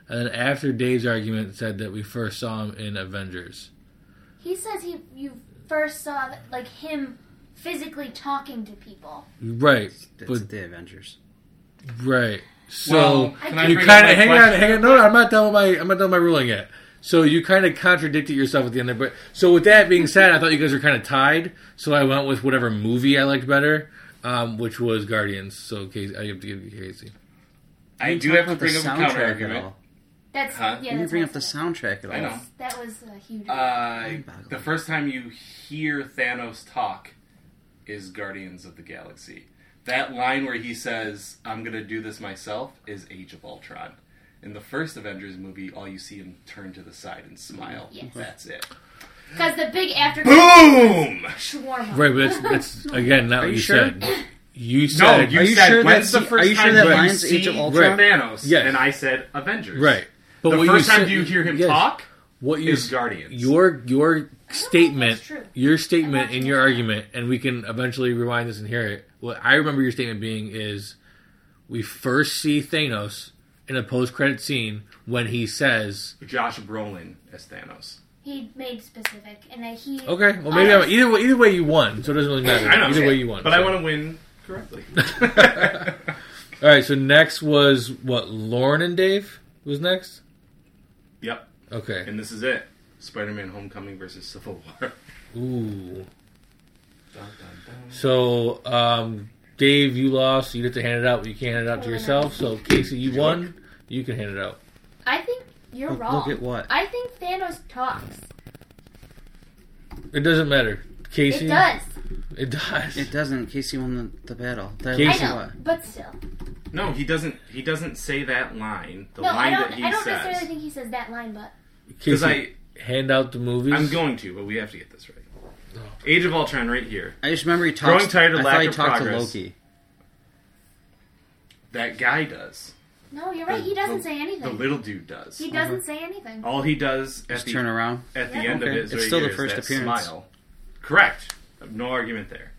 S2: and then after Dave's argument said that we first saw him in Avengers.
S4: He says he you first saw like him physically talking to people.
S2: Right,
S3: That's
S2: but
S3: the Avengers.
S2: Right. So
S1: Well, can I
S2: you
S1: bring up
S2: kind
S1: my
S2: of hang on,
S1: question?
S2: hang on. No, no, I'm not done with my I'm not done with my ruling yet. So you kind of contradicted yourself at the end there. But so with that being said, I thought you guys were kind of tied. So I went with whatever movie I liked better, um, which was Guardians. So Casey, I have to give you Casey.
S1: I do
S3: Talk
S1: have to
S3: about
S1: bring up a counter argument.
S3: all.
S4: That's
S1: Huh?
S4: yeah.
S3: You
S4: that's
S3: didn't bring
S4: what
S3: up the
S4: I said.
S3: soundtrack at all.
S1: I know.
S4: That was a huge.
S1: Uh,
S3: Mind-boggling.
S1: the first time you hear Thanos talk is Guardians of the Galaxy. That line where he says, "I'm gonna do this myself," is Age of Ultron. In the first Avengers movie, all you see him turn to the side and smile.
S4: Yes.
S1: That's it.
S4: Because the big after
S1: Boom!
S4: shawarma.
S2: Right, but that's, that's again not what
S3: you
S2: you
S3: sure?
S2: said. You
S1: No,
S2: said
S1: you
S3: Are you
S1: said
S3: sure
S1: when's
S3: that's
S1: the
S3: the-
S1: first
S3: are you sure
S1: time
S3: that
S1: you
S3: line's
S1: see
S3: Age of Ultron?
S1: Thanos?
S2: Yes.
S1: And I said Avengers.
S2: right. But
S1: the
S2: what
S1: first
S2: you
S1: time
S2: said-
S1: do you hear him
S2: yes.
S1: talk
S2: What you
S1: is Guardians.
S2: your your statement
S4: that's true.
S2: your
S4: I'm
S2: statement
S4: not
S2: in
S4: sure.
S2: your argument and we can eventually rewind this and hear it what i remember your statement being is we first see thanos in a post-credit scene when he says
S1: Josh Brolin as Thanos.
S4: He made specific, and that he.
S2: okay well maybe
S4: I-
S2: I'm, either way either way you won so it doesn't really matter
S1: I know.
S2: either way you won
S1: But I
S2: so.
S1: want to win correctly.
S2: all right so next was what lauren and dave was next
S1: yep.
S2: okay
S1: And this is it. Spider-Man: Homecoming versus Civil War.
S2: ooh
S1: Dun, dun,
S2: so um dave you lost you get to hand it out but you can't hand it
S4: Oh,
S2: out to yourself so casey you won you can hand it out
S4: I think you're
S3: Look-
S4: wrong.
S3: look at what?
S4: I think Thanos talks.
S2: It doesn't matter. Casey?
S4: It does.
S2: It does.
S3: It doesn't. Casey won the, the battle. That
S2: Casey-
S4: I
S3: was
S2: Basically
S4: know,
S3: what?
S4: but still.
S1: dun. No, he doesn't. He doesn't say that line. The
S4: no, I
S1: line
S4: don't.
S1: that he
S4: I don't necessarily
S1: says.
S4: think he says that line, but
S1: Because
S2: Casey,
S1: I,
S2: hand out the movies.
S1: I'm going to, but we have to get this right. Age of Ultron, right here.
S3: I just remember he talked.
S1: Growing tired of
S3: I
S1: lack
S3: thought he
S1: of
S3: talked
S1: progress.
S3: to Loki.
S1: That guy does.
S4: no, you're right.
S1: The-
S4: He doesn't
S1: the-
S4: say
S1: The
S4: anything.
S1: little dude does.
S4: he doesn't say anything.
S1: All he does at
S3: Just
S1: the
S3: turn around.
S1: at the
S4: Yeah.
S1: end of
S3: Okay.
S1: it is
S3: It's
S1: right
S3: still the
S1: here is
S3: first
S1: that
S3: appearance.
S1: Smile. Correct. No argument there.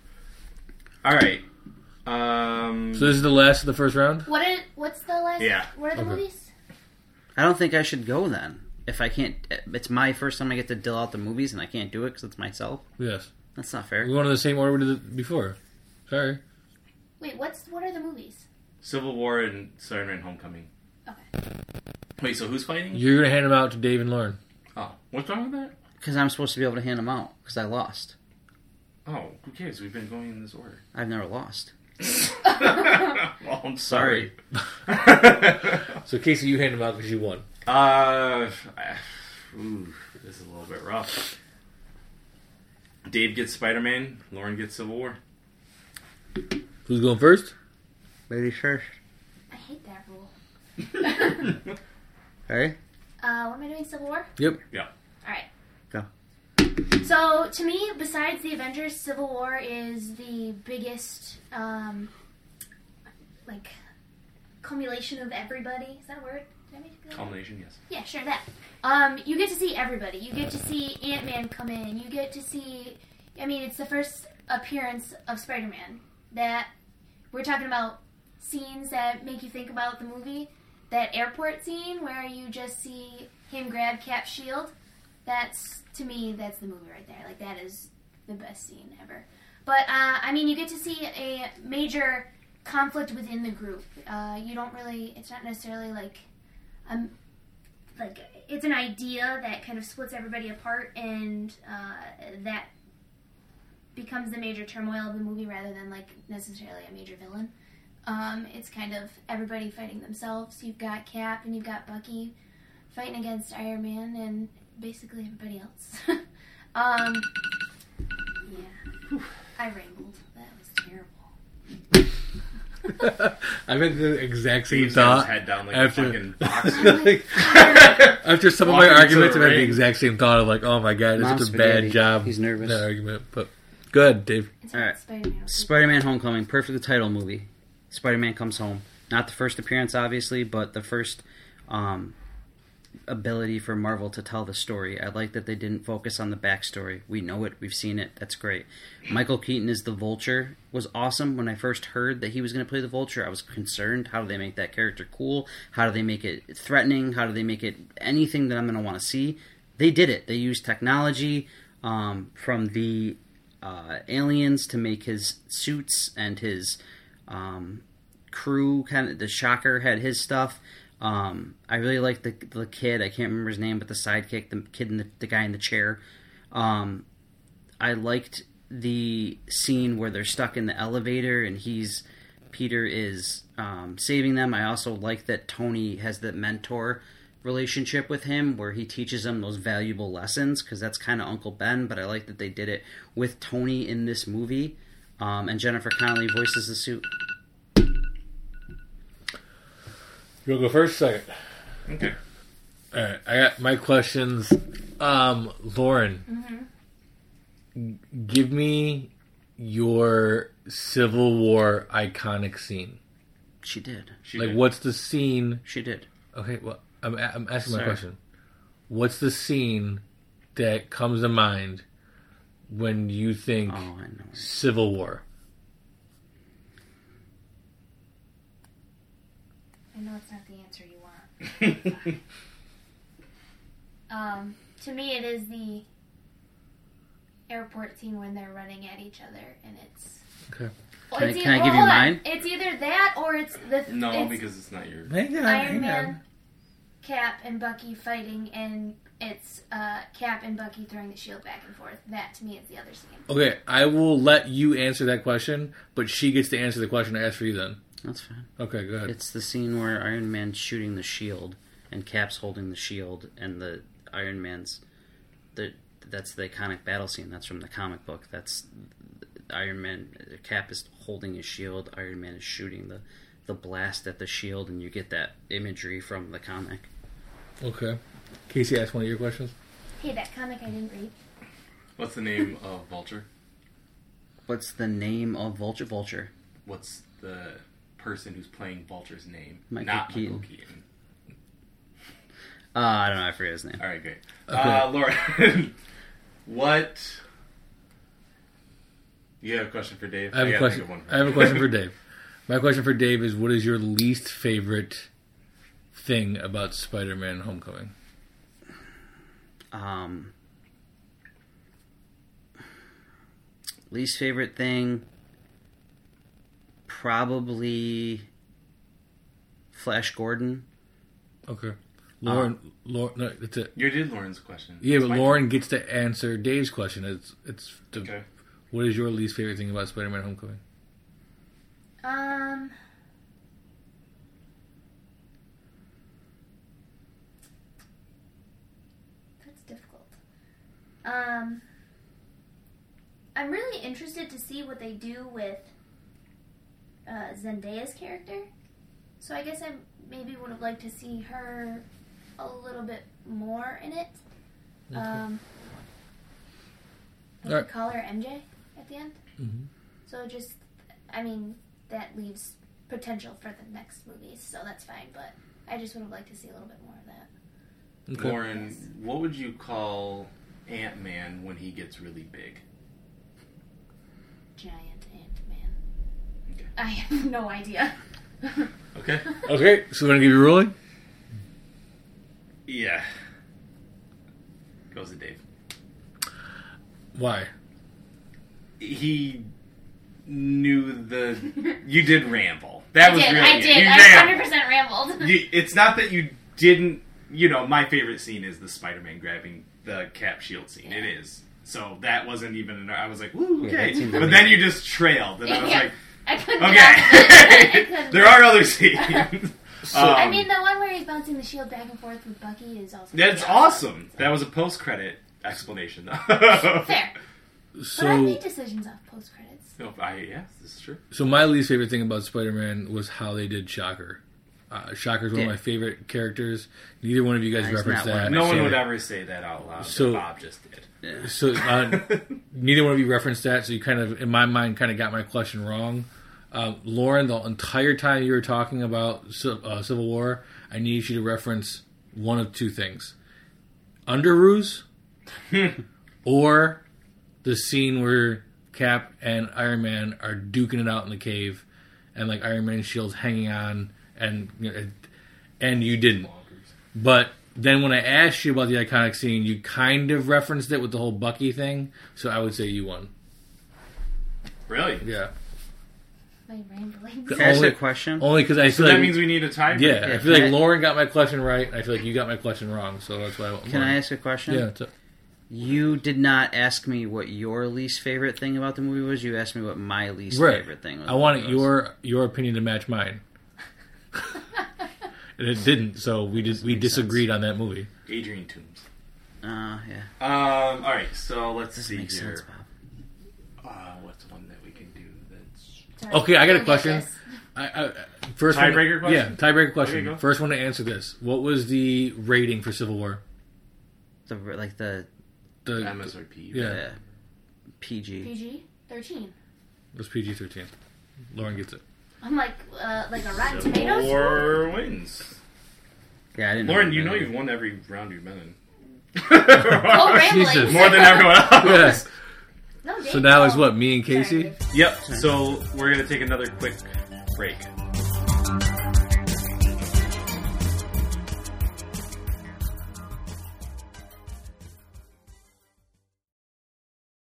S1: All right. Um,
S2: so this is the last of the first round?
S4: What is? What's the last?
S1: Yeah.
S4: What are the
S2: Okay.
S4: movies?
S3: I don't think I should go then. If I can't, it's my first time I get to deal out the movies, and I can't do it because it's myself.
S2: Yes.
S3: That's not fair.
S2: We went in the same order we did it before. Sorry.
S4: Wait, what's? What are the movies?
S1: Civil War and Spider-Man: Homecoming.
S4: Okay.
S1: Wait, so who's fighting?
S2: You're going to hand them out to Dave and Lauren.
S1: Oh, what's wrong with that?
S3: Because I'm supposed to be able to hand them out. Because I lost.
S1: Oh, who cares? We've been going in this order.
S3: I've never lost.
S1: well, I'm sorry.
S2: So, Casey, you hand them out because you won.
S1: uh, ooh, this is a little bit rough. Dave gets Spider-Man. Lauren gets Civil War.
S2: Who's going first?
S3: Lady first.
S4: I hate that rule.
S3: Hey.
S4: Uh, what am I doing? Civil War.
S2: Yep.
S1: Yeah.
S4: All right.
S3: Go.
S4: So to me, besides the Avengers, Civil War is the biggest um, like cumulation of everybody. Is that a word? Did I make it good?
S1: Culmination, yes.
S4: Yeah, sure that. Um, you get to see everybody. You get to see Ant Man come in. You get to see. I mean, it's the first appearance of Spider Man. That we're talking about scenes that make you think about the movie. That airport scene where you just see him grab Cap's shield. That's to me, that's the movie right there. Like that is the best scene ever. But uh, I mean, you get to see a major conflict within the group. Uh, you don't really. It's not necessarily like, um, like it's an idea that kind of splits everybody apart, and uh, that becomes the major turmoil of the movie rather than like necessarily a major villain. Um, it's kind of everybody fighting themselves. You've got Cap and you've got Bucky fighting against Iron Man and basically everybody else. um, yeah. I rambled. That was terrible.
S2: I had the exact same
S1: He's got his
S2: thought
S1: head down like
S2: after-
S1: a fucking box.
S2: after some of my
S1: Walking to
S2: arguments.
S1: the
S2: I had the
S1: ring.
S2: exact same thought of like, oh my god,
S3: Mom
S2: it's such a
S3: spaghetti.
S2: bad job.
S3: He's nervous.
S2: That argument, but good, Dave.
S4: It's
S3: All
S4: not
S3: right.
S4: Spider-Man.
S3: Spider-Man: Homecoming, perfect title movie. Spider-Man comes home. Not the first appearance, obviously, but the first um, ability for Marvel to tell the story. I like that they didn't focus on the backstory. We know it. We've seen it. That's great. Michael Keaton is the Vulture. Was awesome. When I first heard that he was going to play the Vulture, I was concerned. How do they make that character cool? How do they make it threatening? How do they make it anything that I'm going to want to see? They did it. They used technology um, from the uh, aliens to make his suits and his um, crew. Kind of the Shocker had his stuff. Um, I really like the the kid. I can't remember his name, but the sidekick, the kid, in the, the guy in the chair. Um, I liked the scene where they're stuck in the elevator and he's Peter is um, saving them. I also like that Tony has that mentor relationship with him where he teaches him those valuable lessons because that's kind of Uncle Ben. But I like that they did it with Tony in this movie, um, and Jennifer Connelly voices the suit.
S2: You want to go first, second?
S1: okay.
S2: All right, I got my questions. Um, Lauren,
S3: Mm-hmm.
S2: g- give me your Civil War iconic scene.
S3: She did.
S1: She
S2: like,
S1: did.
S2: what's the scene?
S3: She did.
S2: Okay, well, I'm, a- I'm asking my
S3: Sorry.
S2: question. What's the scene that comes to mind when you think
S3: Oh, I know.
S2: Civil War?
S4: I know it's not the answer you want. Um, to me, it is the airport scene when they're running at each other, and it's.
S2: Okay.
S4: Well,
S3: Can
S4: it's
S3: I-
S4: e-
S3: can I give you
S4: hold on.
S3: mine?
S4: It's either that or it's the.
S1: no,
S4: it's
S1: because it's not your.
S6: Hang
S3: Uh,
S6: on,
S4: Iron
S6: hang
S4: Man,
S6: on.
S4: Cap, and Bucky fighting, and it's uh, Cap and Bucky throwing the shield back and forth. That to me is the other scene.
S2: Okay, I will let you answer that question, but she gets to answer the question I asked for you then.
S3: That's fine.
S2: Okay, go ahead.
S3: It's the scene where Iron Man's shooting the shield and Cap's holding the shield and the Iron Man's the that's the iconic battle scene. That's from the comic book. That's Iron Man Cap is holding his shield, Iron Man is shooting the the blast at the shield and you get that imagery from the comic.
S2: Okay. Casey asked one of your questions.
S4: Hey, that comic I didn't read.
S1: What's the name of Vulture?
S3: What's the name of Vulture Vulture?
S1: What's the person who's playing Vulture's name?
S3: Michael
S1: not
S3: Keaton.
S1: Michael Keaton.
S3: Uh, I don't know, I forget his name.
S1: All right, great. Uh, Lauren, what? You have a question for Dave.
S2: I have a
S1: gotta think
S2: question.
S1: of one for
S2: I have a
S1: him.
S2: question for Dave. My question for Dave is: What is your least favorite thing about Spider-Man: Homecoming?
S3: Um, least favorite thing, probably Flash Gordon.
S2: Okay, Lauren. Lauren, no, that's it.
S1: You did Lauren's question.
S2: Yeah,
S1: It's
S2: but
S1: my
S2: Lauren gets to answer Dave's question. It's it's the,
S1: turn. Okay.
S2: what is your least favorite thing about Spider-Man: Homecoming?
S4: Um. That's difficult. Um. I'm really interested to see what they do with uh, Zendaya's character. So I guess I maybe would have liked to see her a little bit more in it. Um, would you
S2: Alright.
S4: call her MJ at the end?
S2: Mhm.
S4: So just, I mean, that leaves potential for the next movies, so that's fine. But I just would have liked to see a little bit more of that.
S2: Okay.
S1: Lauren, what would you call Ant Man when he gets really big?
S4: Giant Ant Man.
S1: Okay.
S4: I have no idea.
S1: Okay.
S2: Okay, so we're gonna give you a ruling.
S1: yeah. Goes to Dave.
S2: Why?
S1: He knew the. You did ramble. That
S4: I
S1: was
S4: did.
S1: really
S4: I
S1: it.
S4: did.
S1: You
S4: I
S1: rambled.
S4: 100% rambled.
S1: You, it's not that you didn't. You know, my favorite scene is the Spider-Man grabbing the cap shield scene. It is. So that wasn't even. An, I was like, "Ooh, okay,"
S2: seems
S1: but then you just trailed, and I was
S4: Yeah.
S1: like,
S4: I couldn't. I
S1: "Okay."
S4: couldn't.
S1: there are other scenes.
S4: I
S1: Um,
S4: mean, the one where he's bouncing the shield back and forth with Bucky is also.
S1: That's
S4: pretty
S1: awesome. That was a post-credit explanation, though.
S4: Fair. But I
S2: So,
S4: made decisions off post credits.
S1: No, Oh, I, yeah, this is true.
S2: so my least favorite thing about Spider-Man was how they did Shocker. Uh, Shocker's one
S3: Yeah.
S2: of my favorite characters. Neither one of you guys
S3: He's
S2: referenced
S3: not one
S2: that.
S3: of
S1: No one
S2: So-
S1: would ever say that out loud.
S2: So-
S1: So Bob just did.
S2: So uh, neither one of you referenced that, so you kind of, in my mind, kind of got my question wrong. Uh, Lauren, the entire time you were talking about Ci- uh, Civil War, I need you to reference one of two things: Under Ruse or the scene where Cap and Iron Man are duking it out in the cave, and like Iron Man Shield's hanging on, and you know, and you didn't. But then when I asked you about the iconic scene, you kind of referenced it with the whole Bucky thing. So I would say you won.
S1: Really?
S2: Yeah.
S4: My rambling.
S2: The
S3: Can I ask
S2: only-
S3: a question?
S2: Only because I feel
S1: That
S2: like
S1: means we need a tiebreaker.
S2: yeah, I
S3: Yeah,
S2: feel
S3: can
S2: like
S3: I-
S2: Lauren got my question right. and I feel like you got my question wrong. So that's why. I
S3: Can I ask a question?
S2: Yeah. it's a-
S3: You did not ask me what your least favorite thing about the movie was. You asked me what my least
S2: right.
S3: favorite thing was.
S2: I wanted
S3: about it.
S2: your your opinion to match mine. and it didn't. So we did, we disagreed on that movie.
S1: Adrian Toombs.
S3: Uh, yeah.
S1: Um. All right. So let's
S3: This
S1: see
S3: makes
S1: here.
S3: sense, Bob.
S1: uh, what's one that we can do that's
S4: Sorry.
S2: Okay, I got a
S4: Don't get
S2: question.
S4: this.
S2: I, I, first
S1: Tiebreaker
S2: one,
S1: question?
S2: Yeah, tiebreaker question.
S1: go.
S2: first one to answer this. What was the rating for Civil War?
S3: The like the
S2: The
S1: MSRP?
S2: yeah,
S3: uh, PG.
S4: PG 13.
S2: it was PG thirteen. Lauren gets it.
S4: I'm like, uh, like a Rotten Tomatoes?
S1: Four wins.
S3: Yeah, I didn't.
S1: Lauren,
S3: know
S1: you know
S3: you.
S1: you've won every round you've been in.
S4: Oh, rambling.
S2: Jesus.
S1: More than everyone else.
S2: Yes.
S4: No,
S2: So now
S4: Dave,
S2: it's
S4: no.
S2: what me and
S4: Sorry,
S2: Casey.
S4: Dave.
S1: Yep. So we're gonna take another quick break.